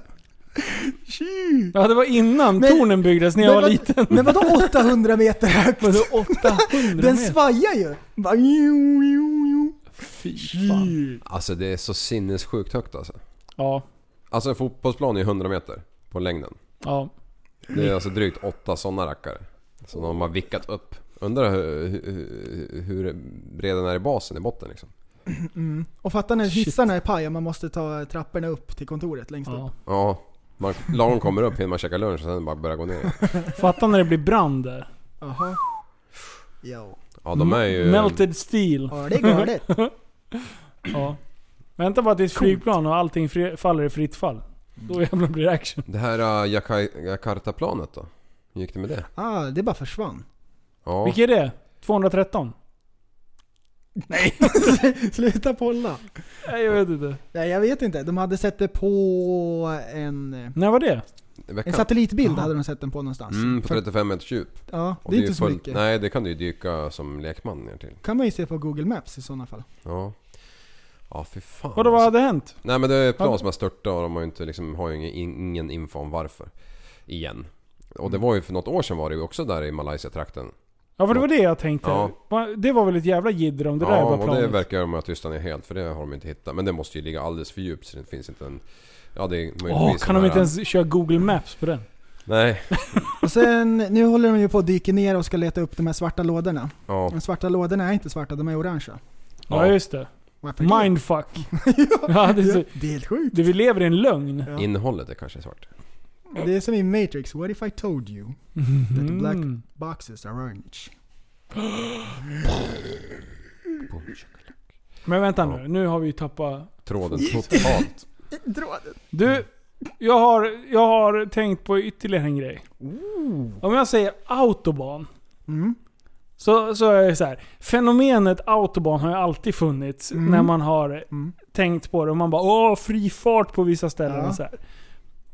Speaker 6: Shit.
Speaker 4: Ja, det var innan
Speaker 6: Men-
Speaker 4: tornen byggdes när jag
Speaker 6: men
Speaker 4: var
Speaker 6: vad-
Speaker 4: liten.
Speaker 6: Men vadå 800 meter högt?
Speaker 4: Vadå 800
Speaker 6: Den
Speaker 4: meter?
Speaker 6: svajar ju. Bara, jo, jo, jo.
Speaker 4: Fy fan.
Speaker 5: Alltså det är så sinnessjukt högt alltså.
Speaker 4: Ja,
Speaker 5: Alltså en fotbollsplan är 100 meter på längden.
Speaker 4: ja.
Speaker 5: Det är alltså drygt åtta sådana rackare. Som de har vickat upp. Undrar hur, hur, hur bred den är i basen i botten liksom.
Speaker 6: Och fatta när
Speaker 4: Shit.
Speaker 6: hissarna är paj och man måste ta trapporna upp till kontoret längst upp.
Speaker 4: ja.
Speaker 5: Ja, man, lagom kommer upp hinner man käka lunch och sen bara börja gå ner.
Speaker 4: Fatta när det blir brand där.
Speaker 6: Jaha. Jo.
Speaker 5: Ja de är ju...
Speaker 4: Melted steel.
Speaker 6: Ja, det är galet.
Speaker 4: Ja. Vänta bara tills flygplan och allting fri, faller i fritt fall.
Speaker 5: Mm.
Speaker 4: Då jävlar blir det action.
Speaker 5: Det här äh, Jaka- Jakarta-planet då? Hur gick det med det?
Speaker 6: Ah, det bara försvann.
Speaker 5: Ja.
Speaker 4: Vilket är det? 213?
Speaker 6: Sluta polla.
Speaker 4: Nej jag vet inte.
Speaker 6: Nej, jag vet inte. De hade sett det på en...
Speaker 4: När var det?
Speaker 5: i
Speaker 6: En
Speaker 5: Veckan?
Speaker 6: satellitbild hade de sett den på någonstans.
Speaker 5: Mm, på
Speaker 6: För-
Speaker 5: 35 meters djup.
Speaker 6: ja,
Speaker 5: Och
Speaker 6: det är inte så
Speaker 5: fullt-
Speaker 6: mycket.
Speaker 5: Nej, det kan du ju dyka som lekman ner till.
Speaker 6: kan man ju se på Google Maps i sådana fall.
Speaker 5: Ja. Ja, fy fan.
Speaker 4: Vadå vad hade hänt?
Speaker 5: Nej men det är ett plan som har störtat och de har ju inte liksom, har ju ingen, ingen
Speaker 4: Mm.
Speaker 5: info om varför. Igen. Och det var ju för något år sedan var det ju också där i Malaysia-trakten.
Speaker 4: Ja för det var det jag tänkte.
Speaker 5: Ja.
Speaker 4: Va- Det var väl ett jävla jidder om det där
Speaker 5: Ja,
Speaker 4: var
Speaker 5: och det
Speaker 4: planet.
Speaker 5: verkar de ha tystat ner helt för det har de inte hittat. Men det måste ju ligga alldeles för djupt så det finns inte en... Ja det är möjligtvis...
Speaker 4: Åh,
Speaker 5: den
Speaker 4: kan de
Speaker 5: här-
Speaker 4: inte ens köra Google Maps på den?
Speaker 5: Nej.
Speaker 6: Och sen, nu håller de ju på att dyka ner och ska leta upp de här svarta lådorna.
Speaker 5: Ja.
Speaker 6: De svarta lådorna är inte svarta, de är orangea.
Speaker 4: Ja, just det.
Speaker 6: det?
Speaker 4: Mindfuck. ja, det är så,
Speaker 6: Det är helt sjukt.
Speaker 4: det, vi lever i en lögn.
Speaker 6: Ja.
Speaker 5: Innehållet är kanske svart.
Speaker 6: Det är som i Matrix, what if I told you that the black
Speaker 4: Mm.
Speaker 6: boxes are orange?
Speaker 4: Men vänta nu, nu har vi ju tappat...
Speaker 5: Tråden totalt.
Speaker 4: Du, jag har, jag har tänkt på ytterligare en grej. Om jag säger autobahn. Så, så är det så här. Fenomenet autobahn har ju alltid funnits när man har tänkt på det. Och man bara åh, fri fart på vissa ställen
Speaker 6: Ja.
Speaker 4: och så här.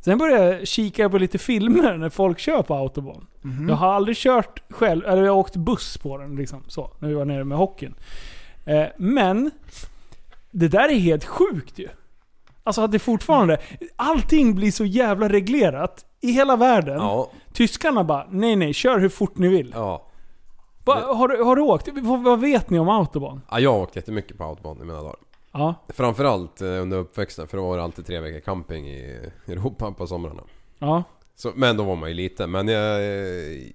Speaker 4: Sen började jag kika på lite filmer när folk kör på autobahn. Jag har aldrig kört själv, eller jag har åkt buss på den liksom så, när vi var nere med hockeyn. Eh, men, det där är helt sjukt ju. Alltså att det fortfarande... Allting blir så jävla reglerat i hela världen.
Speaker 5: Ja.
Speaker 4: Tyskarna bara, nej nej, kör hur fort ni vill.
Speaker 5: Ja.
Speaker 4: Bara, har, du, har du åkt? Vad, vad vet ni om autobahn?
Speaker 5: ja jag har åkt jättemycket på autobahn i mina dagar.
Speaker 4: Ja.
Speaker 5: Framförallt eh, under uppväxten för då var det alltid tre veckor camping i Europa på somrarna.
Speaker 4: Ja.
Speaker 5: Så, men då var man ju liten. Men jag... eh,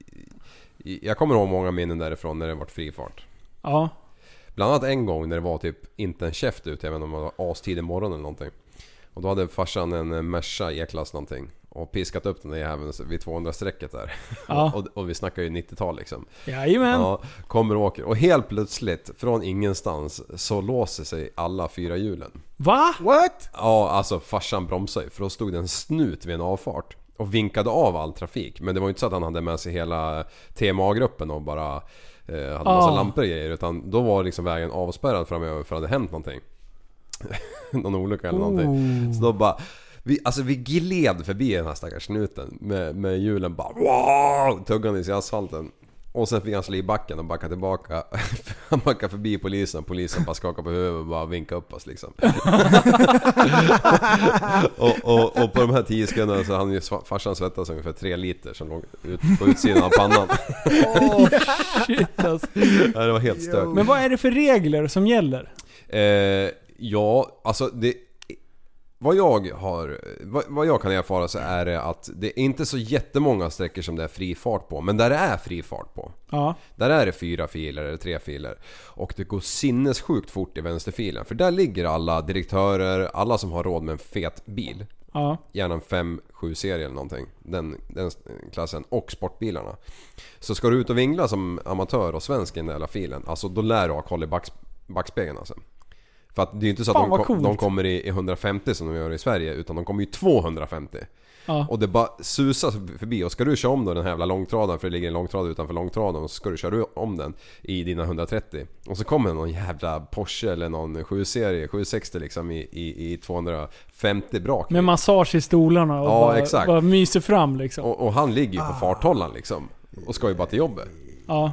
Speaker 5: Jag kommer ihåg många minnen därifrån när det vart fri fart.
Speaker 4: Ja.
Speaker 5: Bland annat en gång när det var typ inte en käft ute, jag vet inte om det var astidig morgon eller någonting. Och då hade farsan en eh, Merca E-klass någonting. Och piskat upp den där jäveln vid 200-strecket där.
Speaker 4: Ja.
Speaker 5: och, och vi snackar ju 90-tal liksom.
Speaker 4: Jajamän.
Speaker 5: Ja, kommer och åker. Och helt plötsligt, från ingenstans, så låser sig alla fyra hjulen.
Speaker 4: Va?
Speaker 6: What?
Speaker 5: Ja, alltså farsan bromsade ju för då stod det en snut vid en avfart och vinkade av all trafik. Men det var ju inte så att han hade med sig hela TMA-gruppen och bara eh, hade massa
Speaker 4: Ah.
Speaker 5: lampor och grejer. Utan då var liksom vägen avspärrad framöver för att det hade hänt någonting. Någon olycka eller någonting. Så då bara... Vi, alltså vi gled förbi den här stackars snuten med, med hjulen bara wow, tuggandes i asfalten. Och sen fick han slå i backen och backa tillbaka. Han backade förbi polisen polisen bara skakade på huvudet och bara vinkade upp oss liksom. och, och, och på de här 10 sekunderna så hann ju sva- farsan svettas ungefär 3 liter som låg ut på utsidan av pannan.
Speaker 4: Shit alltså.
Speaker 5: Ja, det var helt stört.
Speaker 4: Men vad är det för regler som gäller?
Speaker 5: Eh, ja, alltså det... Vad jag har... Vad, vad jag kan erfara så är det att det är inte så jättemånga sträckor som det är fri fart på. Men där det är fri fart på.
Speaker 4: Ja.
Speaker 5: Där är det fyra filer eller tre filer. Och det går sinnessjukt fort i vänsterfilen. För där ligger alla direktörer, alla som har råd med en fet bil.
Speaker 4: Ja.
Speaker 5: Gärna en 5-7-serie eller någonting. Den, den klassen. Och sportbilarna. Så ska du ut och vingla som amatör och svensk i den där jävla filen. Alltså då lär du ha koll i backs, backspegeln alltså. För att det är ju inte så att
Speaker 4: Fan,
Speaker 5: de,
Speaker 4: vad
Speaker 5: kom, de
Speaker 4: coolt.
Speaker 5: kommer i i 150 som de gör i Sverige. Utan de kommer ju 250.
Speaker 4: Ja.
Speaker 5: Och det bara susar förbi. Och ska du köra om då den här jävla långtradaren, för det ligger en långtradare utanför långtradaren. Och så ska du köra om den i dina 130. Och så kommer någon jävla Porsche eller någon 7-serie, 760 liksom i, i, i 250 brak.
Speaker 4: Med massage i stolarna och
Speaker 5: Ja,
Speaker 4: bara,
Speaker 5: exakt.
Speaker 4: bara myser fram liksom.
Speaker 5: och, och han ligger ju på farthållaren liksom. Och ska ju bara till jobbet.
Speaker 4: Ja.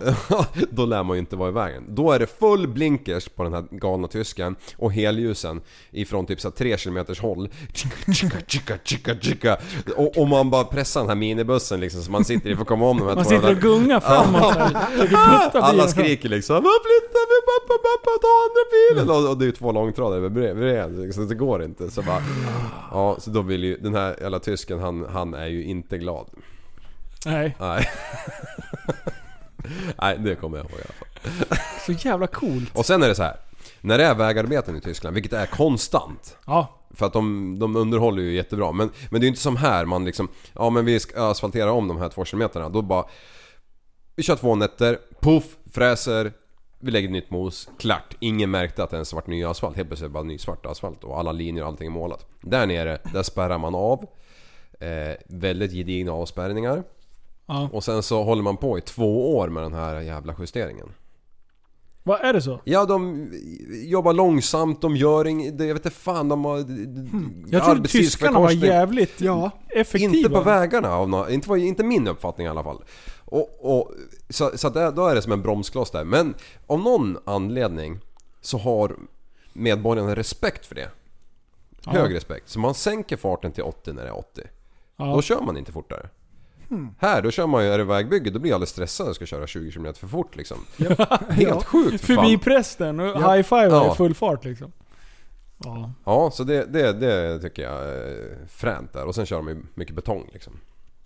Speaker 5: då lär man ju inte vara i vägen. Då är det full blinkers på den här galna tysken och helljusen ifrån typ så här 3 km håll. Tjicka, tjicka, tjicka, tjicka, tjicka. Och, och man bara pressar den här minibussen liksom så man sitter i för att komma om de här
Speaker 4: Man sitter
Speaker 5: 200.
Speaker 4: och gungar framåt såhär. Försöker putta
Speaker 5: Alla
Speaker 4: bilen.
Speaker 5: skriker liksom Vad flyttar vi? Pappa, pappa, ta andra bilen! Och, och det är ju två långtradare bredvid bredvid, liksom, så det går inte. Så bara,
Speaker 4: Ah.
Speaker 5: ja, så då vill ju den här jävla tysken han, han är ju inte glad.
Speaker 4: Nej.
Speaker 5: Nej. Nej, det kommer jag ihåg i alla fall.
Speaker 4: Så jävla coolt.
Speaker 5: Och sen är det så här. När det är vägarbeten i Tyskland, vilket är konstant.
Speaker 4: Ja.
Speaker 5: För att de, de underhåller ju jättebra. Men, men det är ju inte som här man liksom... Ja men vi ska asfaltera om de här två kilometerna. Då bara... Vi kör två nätter, puff, fräser, vi lägger nytt mos, klart. Ingen märkte att det ens vart ny asfalt. Helt plötsligt bara ny svart asfalt och alla linjer och allting är målat. Där nere, där spärrar man av. Eh, väldigt gedigna avspärrningar.
Speaker 4: Ja.
Speaker 5: Och sen så håller man på i två år med den här jävla justeringen.
Speaker 4: Vad är det så?
Speaker 5: Ja, de jobbar långsamt, de gör inget... Jag vet inte fan, de har...
Speaker 4: Jag trodde tyskarna var
Speaker 5: arbetstidsförkortning.
Speaker 4: jävligt
Speaker 6: Ja.
Speaker 4: effektiva.
Speaker 5: Inte på vägarna, av nå- inte, var- inte min uppfattning i alla fall. Och, och, så så att det, då är det som en bromskloss där. Men av någon anledning så har medborgarna respekt för det. Hög respekt. Så man sänker farten till 80 när det är 80. Då kör man inte fortare.
Speaker 4: Hmm.
Speaker 5: Här då kör man ju, är det vägbygge då blir jag alldeles stressad när jag ska köra 20 km för fort liksom. Helt sjukt för
Speaker 4: Förbi
Speaker 5: fan.
Speaker 4: prästen och
Speaker 5: Ja.
Speaker 4: high-five
Speaker 5: Ja.
Speaker 4: i full fart liksom. Ja.
Speaker 5: Ja, så det, det, det tycker jag är fränt där. Och sen kör de ju mycket betong liksom.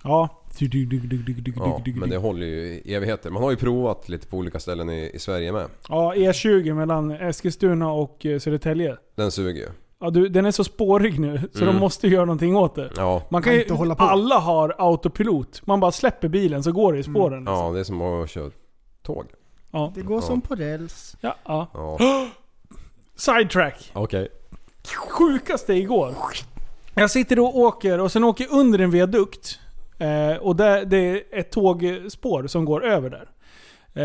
Speaker 4: Ja.
Speaker 5: Ja, men det håller ju i evigheter. Man har ju provat lite på olika ställen i, i Sverige med.
Speaker 4: Ja, E20 mellan Eskilstuna och eh, Södertälje.
Speaker 5: Den suger ju.
Speaker 4: Ja, du, den är så spårig nu så
Speaker 5: Mm.
Speaker 4: de måste göra någonting åt det.
Speaker 5: Ja.
Speaker 4: Man kan
Speaker 6: Kan
Speaker 4: ju,
Speaker 6: inte hålla på.
Speaker 4: Alla har autopilot. Man bara släpper bilen så går det i spåren.
Speaker 5: Mm.
Speaker 4: liksom.
Speaker 5: Ja, det är som att köra tåg.
Speaker 4: Ja.
Speaker 6: Det går som på räls.
Speaker 4: Ja, ja.
Speaker 5: Ja.
Speaker 4: Sidetrack.
Speaker 5: Okej.
Speaker 4: Sjukaste igår. Jag sitter och åker och sen åker jag under en viadukt. Eh, och där, det är ett tågspår som går över där.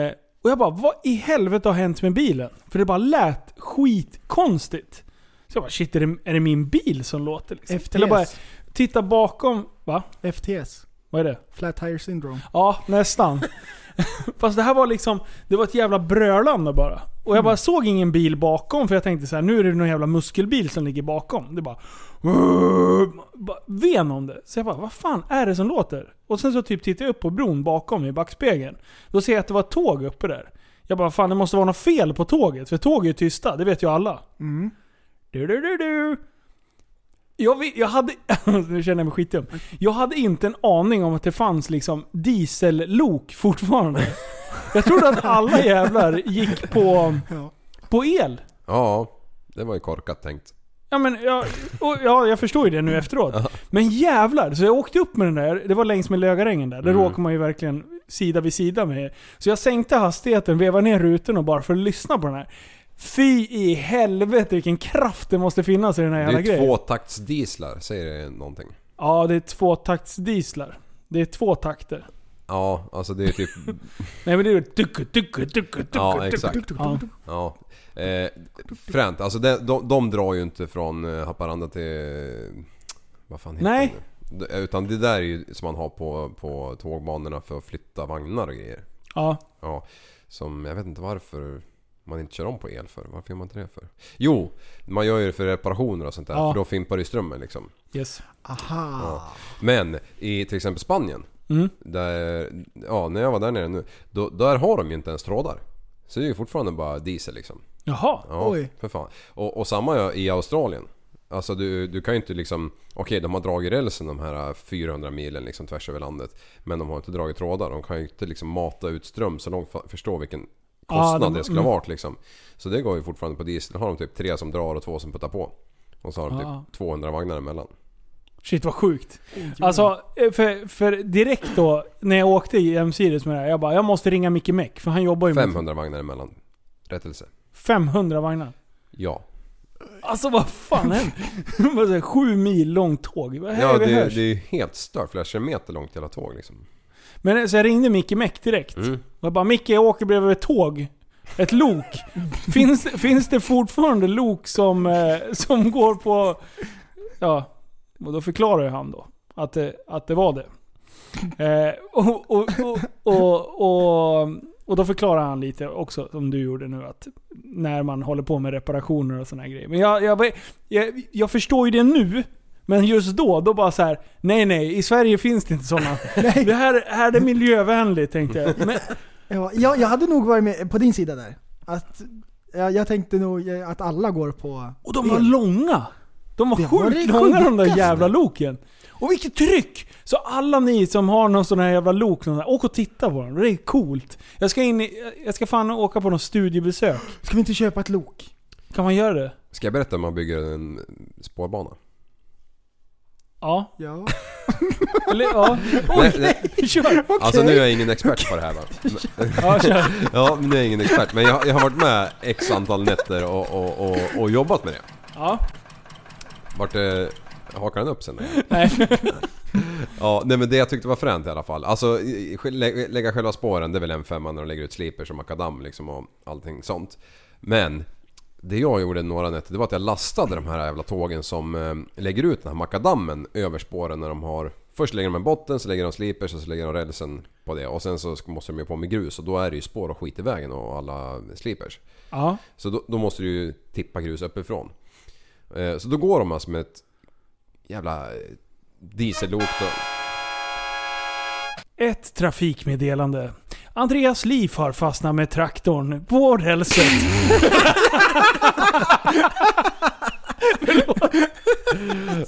Speaker 4: Eh, och jag bara, vad i helvete har hänt med bilen? För det bara lät skitkonstigt. Så jag bara, shit är det, är det min bil som låter? Liksom?
Speaker 6: FTS.
Speaker 4: Eller bara, titta bakom, va?
Speaker 6: FTS.
Speaker 4: Vad är det?
Speaker 6: Flat tire syndrome.
Speaker 4: Ja, nästan. Fast det här var liksom, det var ett jävla brölande bara. Och jag bara såg ingen bil bakom för jag tänkte så här: nu är det någon jävla muskelbil som ligger bakom. Det bara... bara ven om det. Så jag bara, vad fan är det som låter? Och sen så typ tittar jag upp på bron bakom i backspegeln. Då ser jag att det var ett tåg uppe där. Jag bara, fan det måste vara något fel på tåget. För tåg är ju tysta, det vet ju alla.
Speaker 6: Mm.
Speaker 4: Du, du, du, du. Jag, vet, jag hade... nu känner jag mig skitdum. Jag hade inte en aning om att det fanns liksom diesellok fortfarande. Jag trodde att alla jävlar gick på,
Speaker 6: Ja.
Speaker 4: på el.
Speaker 5: Ja, det var ju korkat tänkt.
Speaker 4: Ja, men jag, och, ja, jag förstår ju det nu efteråt. Men jävlar! Så jag åkte upp med den där. Det var längs med Lögarängen där. Där
Speaker 5: Mm.
Speaker 4: åker man ju verkligen sida vid sida med. Så jag sänkte hastigheten, vevade ner rutan och bara för att lyssna på den här. Fy i helvete vilken kraft det måste finnas i den här
Speaker 5: Det
Speaker 4: jävla
Speaker 5: är
Speaker 4: grejen.
Speaker 5: tvåtaktsdieslar, säger det någonting?
Speaker 4: Ja, det är tvåtaktsdieslar. Det är två takter.
Speaker 5: Ja, alltså det är typ...
Speaker 4: Nej men det är tucku, tucku, tucku,
Speaker 5: ja, exakt.
Speaker 4: Ja.
Speaker 5: Ja. Eh, fränt. Alltså de, de, de drar ju inte från eh, Haparanda till... Vad fan heter
Speaker 4: Nej.
Speaker 5: det nu? D- Utan det där är ju som man har på, på tågbanorna för att flytta vagnar och grejer.
Speaker 4: ja.
Speaker 5: Ja, som jag vet inte varför man inte kör om på el för. Varför gör man inte det för? Jo, man gör ju det för reparationer och sånt där.
Speaker 4: Ja.
Speaker 5: För då fimpar det ju strömmen liksom.
Speaker 4: Yes.
Speaker 6: Aha.
Speaker 5: Ja. Men i till exempel Spanien.
Speaker 4: Mm.
Speaker 5: Där, ja, när jag var där nere nu. Då, där har de ju inte ens trådar. Så det är ju fortfarande bara diesel liksom.
Speaker 4: Jaha.
Speaker 5: Ja,
Speaker 6: Oj.
Speaker 5: för fan. Och, och samma gör i Australien. Alltså du, du kan ju inte liksom... Okej, de har dragit rälsen de här 400 milen liksom tvärs över landet. Men de har inte dragit trådar. De kan ju inte liksom mata ut ström så långt. fa- Förstå vilken kostnad
Speaker 4: Ja, de-
Speaker 5: det skulle ha
Speaker 4: mm.
Speaker 5: varit liksom. Så det går ju fortfarande på diesel. Då har de typ tre som drar och två som puttar på. Och så har de typ
Speaker 4: Ja.
Speaker 5: 200 vagnar emellan.
Speaker 4: Shit vad sjukt. Alltså, eh, för, för direkt då när jag åkte jämsides med det här. Jag bara, jag måste ringa Micke Meck för han jobbar ju med
Speaker 5: 500 vagnar emellan. Rättelse.
Speaker 4: 500 vagnar.
Speaker 5: Ja.
Speaker 4: Alltså vad fan händer? Sju mil långt tåg. Vad
Speaker 5: Ja,
Speaker 4: här
Speaker 5: det,
Speaker 4: vi
Speaker 5: är-
Speaker 4: hörs.
Speaker 5: det är ju helt stört. Flera kilometer långt jävla tåg liksom.
Speaker 4: Men eh, så jag ringde Micke Meck direkt.
Speaker 5: Mm.
Speaker 4: Och jag bara, Micke jag åker bredvid ett tåg. Ett lok. finns, finns det fortfarande lok som, eh, som går på... Ja, och då förklarar ju han då att det, att det var det. Eh, och, och, och, och, och, och då förklarar han lite också, som du gjorde nu, att när man håller på med reparationer och sådana grejer. Men jag, jag, var- jag, jag förstår ju det nu, men just då, då bara så här: nej nej, i Sverige finns det inte sådana. Det här, här är miljövänligt tänkte jag. Men,
Speaker 6: Ja, jag, jag hade nog varit med på din sida där. Att, jag, jag tänkte nog eh, att alla går på...
Speaker 4: och de var långa! De var
Speaker 6: Det var
Speaker 4: sjukt
Speaker 6: det
Speaker 4: långa de där
Speaker 6: sjukaste.
Speaker 4: jävla loken. Och vilket tryck! Så alla ni som har någon sån här jävla lok, någon där, åk och titta på dem. Det är coolt. Jag ska, in i, jag ska fan åka på någon studiebesök.
Speaker 6: Ska vi inte köpa ett lok?
Speaker 4: Kan man göra det?
Speaker 5: Ska jag berätta om man bygger en spårbana?
Speaker 4: Ja.
Speaker 6: Ja.
Speaker 4: Eller, ja.
Speaker 5: Nej, nej.
Speaker 4: Kör.
Speaker 5: Alltså nu är jag ingen expert på det här va? Men-
Speaker 4: Ja, kör.
Speaker 5: Ja, men nu är jag ingen expert. Men jag, jag har varit med x antal nätter och, och, och, och jobbat med det.
Speaker 4: Ja.
Speaker 5: Vart eh, hakar den upp sen?
Speaker 4: Nej.
Speaker 5: Ja, nej men det jag tyckte var fränt i alla fall. Alltså i- i- lä- lägga själva spåren, det är väl en femma när de lägger ut slipers och makadam liksom och allting sånt. Men det jag gjorde några nätter, det var att jag lastade de här jävla tågen som eh, lägger ut den här makadammen över spåren när de har... Först lägger de en botten, så lägger de slipers och så lägger de rälsen på det. Och sen så ska- måste de ju på med grus och då är det ju spår och skit i vägen och alla slipers.
Speaker 4: Ja.
Speaker 5: Så då, då måste du ju tippa grus uppifrån. Eh, Så då går de alltså med ett jävla eh, diesellok då.
Speaker 4: Ett trafikmeddelande. Andreas Liv har fastnat med traktorn på rälset.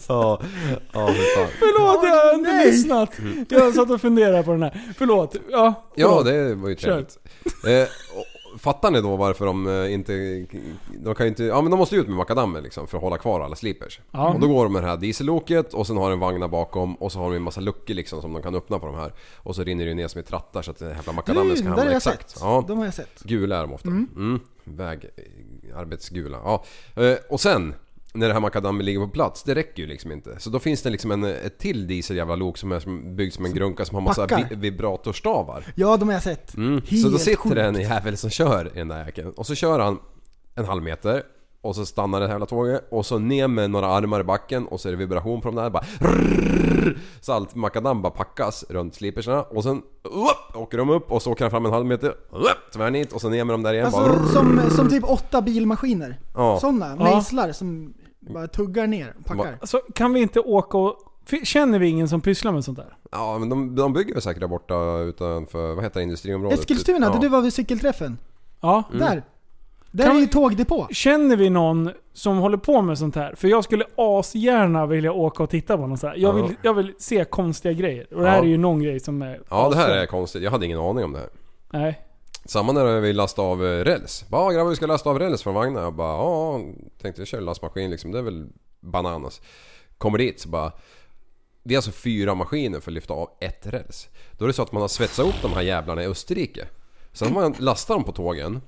Speaker 12: Ja, ja fy fan.
Speaker 4: Förlåt, jag har inte lyssnat. Jag satt och funderade på den här. Förlåt. Ja,
Speaker 5: Ja,
Speaker 4: förlåt.
Speaker 5: det var ju
Speaker 4: Kör.
Speaker 5: trevligt. Eh, och fattar ni då varför de eh, inte... De kan ju inte... Ja men de måste ju ut med makadammen liksom för att hålla kvar alla slipers.
Speaker 4: Ja.
Speaker 5: Och då går de med det här dieselloket och sen har de en vagn där bakom och så har de en massa luckor liksom som de kan öppna på de här. Och så rinner det ju ner som i trattar så att den här jävla makadammen ska
Speaker 6: Mm, där har
Speaker 5: hamna
Speaker 6: jag
Speaker 5: exakt.
Speaker 6: sett.
Speaker 5: Ja.
Speaker 6: De har jag sett.
Speaker 5: Gula är de ofta. Mm. Väg... Arbetsgula. Ja. Eh, Och sen när det här makadammen ligger på plats, det räcker ju liksom inte. Så då finns det liksom en, ett till diesel jävla lok som är som, byggd som en grunka som har massa
Speaker 6: backar.
Speaker 5: vi, vibratorstavar.
Speaker 6: Ja, de har jag sett.
Speaker 5: Mm. Så då sitter det en jävel som kör i den där jäkeln och så kör han en halv meter och så stannar det här jävla tåget och så ner med några armar i backen och så är det vibration på de där bara rrrr, Så allt makadam bara packas runt slipersarna och sen upp, åker de upp och så åker han fram en halv meter upp, tvärnit och så ner med dem där igen bara
Speaker 6: Alltså,
Speaker 5: rrrr.
Speaker 6: som, som typ åtta bilmaskiner.
Speaker 5: Ja.
Speaker 6: Sådana
Speaker 4: Ja.
Speaker 6: mejslar som bara tuggar ner och packar.
Speaker 4: Alltså, kan vi inte åka och... F- Känner vi ingen som pysslar med sånt där?
Speaker 5: Ja men de, de bygger väl säkert där borta utanför, vad heter det, industriområdet?
Speaker 6: Eskilstuna,
Speaker 5: ja. Mm.
Speaker 6: där du var vid cykelträffen.
Speaker 4: Ja.
Speaker 6: Där. Där
Speaker 4: Kan
Speaker 6: är ju
Speaker 4: vi-
Speaker 6: tågdepå.
Speaker 4: Känner vi någon som håller på med sånt här? För jag skulle asgärna vilja åka och titta på något sånt här. Jag vill,
Speaker 5: Ja.
Speaker 4: jag vill se konstiga grejer. Och det här
Speaker 5: Ja.
Speaker 4: är ju någon grej som är...
Speaker 5: Ja det här är konstigt, jag hade ingen aning om det här.
Speaker 4: Nej.
Speaker 5: Samma när vi lastade av eh, räls. Bara "Ja, grabbar vi ska lasta av räls från vagnen. Jag bara ja, tänkte jag kör lastmaskin liksom. Det är väl bananas. Kommer dit så bara... Det är alltså fyra maskiner för att lyfta av ett räls. Då är det så att man har svetsat upp de här jävlarna i Österrike. Sen har man lastat dem på tågen.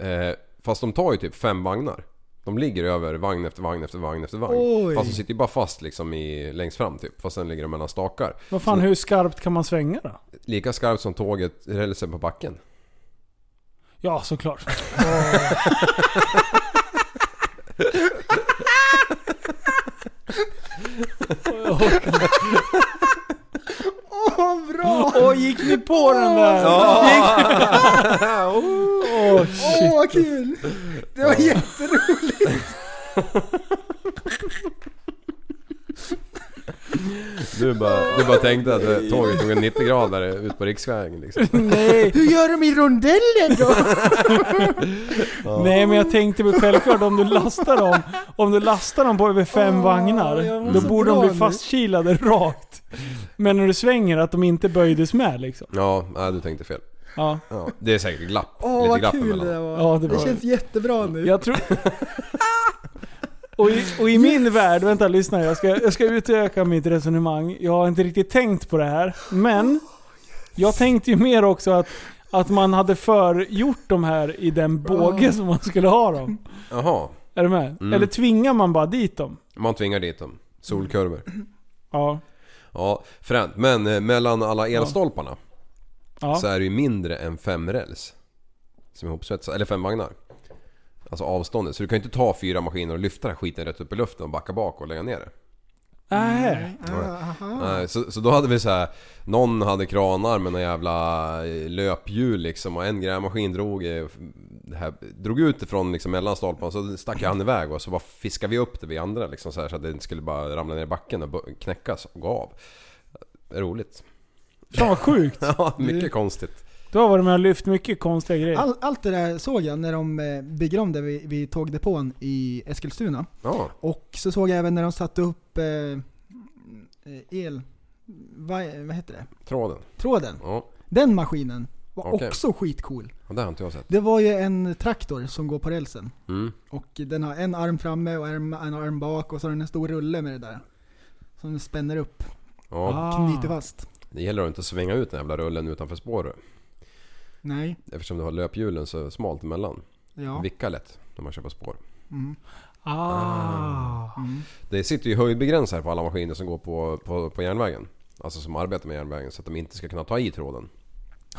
Speaker 5: Eh, fast de tar ju typ fem vagnar. De ligger över vagn efter vagn efter vagn efter vagn.
Speaker 6: Oj.
Speaker 5: Fast de sitter ju bara fast liksom i, längst fram typ. Fast sen ligger de mellan stakar.
Speaker 4: Vad fan, hur skarpt kan man svänga då?
Speaker 5: Lika skarpt som tåget, rälsen på backen.
Speaker 4: Ja, såklart.
Speaker 6: Åh, bra!
Speaker 4: Åh, gick ni på den där? Gick... Åh,
Speaker 6: Åh,
Speaker 4: shit.
Speaker 6: vad kul! Det var jätteroligt!
Speaker 5: Du bara, du bara tänkte att eh, tåget tog en 90 grader ut på riksvägen liksom.
Speaker 4: Nej.
Speaker 6: Hur gör de i rondellen då?
Speaker 4: Nej, men jag tänkte väl självklart om du lastar dem, om du lastar dem på över fem
Speaker 6: Åh, jag
Speaker 4: vagnar,
Speaker 6: mår
Speaker 4: då
Speaker 6: så
Speaker 4: borde
Speaker 6: bra
Speaker 4: de bli
Speaker 6: nu.
Speaker 4: fastkilade rakt. Men när du svänger, att de inte böjdes med liksom.
Speaker 5: Ja, nej, du tänkte fel.
Speaker 4: Ja,
Speaker 5: Ja, det är säkert glapp.
Speaker 6: Åh,
Speaker 5: lite
Speaker 6: vad
Speaker 5: glapp
Speaker 6: kul det där
Speaker 5: emellan.
Speaker 6: var.
Speaker 4: ja det
Speaker 6: Det
Speaker 4: var
Speaker 6: känns jättebra nu.
Speaker 4: Jag tror... Och i, och i min värld, vänta lyssna, jag ska, jag ska utöka mitt resonemang. Jag har inte riktigt tänkt på det här,
Speaker 6: Oh,
Speaker 4: men jag tänkte ju mer också att, att man hade förgjort de här i
Speaker 6: Oh.
Speaker 4: den båge som man skulle ha dem.
Speaker 5: Jaha,
Speaker 4: Är du med? Eller tvingar man bara dit dem?
Speaker 5: man tvingar dit dem. Solkurvor.
Speaker 4: Ja.
Speaker 5: Ja, fränt. Men eh, mellan alla elstolparna
Speaker 4: Ja.
Speaker 5: så är det ju mindre än fem räls. Som är ihopsvetsade, eller fem vagnar. Alltså avståndet. Så du kan ju inte ta fyra maskiner och lyfta den här skiten rätt upp i luften och backa bak och lägga ner det.
Speaker 4: Nej.
Speaker 5: Nej, så, så då hade vi så här. Någon hade kranar med några jävla eh, löphjul liksom och en grävmaskin drog, eh, det här, drog ut det från liksom mellan stolparna så stack han iväg och så bara fiskade vi upp det vi andra liksom så, här, så att det inte skulle bara ramla ner i backen och bo- knäckas och gå av. Eh, Roligt.
Speaker 4: Fan vad sjukt.
Speaker 5: Ja, mycket konstigt.
Speaker 4: Du har varit med och lyft mycket konstiga grejer.
Speaker 6: All, allt det där såg jag när de eh, bygger om det vid, vid tågdepån i Eskilstuna.
Speaker 5: Ja,
Speaker 6: Och så såg jag även när de satte upp eh, el... Vad, vad heter det?
Speaker 5: tråden.
Speaker 6: Tråden.
Speaker 5: Ja,
Speaker 6: Den maskinen var
Speaker 5: Okej.
Speaker 6: också skitcool.
Speaker 5: och det har inte jag sett.
Speaker 6: Det var ju en traktor som går på rälsen.
Speaker 5: Mm.
Speaker 6: Och den har en arm framme och arm, en arm bak och så har den en stor rulle med det där. Som den spänner upp
Speaker 5: Ja,
Speaker 6: och
Speaker 4: Ah.
Speaker 6: knyter fast.
Speaker 5: det gäller att inte svänga ut den jävla rullen utanför spåret.
Speaker 6: Nej,
Speaker 5: Eftersom du har löphjulen så smalt emellan.
Speaker 6: ja.
Speaker 5: Vicka lätt när man kör på spår.
Speaker 6: Mm.
Speaker 4: Ah.
Speaker 6: Mm.
Speaker 5: Det sitter ju höjdbegränsare på alla maskiner som går på, på, på järnvägen. Alltså som arbetar med järnvägen så att de inte ska kunna ta i tråden.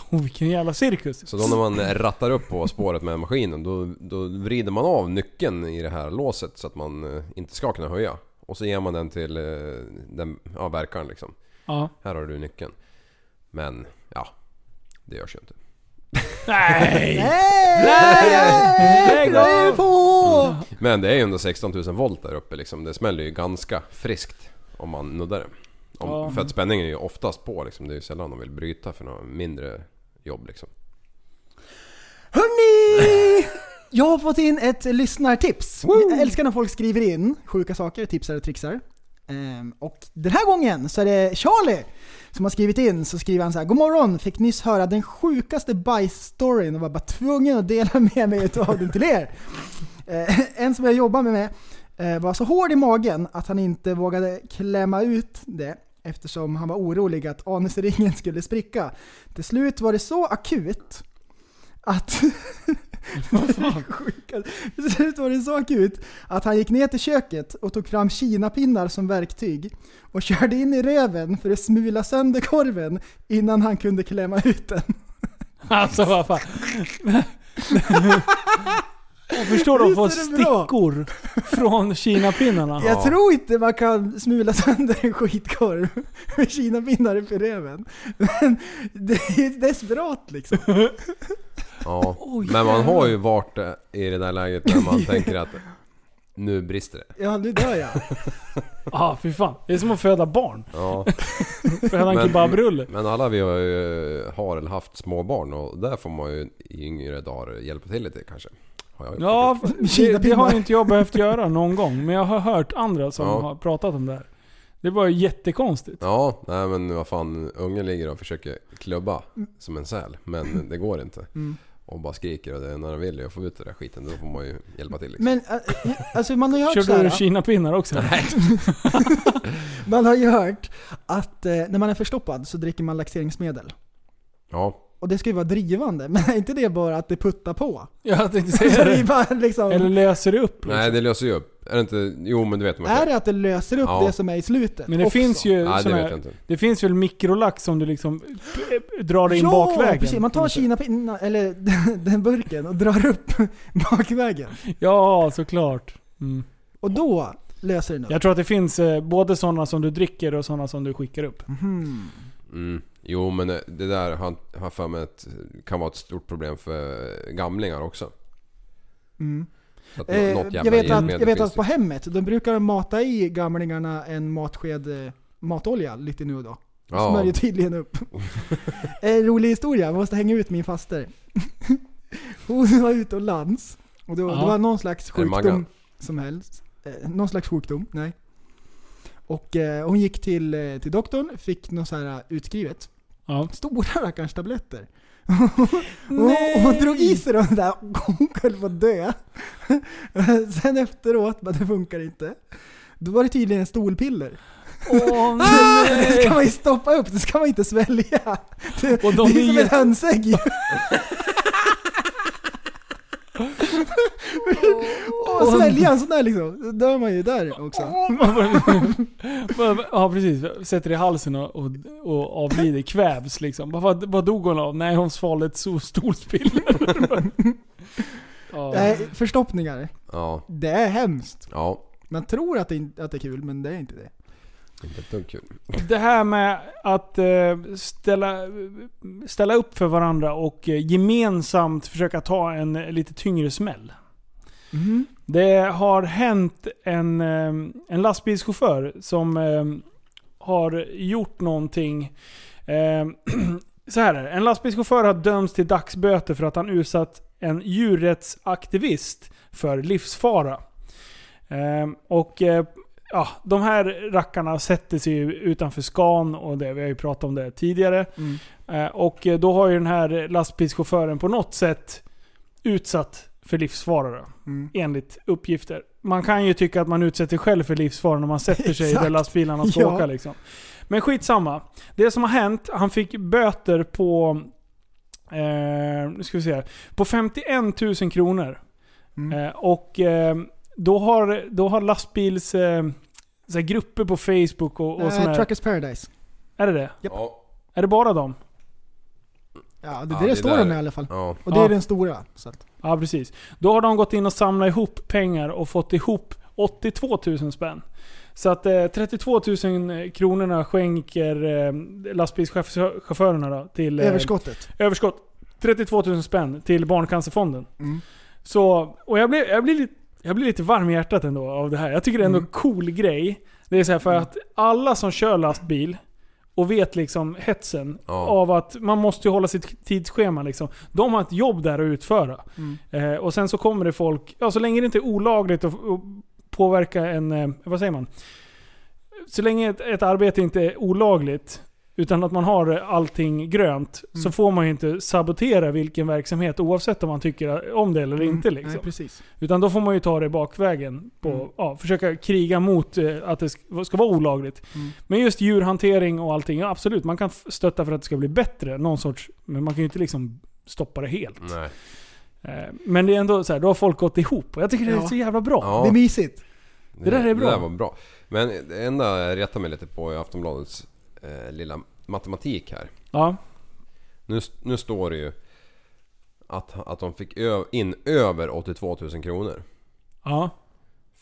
Speaker 4: Oh, vilken jävla cirkus.
Speaker 5: Så då när man rattar upp på spåret med maskinen då, då vrider man av nyckeln i det här låset så att man eh, inte ska kunna höja. Och så ger man den till eh, den, ja, verkaren liksom.
Speaker 4: Ja.
Speaker 5: Här har du nyckeln. Men ja, det görs ju inte.
Speaker 4: Nej!
Speaker 6: Nej!
Speaker 4: Lägg av!
Speaker 6: på!
Speaker 5: Men det är ju ändå 16 000 volt där uppe liksom. Det smäller ju ganska friskt om man nuddar det. Om,
Speaker 4: Ja.
Speaker 5: För att spänningen är ju oftast på liksom. Det är ju sällan de vill bryta för några mindre jobb liksom.
Speaker 6: Hörni! Jag har fått in ett lyssnartips. Jag älskar när folk skriver in sjuka saker, tipsar och trixar. Ehm, Och den här gången så är det Charlie som har skrivit in. Så skriver han så här. God morgon, fick nyss höra den sjukaste bajs-storyn och var bara tvungen att dela med mig av den till er. Eh, En som jag jobbar med eh, var så hård i magen att han inte vågade klämma ut det eftersom han var orolig att anusringen skulle spricka. Till slut var det så akut att... Sjuka- Till slut var det så akut att han gick ner till köket och tog fram kinapinnar som verktyg och körde in i röven för att smula sönder korven innan han kunde klämma ut den.
Speaker 4: Alltså vad fan. Jag förstår de
Speaker 6: Visst
Speaker 4: får
Speaker 6: är det bra?
Speaker 4: stickor från kinapinnarna.
Speaker 6: Jag tror inte man kan smula sönder en skitkorv med kinapinnar upp i röven. Men det är desperat liksom.
Speaker 5: Ja.
Speaker 6: Oj,
Speaker 5: Men man har ju
Speaker 6: jävlar.
Speaker 5: varit eh, i det där läget när man tänker att nu brister det.
Speaker 6: Ja, nu dör jag.
Speaker 4: Ja, Ah, fy fan. Det är som att föda barn.
Speaker 5: Ja.
Speaker 4: Föda en kebabrulle.
Speaker 5: Men alla vi har, ju, har eller haft småbarn och där får man ju i yngre dagar hjälpa till lite kanske. Har jag gjort.
Speaker 4: Ja, det, det har ju inte jag behövt göra någon gång. Men jag har hört andra som
Speaker 5: Ja.
Speaker 4: har pratat om det här. Det var ju jättekonstigt.
Speaker 5: Ja, nej men vad fan. Ungen ligger och försöker klubba som en säl. Men det går inte.
Speaker 6: Mm.
Speaker 5: Och bara skriker och det, när den vill ju få ut den där skiten då får man ju hjälpa till liksom.
Speaker 6: Men äh, alltså man har ju hört så
Speaker 4: Körde
Speaker 6: här-
Speaker 4: du kinapinnar också?
Speaker 6: Man har ju hört att eh, när man är förstoppad så dricker man laxeringsmedel.
Speaker 5: Ja.
Speaker 6: Och det ska ju vara drivande, men är inte det bara att det puttar på?
Speaker 4: Jag tänkte
Speaker 6: Så
Speaker 4: säga
Speaker 6: det är
Speaker 4: det.
Speaker 6: bara liksom,
Speaker 4: Eller löser det upp?
Speaker 5: Nej det löser ju upp. Är det inte? Jo men du vet. Man
Speaker 6: är det att det löser upp
Speaker 5: Ja.
Speaker 6: det som är i slutet?
Speaker 4: Men det
Speaker 6: också?
Speaker 4: finns ju
Speaker 5: Nej, det
Speaker 4: såna
Speaker 5: vet
Speaker 4: här-
Speaker 5: jag inte.
Speaker 4: Det finns väl mikrolax som du liksom p- p- drar in
Speaker 6: ja,
Speaker 4: bakvägen? Mm.
Speaker 6: precis. Man tar kinapinnan, eller den- den burken och drar upp bakvägen.
Speaker 4: Ja, såklart. Mm.
Speaker 6: Och då löser den upp.
Speaker 4: Jag tror att det finns eh, både sådana som du dricker och sådana som du skickar upp.
Speaker 6: Mhm.
Speaker 5: Mm. Jo men det där har har jag för mig att kan vara ett stort problem för gamlingar också.
Speaker 6: Mm.
Speaker 5: Så att nå-
Speaker 6: Eh,
Speaker 5: något jävla
Speaker 6: jag vet att,
Speaker 5: hjälpmedel
Speaker 6: jag vet
Speaker 5: finns
Speaker 6: att på hemmet, de brukar mata i gamlingarna en matsked eh, matolja lite nu och då. Och
Speaker 5: Ja.
Speaker 6: smörjer tydligen upp. eh, rolig historia, jag måste hänga ut min faster. Hon var utomlands och det var,
Speaker 4: Ja.
Speaker 6: det var någon slags
Speaker 5: Är det Maggan?
Speaker 6: sjukdom som helst. Eh, någon slags sjukdom, nej. Och eh, hon gick till, eh, till doktorn, fick något så här eh, utskrivet.
Speaker 4: Ja.
Speaker 6: Stora rackarns tabletter. Och hon, hon drog i sig de där och hon höll på att dö. Sen efteråt, bara det funkar inte. Då var det tydligen stolpiller.
Speaker 4: Åh,
Speaker 6: Det ska man ju stoppa upp, det ska man inte svälja. Det,
Speaker 4: Och de
Speaker 6: det
Speaker 4: är
Speaker 6: är som ett
Speaker 4: jätte-
Speaker 6: hönsägg ju. Och svälja en sån där liksom, då dör man ju där också.
Speaker 4: ja precis, sätter i halsen och, och, och avlider, kvävs liksom. Vad- Vad, vad dog hon av? Nej hon svalde ett so- stolspiller. ja.
Speaker 6: Nej, förstoppningar.
Speaker 5: Ja,
Speaker 6: Det är hemskt.
Speaker 5: ja.
Speaker 6: Man tror att det, inte- att det är kul, men det är inte det.
Speaker 5: Inte ett dugg kul.
Speaker 4: Det här med att eh, ställa, ställa upp för varandra och eh, gemensamt försöka ta en eh, lite tyngre smäll.
Speaker 6: Mm.
Speaker 4: Det har hänt en, eh, en lastbilschaufför som eh, har gjort någonting. Eh, Så här är det. En lastbilschaufför har dömts till dagsböter för att han utsatt en djurrättsaktivist för livsfara. Eh, Och eh, ja, de här rackarna sätter sig ju utanför skan och det, vi har ju pratat om det tidigare.
Speaker 6: Mm.
Speaker 4: Eh, Och eh, då har ju den här lastbilschauffören på något sätt utsatt för livsfara då,
Speaker 6: Mm.
Speaker 4: enligt uppgifter. Man kan ju tycka att man utsätter själv för livsfara när man sätter sig där
Speaker 6: Exakt.
Speaker 4: lastbilarna ska
Speaker 6: Ja.
Speaker 4: åka liksom. Men skitsamma. Det som har hänt, han fick böter på... Eh, nu ska vi se här. På 51 000 kronor.
Speaker 6: Mm.
Speaker 4: Eh, och eh, då har, då har lastbils... Eh, så här grupper på Facebook och, och
Speaker 6: Eh,
Speaker 4: sån här-
Speaker 6: Truckers Paradise.
Speaker 4: Är det det?
Speaker 5: Ja.
Speaker 4: Är det bara dem?
Speaker 6: Ja, det är
Speaker 5: Ja,
Speaker 6: det
Speaker 5: det
Speaker 6: det står om
Speaker 5: där-
Speaker 6: i alla fall.
Speaker 5: ja.
Speaker 6: Och det
Speaker 4: Ja.
Speaker 6: är den stora. Så att,
Speaker 4: Ja, precis. Då har de gått in och samlat ihop pengar och fått ihop 82 000 spänn. Så att eh, 32 000 kronorna skänker eh, lastbilschaufförerna då, till... Eh,
Speaker 6: överskottet.
Speaker 4: Överskott. 32 000 spänn till Barncancerfonden.
Speaker 6: Mm.
Speaker 4: Så, och jag blev, jag blev lite... Jag blir lite varm i hjärtat ändå av det här. Jag tycker det är ändå en cool grej. Det är så här för att alla som kör lastbil och vet liksom hetsen
Speaker 5: Ja.
Speaker 4: av att man måste ju hålla sitt tidsschema. Liksom. De har ett jobb där att utföra. Eh, och sen så kommer det folk, ja, så länge det inte är olagligt att, att påverka en, eh, vad säger man? Så länge ett, ett arbete inte är olagligt, utan att man har allting grönt,
Speaker 6: Mm.
Speaker 4: så får man ju inte sabotera vilken verksamhet oavsett om man tycker om det eller inte. Liksom.
Speaker 6: Mm. Nej, precis. Mm.
Speaker 4: Utan då får man ju ta det bakvägen. På, ja, försöka kriga mot eh, att det sk- ska vara olagligt.
Speaker 6: Mm.
Speaker 4: Men just djurhantering och allting, ja, absolut. Man kan f- stötta för att det ska bli bättre. Någon sorts, men man kan ju inte liksom stoppa det helt.
Speaker 5: Nej.
Speaker 4: Eh, Men det är ändå så här, då har folk gått ihop. Och jag tycker det är
Speaker 6: Ja.
Speaker 4: så jävla bra.
Speaker 5: Ja. Det är mysigt.
Speaker 4: Det där är bra.
Speaker 5: Det där var bra. Men det enda jag retar mig lite på är Aftonbladets eh, lilla matematik här.
Speaker 4: Ja.
Speaker 5: Nu, nu står det ju att, att de fick ö, in över 82 000 kronor.
Speaker 4: Ja.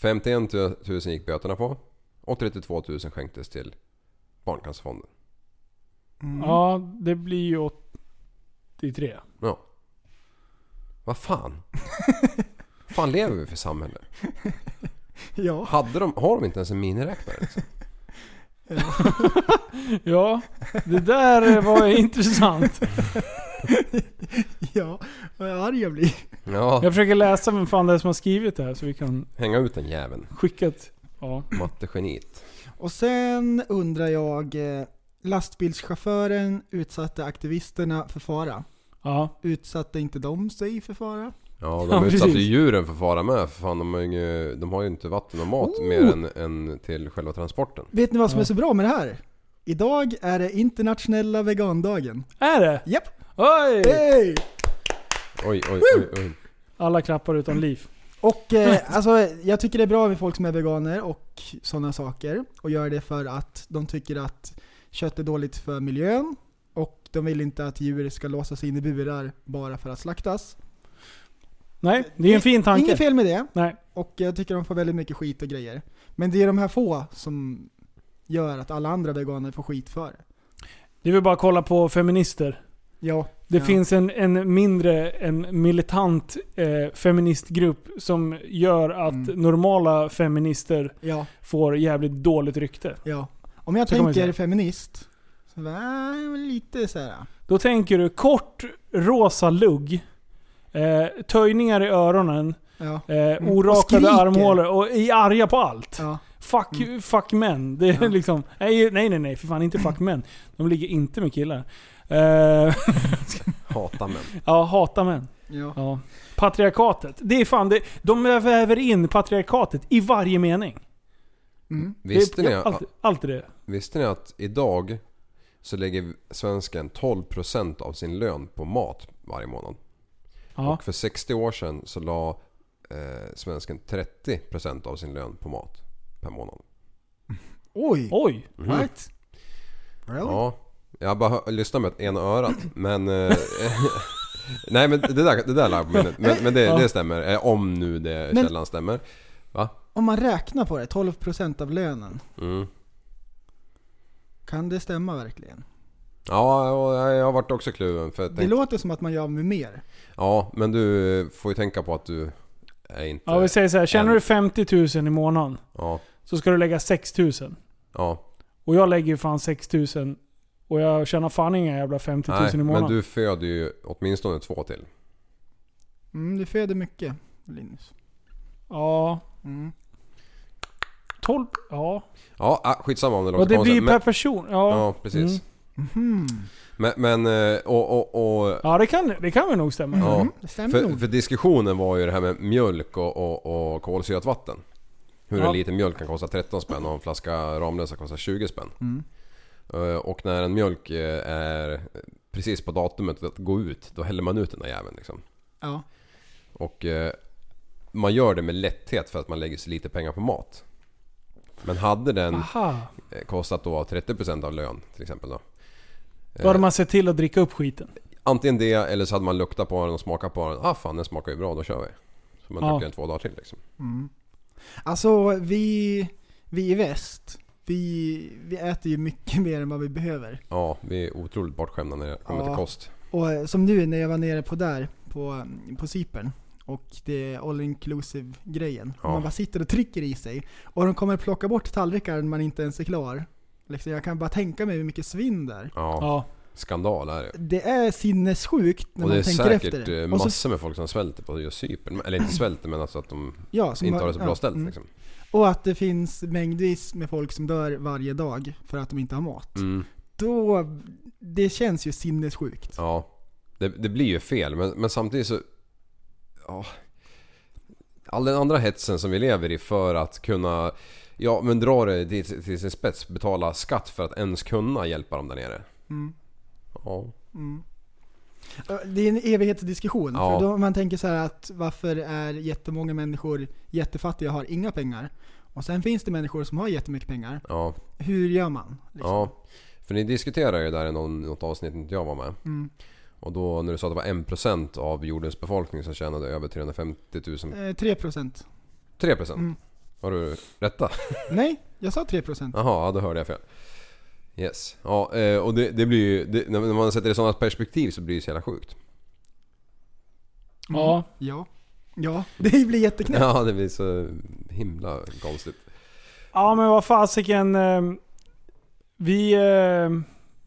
Speaker 5: 51 000 gick böterna på och 32 000 skänktes till Barncancerfonden.
Speaker 6: Mm.
Speaker 4: Ja, det blir ju 83.
Speaker 5: Ja. Vad fan? fan lever vi för samhälle?
Speaker 6: Ja.
Speaker 5: Hade de, har de inte ens en miniräknare? Liksom?
Speaker 4: Ja, det där var intressant.
Speaker 6: ja, vad arg jag blir.
Speaker 5: Ja.
Speaker 4: Jag försöker läsa vem fan det är som har skrivit det här så vi kan
Speaker 5: Hänga ut den jäveln.
Speaker 4: skicka ett... Ja.
Speaker 5: Mattegeniet.
Speaker 6: Och sen undrar jag, eh, lastbilschauffören utsatte aktivisterna för fara. Utsatte inte de sig för fara?
Speaker 5: Ja,
Speaker 6: Ja,
Speaker 5: de utsatte ju
Speaker 6: precis.
Speaker 5: djuren för fara med. För fan, de har ju, inget- de har ju inte vatten och mat
Speaker 6: Oh!
Speaker 5: mer än, än till själva transporten.
Speaker 6: Vet ni vad som är så bra med det här? Idag är det internationella vegandagen.
Speaker 4: Är det?
Speaker 6: Japp!
Speaker 4: Oj!
Speaker 6: Hey!
Speaker 5: Oj, oj, oj, oj.
Speaker 4: Alla klappar utom Liv.
Speaker 6: Och eh, alltså, jag tycker det är bra med folk som är veganer och sådana saker. Och gör det för att de tycker att kött är dåligt för miljön. Och de vill inte att djur ska låsas in i burar bara för att slaktas.
Speaker 4: Nej, det är en fin tanke.
Speaker 6: Inget fel med det.
Speaker 4: Nej.
Speaker 6: Och jag tycker de får väldigt mycket skit och grejer. Men det är de här få som gör att alla andra veganer får skit för det.
Speaker 4: Det är väl bara att kolla på feminister.
Speaker 6: Ja.
Speaker 4: Det
Speaker 6: Ja.
Speaker 4: finns en, en mindre, en militant eh, feministgrupp som gör att normala feminister
Speaker 6: Ja.
Speaker 4: får jävligt dåligt rykte.
Speaker 6: Ja. Om jag
Speaker 4: Så kan man ju
Speaker 6: tänker
Speaker 4: säga.
Speaker 6: feminist, så bara, äh, lite så här.
Speaker 4: Då tänker du kort rosa lugg, eh, töjningar i öronen,
Speaker 6: Ja.
Speaker 4: eh,
Speaker 6: Mm. Och skriker.
Speaker 4: orakade armhålor och är arga på allt.
Speaker 6: Ja. Mm.
Speaker 4: Fuck, fuck män. Det är liksom, nej, nej nej nej för fan inte fuck män. De ligger inte med killar. Eh,
Speaker 5: Hata män.
Speaker 4: ja, hata män.
Speaker 6: Ja.
Speaker 4: Patriarkatet. Det är fan det, de väver in patriarkatet i varje mening.
Speaker 5: Visste
Speaker 4: det,
Speaker 5: ni,
Speaker 4: ja, alltid, alltid det.
Speaker 5: visste ni att idag så lägger svensken 12% av sin lön på mat varje månad?
Speaker 4: Ja.
Speaker 5: Och för 60 år sedan så la eh, svensken 30% av sin lön på mat per månad.
Speaker 6: Oj!
Speaker 4: Oj!
Speaker 5: Mhm.
Speaker 6: What? Really?
Speaker 5: Mm. Ja, jag bara hör, lyssnar med ena örat men... eh, nej men det där, det där lär på minnet. Men, men det,
Speaker 6: Ja.
Speaker 5: det stämmer. Eh, Om nu det
Speaker 6: Men-
Speaker 5: källan stämmer. Va?
Speaker 6: Om man räknar på det, 12% av lönen.
Speaker 5: Mm.
Speaker 6: Kan det stämma verkligen?
Speaker 5: Ja, jag- jag har varit också kluven. För jag
Speaker 6: Det
Speaker 5: tänkte-
Speaker 6: låter som att man gör av med mer.
Speaker 5: Ja, men du får ju tänka på att du är inte...
Speaker 4: Ja, vi säger så här, tjänar
Speaker 5: en-
Speaker 4: du 50 000 i månaden
Speaker 5: Ja,
Speaker 4: så ska du lägga 6 000.
Speaker 5: ja.
Speaker 4: Och jag lägger ju fan 6 000 och jag tjänar fan inga jävla 50 000
Speaker 5: Nej,
Speaker 4: i månaden.
Speaker 5: men du föder ju åtminstone två till.
Speaker 6: Mm, du föder mycket, Linus.
Speaker 4: Ja.
Speaker 6: Mm.
Speaker 4: 12... Ja.
Speaker 5: Ja, ah, skitsamma om det låter
Speaker 4: Och det
Speaker 5: konstigt,
Speaker 4: blir
Speaker 5: men-
Speaker 4: per person. Ja,
Speaker 5: Ja, precis.
Speaker 6: Mm.
Speaker 5: Men, men eh, och, och, och
Speaker 4: Ja, Mm. det kan, det kan väl nog stämma.
Speaker 5: Ja.
Speaker 6: det stämmer
Speaker 5: för,
Speaker 6: nog.
Speaker 5: för diskussionen var ju det här med mjölk och, och, och kolsyrat vatten. Hur
Speaker 4: Ja.
Speaker 5: en liter mjölk kan kosta 13 spänn och en flaska Ramlösa kostar 20 spänn.
Speaker 6: Mm.
Speaker 5: Eh, Och när en mjölk eh, är precis på datumet att gå ut, då häller man ut den där jäveln liksom.
Speaker 6: Ja.
Speaker 5: Och eh, man gör det med lätthet för att man lägger så lite pengar på mat. Men hade den
Speaker 4: Aha.
Speaker 5: eh, kostat då 30% av lön till exempel då.
Speaker 4: Då hade man sett till att dricka upp skiten.
Speaker 5: Antingen det eller så hade man luktat på den och smakat på den. Ah fan den smakar ju bra, då kör vi. Så man
Speaker 4: Ja.
Speaker 5: dricker den två dagar till liksom.
Speaker 6: Mm. Alltså, vi, vi i väst, vi, vi äter ju mycket mer än vad vi behöver.
Speaker 5: Ja, vi är otroligt bortskämda när det kommer
Speaker 6: Ja.
Speaker 5: till kost.
Speaker 6: Och eh, som nu när jag var nere på där, på, på Cypern. och det är all inclusive grejen.
Speaker 5: Ja.
Speaker 6: Man bara sitter och trycker i sig. Och de kommer plocka bort tallrikar när man inte ens är klar. Liksom, jag kan bara tänka mig hur mycket svinn där.
Speaker 5: Ja. Skandal är det.
Speaker 6: Det är sinnessjukt när
Speaker 5: Och det är
Speaker 6: man tänker
Speaker 5: säkert
Speaker 6: efter det.
Speaker 5: eh,
Speaker 6: Och så-
Speaker 5: massor med folk som svälter på just Cypern. Eller inte svälter men alltså att de
Speaker 6: Ja, som
Speaker 5: inte
Speaker 6: har-
Speaker 5: har det så bra
Speaker 6: ja,
Speaker 5: ställt
Speaker 6: mm.
Speaker 5: liksom.
Speaker 6: Och att det finns mängdvis med folk som dör varje dag för att de inte har mat.
Speaker 5: Mm.
Speaker 6: Då, det känns ju sinnessjukt.
Speaker 5: Ja, det, det blir ju fel men, men samtidigt så... Ja, all den andra hetsen som vi lever i för att kunna... Ja men dra det till, till sin spets, betala skatt för att ens kunna hjälpa dem där nere.
Speaker 6: Mm.
Speaker 5: Ja.
Speaker 6: Mm. Ja, Det är en evighetsdiskussion.
Speaker 5: Ja.
Speaker 6: För då man tänker så här att varför är jättemånga människor jättefattiga och har inga pengar? Och sen finns det människor som har jättemycket pengar.
Speaker 5: Ja.
Speaker 6: Hur gör man?
Speaker 4: Liksom.
Speaker 6: liksom?
Speaker 5: ja. För ni diskuterade ju där i någon, något avsnitt inte jag var med.
Speaker 6: Mm.
Speaker 5: Och då när du sa att det var 1% av jordens befolkning som tjänade över 350 000...
Speaker 6: Eh, 3%.
Speaker 5: 3%?
Speaker 6: Mm.
Speaker 5: Har du rätta?
Speaker 6: Nej, jag sa 3%.
Speaker 5: Jaha, ja, då hörde jag fel. Yes. Ja, eh, och det, det blir ju... Det, när man sätter det i sådana perspektiv så blir det så jävla sjukt.
Speaker 6: Mm.
Speaker 4: Ja.
Speaker 6: Ja. Ja, det blir jätteknäppt.
Speaker 5: Ja, det blir så himla konstigt.
Speaker 4: Ja men vad fasiken. eh, Vi eh,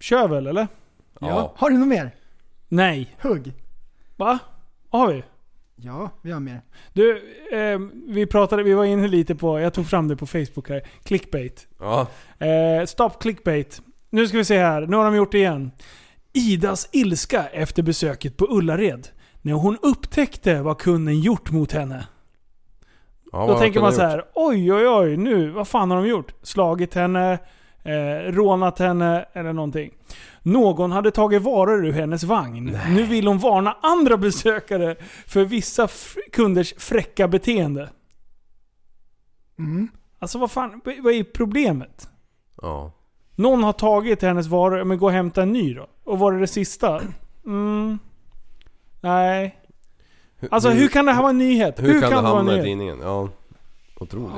Speaker 4: kör väl eller?
Speaker 5: Ja.
Speaker 6: Har du något mer?
Speaker 4: Nej.
Speaker 6: Hugg.
Speaker 4: Va? Har vi?
Speaker 6: Ja, vi har mer.
Speaker 4: Du, eh, vi pratade, vi var inne lite på, jag tog fram det på Facebook här, clickbait.
Speaker 5: Ja.
Speaker 4: Eh, stopp clickbait. Nu ska vi se här, nu har de gjort det igen. Idas ilska efter besöket på Ullared. När hon upptäckte vad kunden gjort mot henne.
Speaker 5: Ja, vad
Speaker 4: Då
Speaker 5: har
Speaker 4: tänker
Speaker 5: de
Speaker 4: man
Speaker 5: gjort?
Speaker 4: så här, oj oj oj, nu, vad fan har de gjort? Slagit henne, eh, rånat henne eller någonting. Någon hade tagit varor ur hennes vagn. Nu vill hon varna andra besökare för vissa f- kunders fräcka beteende.
Speaker 6: Mm.
Speaker 4: Alltså vad fan, vad- vad är problemet?
Speaker 5: Ja.
Speaker 4: Någon har tagit hennes varor, men gå och hämta en ny då. Och var det det sista? Mm. Nej. Alltså hur, kan det här vara en nyhet?
Speaker 5: Hur, kan det
Speaker 4: vara Ah. en
Speaker 5: hamna i
Speaker 4: nyhet?
Speaker 5: tidningen? Ja. Otroligt.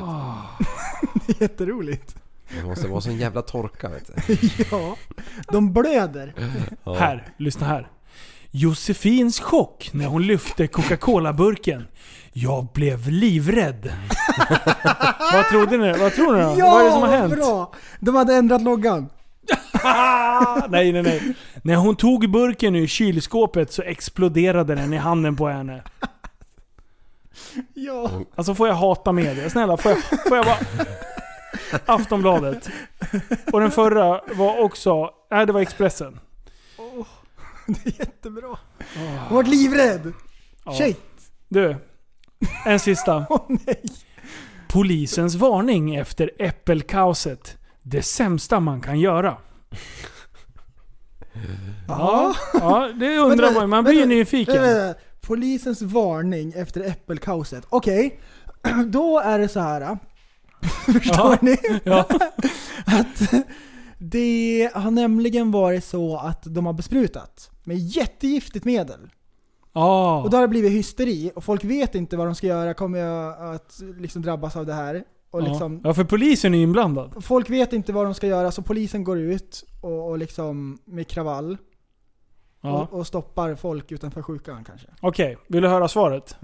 Speaker 6: Det är jätteroligt.
Speaker 5: Det måste vara sån jävla torka vet du.
Speaker 6: Ja. De blöder.
Speaker 5: Ja.
Speaker 4: Här, lyssna här. Josefins chock när hon lyfte Coca-Cola-burken. Jag blev livrädd. vad trodde ni? Vad tror ni då?
Speaker 6: Ja,
Speaker 4: vad är det som har
Speaker 6: vad
Speaker 4: hänt?
Speaker 6: bra! De hade ändrat loggan.
Speaker 4: Nej, nej, nej. När hon tog burken ur kylskåpet så exploderade den i handen på henne.
Speaker 6: Ja.
Speaker 4: Alltså får jag hata media? Snälla, får jag, får jag bara... Aftonbladet. Och den förra var också... Nej, det var Expressen.
Speaker 6: Det är jättebra. Jag vart livrädd.
Speaker 4: Ja.
Speaker 6: Shit.
Speaker 4: Du, en sista. Polisens varning efter äppelkaoset. Det sämsta man kan göra. Ja, ja det undrar
Speaker 6: Vänta,
Speaker 4: man ju. Man blir ju
Speaker 6: vänta,
Speaker 4: nyfiken.
Speaker 6: vänta, vänta. Eh, Polisens varning efter äppelkaoset. Okej, då är det så här. eh, Förstår ni? att det har nämligen varit så att de har besprutat med jättegiftigt medel.
Speaker 4: Ja.
Speaker 6: Och då har det blivit hysteri och folk vet inte vad de ska göra. Kommer jag att liksom drabbas av det här? Och liksom,
Speaker 4: ja. ja, för polisen är ju inblandad.
Speaker 6: Folk vet inte vad de ska göra så polisen går ut och, och liksom med kravall.
Speaker 4: Ja.
Speaker 6: Och, och stoppar folk utanför sjukan kanske.
Speaker 4: Okej, vill du höra svaret?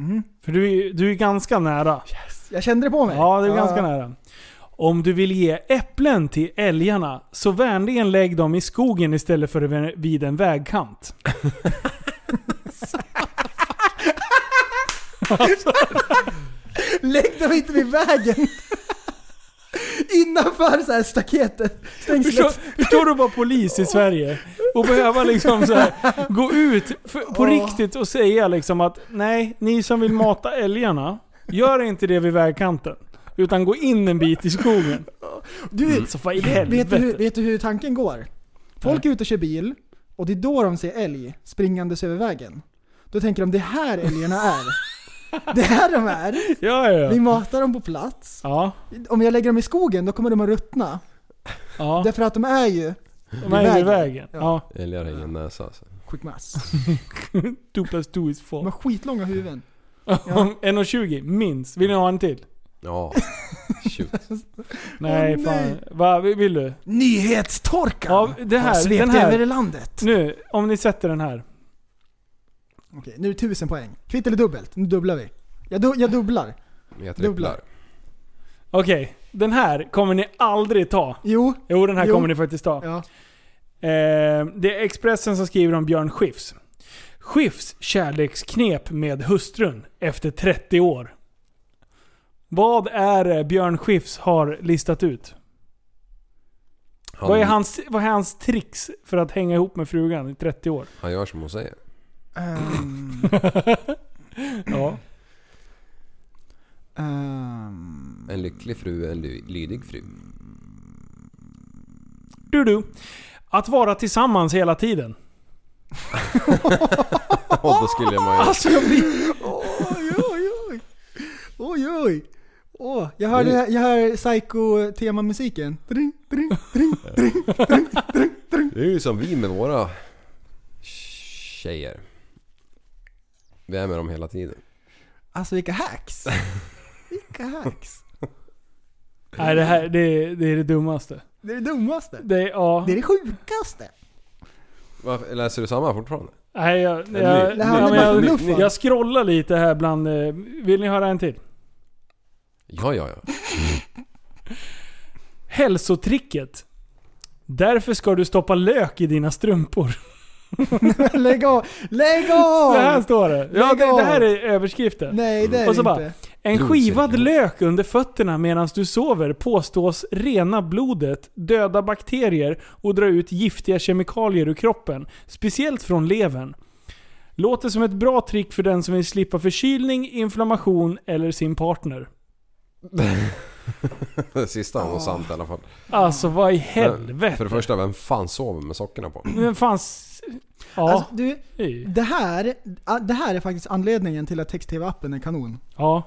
Speaker 4: För du är, du är ganska nära.
Speaker 6: Jag kände det på mig.
Speaker 4: Ja, det är ganska nära. Om du vill ge äpplen till älgarna, så vänligen lägg dem i skogen istället för vid en vägkant.
Speaker 6: Lägg dem inte vid vägen! Innanför så här staketet,
Speaker 4: Förstår,
Speaker 6: stängslet.
Speaker 4: förstår du vad polis i Sverige? Och behöva liksom så här, gå ut för, på
Speaker 6: Ja.
Speaker 4: riktigt och säga liksom att nej, ni som vill mata älgarna, gör inte det vid vägkanten. Utan gå in en bit i skogen.
Speaker 6: Du,
Speaker 4: Så vad i
Speaker 6: vet, du,
Speaker 4: helvete?
Speaker 6: hur- vet du hur tanken går? Folk är ute och kör bil och det är då de ser älg springandes över vägen. Då tänker de det här älgarna är. Det här de är.
Speaker 4: Ja, ja,
Speaker 6: Vi
Speaker 4: ja.
Speaker 6: matar dem på plats.
Speaker 4: Ja,
Speaker 6: Om jag lägger dem i skogen då kommer de att ruttna.
Speaker 4: ja.
Speaker 6: Därför att de är ju
Speaker 4: De är vid vägen.
Speaker 6: Ja.
Speaker 4: Ja.
Speaker 5: Älgar har ingen näsa alltså.
Speaker 6: Quick mass.
Speaker 4: Two plus two is
Speaker 6: De
Speaker 4: four.
Speaker 6: har skitlånga huvuden. Ja.
Speaker 4: 1,20 minst. Vill ni ha en till?
Speaker 5: Ja. Shoot.
Speaker 4: Nej,
Speaker 6: Åh,
Speaker 4: fan.
Speaker 6: nej.
Speaker 4: Va, vill du?
Speaker 6: Nyhetstorkan
Speaker 4: Ja, det här-
Speaker 6: har svept
Speaker 4: den här-
Speaker 6: över landet.
Speaker 4: Nu, om ni sätter den här.
Speaker 6: Okej, nu är det tusen poäng. Kvitt eller dubbelt? Nu dubblar vi. Jag, du, jag dubblar.
Speaker 5: Jag
Speaker 6: Dubblar.
Speaker 5: tripplar.
Speaker 4: Okej, den här kommer ni aldrig ta.
Speaker 6: Jo.
Speaker 4: Jo, den här
Speaker 6: Jo.
Speaker 4: kommer ni faktiskt ta. Eh, det är Expressen som skriver om Björn Skifs. Skifs kärleksknep med hustrun efter 30 år. Vad är det Björn Skifs har listat ut?
Speaker 5: Han,
Speaker 4: Vad, är hans, vad är hans tricks för att hänga ihop med frugan i 30 år?
Speaker 5: han gör som hon säger.
Speaker 6: Ehm,
Speaker 4: Ja.
Speaker 6: ehm,
Speaker 5: En lycklig fru, en ly- lydig fru.
Speaker 4: Du, du. Att vara tillsammans hela tiden.
Speaker 5: Och då skulle man ju...
Speaker 4: Alltså jag blir...
Speaker 6: Oj, oj, oj. Oj, oj. Åh, jag hör,
Speaker 5: Det är-
Speaker 6: det- jag hör psycho-temamusiken. Dring, dring, dring.
Speaker 5: Det är ju som vi med våra tjejer. Vi är med dem hela tiden.
Speaker 6: Alltså vilka hacks. Vilka hacks.
Speaker 4: Nej det här det är, det är det dummaste.
Speaker 6: Det är det dummaste.
Speaker 4: Det är, ja.
Speaker 6: Det är det sjukaste.
Speaker 5: Varför, läser du samma fortfarande?
Speaker 4: Nej, jag,
Speaker 5: ny-
Speaker 4: jag, jag,
Speaker 6: Det här var bara
Speaker 4: jag, jag,
Speaker 6: bluffen.
Speaker 4: scrollar lite här bland... eh, Vill ni höra en till?
Speaker 5: Ja, ja, ja.
Speaker 4: Hälsotricket. Därför ska du stoppa lök i dina strumpor.
Speaker 6: Lägg av! Lägg av!
Speaker 4: Så här står det.
Speaker 6: Lägg
Speaker 4: Ja, det, det
Speaker 6: av.
Speaker 4: här är överskriften.
Speaker 6: Nej det är
Speaker 4: Och så
Speaker 6: det
Speaker 4: bara,
Speaker 6: inte.
Speaker 4: en
Speaker 5: Blod,
Speaker 4: skivad
Speaker 5: säger jag.
Speaker 4: lök under fötterna medan du sover påstås rena blodet, döda bakterier och dra ut giftiga kemikalier ur kroppen. Speciellt från levern. Låter som ett bra trick för den som vill slippa förkylning, inflammation eller sin partner.
Speaker 5: Det sista var nog sant i alla fall.
Speaker 4: Alltså vad i
Speaker 5: För det
Speaker 4: Ah. helvete?
Speaker 5: första, vem fan sover med sockorna på?
Speaker 4: Men fanns... Ja.
Speaker 6: Alltså, du,
Speaker 4: hej.
Speaker 6: det här, det här är faktiskt anledningen till att text-tv-appen är kanon.
Speaker 4: ja.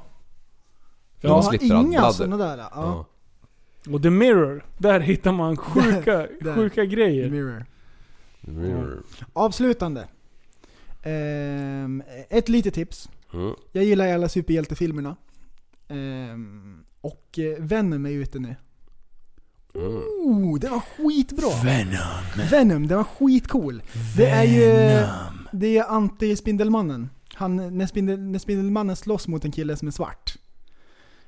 Speaker 5: För
Speaker 6: De
Speaker 5: de
Speaker 6: har
Speaker 5: slipper allt
Speaker 6: inga
Speaker 5: bladder.
Speaker 6: sådana där. Ja.
Speaker 5: Ja.
Speaker 4: Och The Mirror, där hittar man sjuka,
Speaker 6: där.
Speaker 4: sjuka grejer.
Speaker 6: Mirror.
Speaker 5: Mm.
Speaker 6: Avslutande. Ehm, ett litet tips.
Speaker 5: Mm.
Speaker 6: Jag gillar alla superhjältefilmerna. Ehm, och eh, Venom är ute nu. Oh, den var skitbra! Venom! Venom, den var skitcool. Det är ju... Det är ju anti-Spindelmannen. Han, när, spindel, när Spindelmannen slåss mot en kille som är svart.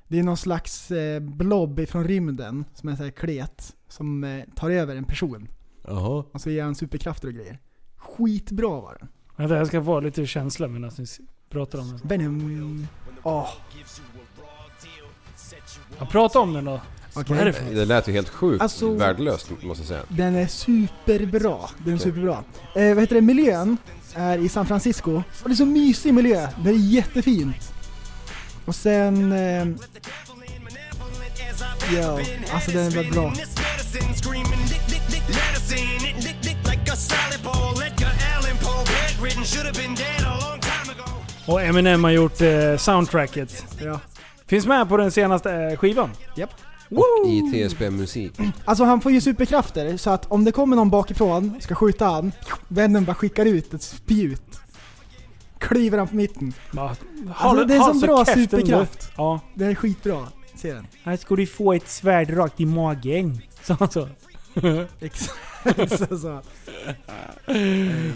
Speaker 6: Det är någon slags eh, blob från rymden, som är så här klet, som eh, tar över en person.
Speaker 5: Jaha.
Speaker 6: Och så ger han superkrafter och grejer. Skitbra var den.
Speaker 4: Vänta, jag ska vara lite känsla medan ni s- pratar om den.
Speaker 6: Venom. Åh,
Speaker 4: Ja, prata om den då.
Speaker 6: okej.
Speaker 4: Vad är det för
Speaker 5: Det lät ju helt sjukt
Speaker 6: Alltså-
Speaker 5: värdelöst måste jag säga.
Speaker 6: Den är superbra. Den är superbra. Eh, vad heter det? Miljön är i San Francisco. Och det är så mysig miljö. Det är jättefint. Och sen... Eh, ja, alltså den är väldigt bra.
Speaker 4: Och Eminem har gjort eh, soundtracket.
Speaker 6: Ja.
Speaker 4: Finns med på den senaste eh, skivan.
Speaker 6: Japp.
Speaker 5: Och i TSB-musik.
Speaker 6: Alltså han får ju superkrafter så att om det kommer någon bakifrån och ska skjuta han, vännen bara skickar ut ett spjut. Kliver han på mitten.
Speaker 4: Bara,
Speaker 6: Alltså, det är en sån bra
Speaker 4: käften du.
Speaker 6: superkraft.
Speaker 4: Ja.
Speaker 6: Den är skitbra. Se den.
Speaker 4: Här ska du få ett svärd rakt i magen. Så han så.
Speaker 6: Exakt. så, så.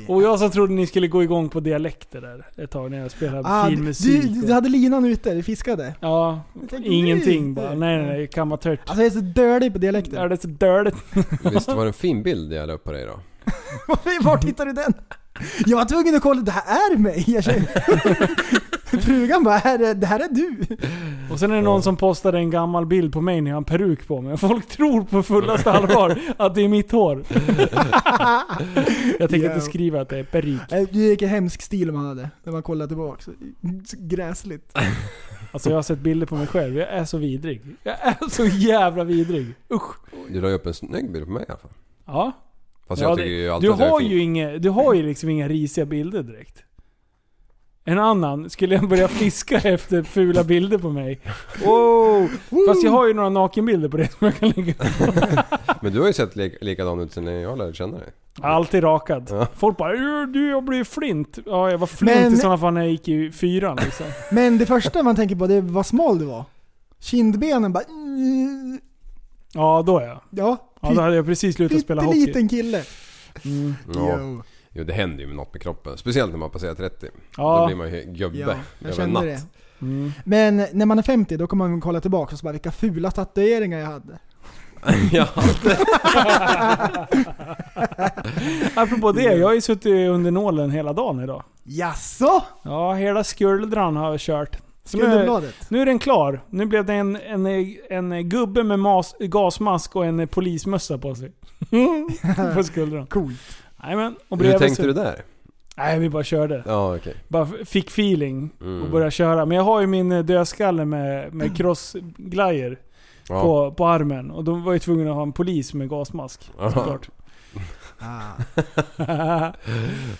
Speaker 4: Och jag som trodde ni skulle gå igång på dialekter där ett tag när jag spelade
Speaker 6: Ah,
Speaker 4: fin
Speaker 6: du,
Speaker 4: musik.
Speaker 6: du hade linan ute, du fiskade.
Speaker 4: Ja,
Speaker 6: tänkte,
Speaker 4: ingenting
Speaker 6: nej,
Speaker 4: bara.
Speaker 6: nej.
Speaker 4: Nej, nej, nej. Kammartört.
Speaker 6: Alltså jag är så dirty på
Speaker 4: Är
Speaker 6: dialekten.
Speaker 4: det så dörligt?
Speaker 5: Visst var det en fin bild jag la upp på dig då?
Speaker 6: Vart hittar du den? Jag var tvungen att kolla, det här är mig! Jag känner- Frugan bara, här är, det här är du!
Speaker 4: Och sen är det någon som postade en gammal bild på mig när jag har en peruk på mig. Folk tror på fullaste allvar att det är mitt hår. jag tänker
Speaker 6: Yeah.
Speaker 4: inte skriva att det är peruk.
Speaker 6: Eh, Vilken hemsk stil man hade när man kollade tillbaka. Så Gräsligt.
Speaker 4: Alltså jag har sett bilder på mig själv. Jag är så vidrig. Jag är så jävla vidrig. Usch.
Speaker 5: Du la ju upp en snygg bild på mig i alla fall.
Speaker 4: Ja.
Speaker 5: Fast
Speaker 4: ja,
Speaker 5: jag
Speaker 4: det-
Speaker 5: tycker ju alltid
Speaker 4: du,
Speaker 5: att jag
Speaker 4: har
Speaker 5: är fin.
Speaker 4: ju inga, du har ju liksom inga risiga bilder direkt. En annan, skulle jag börja fiska efter fula bilder på mig? Wow. Fast jag har ju några nakenbilder på det som jag kan lägga upp.
Speaker 5: Men du har ju sett li- likadan ut sen jag lärde känna dig.
Speaker 4: Alltid rakad.
Speaker 5: Ja.
Speaker 4: Folk bara "Ö, du jag blir flint. Ja jag var flint
Speaker 6: Men-
Speaker 4: i sådana fall när jag gick i fyran liksom.
Speaker 6: Men det första man tänker på det är vad smal du var. Kindbenen bara... mm,
Speaker 4: Ja då ja.
Speaker 6: Ja,
Speaker 4: Ja då hade jag precis slutat spela hockey.
Speaker 6: pytteliten kille.
Speaker 4: Mm.
Speaker 5: Ja.
Speaker 6: Jo.
Speaker 5: Jo det händer ju med något med kroppen. Speciellt när man passerar 30.
Speaker 6: Ja.
Speaker 5: Då blir man ju gubbe
Speaker 6: Ja,
Speaker 5: över
Speaker 6: jag
Speaker 5: en
Speaker 6: kände
Speaker 5: natt.
Speaker 6: det.
Speaker 4: Mm.
Speaker 6: Men när man är 50 då kommer man kolla tillbaka och så bara vilka fula tatueringar jag hade.
Speaker 5: ja.
Speaker 4: Apropå det, jag har ju suttit under nålen hela dagen idag.
Speaker 6: Jaså?
Speaker 4: Ja, hela skuldran har jag kört. Så nu-
Speaker 6: Skulderbladet?
Speaker 4: Nu är den klar. Nu blev det en, en, en gubbe med mas, gasmask och en polismössa på sig.
Speaker 6: Mm.
Speaker 4: på skuldran.
Speaker 6: Coolt.
Speaker 4: Jajamän.
Speaker 5: Hur
Speaker 4: Och bredvid
Speaker 5: tänkte
Speaker 4: så-
Speaker 5: du där?
Speaker 4: Nej, vi bara körde.
Speaker 5: Ja okej.
Speaker 4: Bara f- fick feeling och
Speaker 5: Mm.
Speaker 4: började köra. Men jag har ju min eh, dödskalle med, med crossglajer
Speaker 5: Ja.
Speaker 4: på, på armen. Och då var jag tvungen att ha en polis med gasmask.
Speaker 5: Ja.
Speaker 4: Såklart.
Speaker 6: Ah.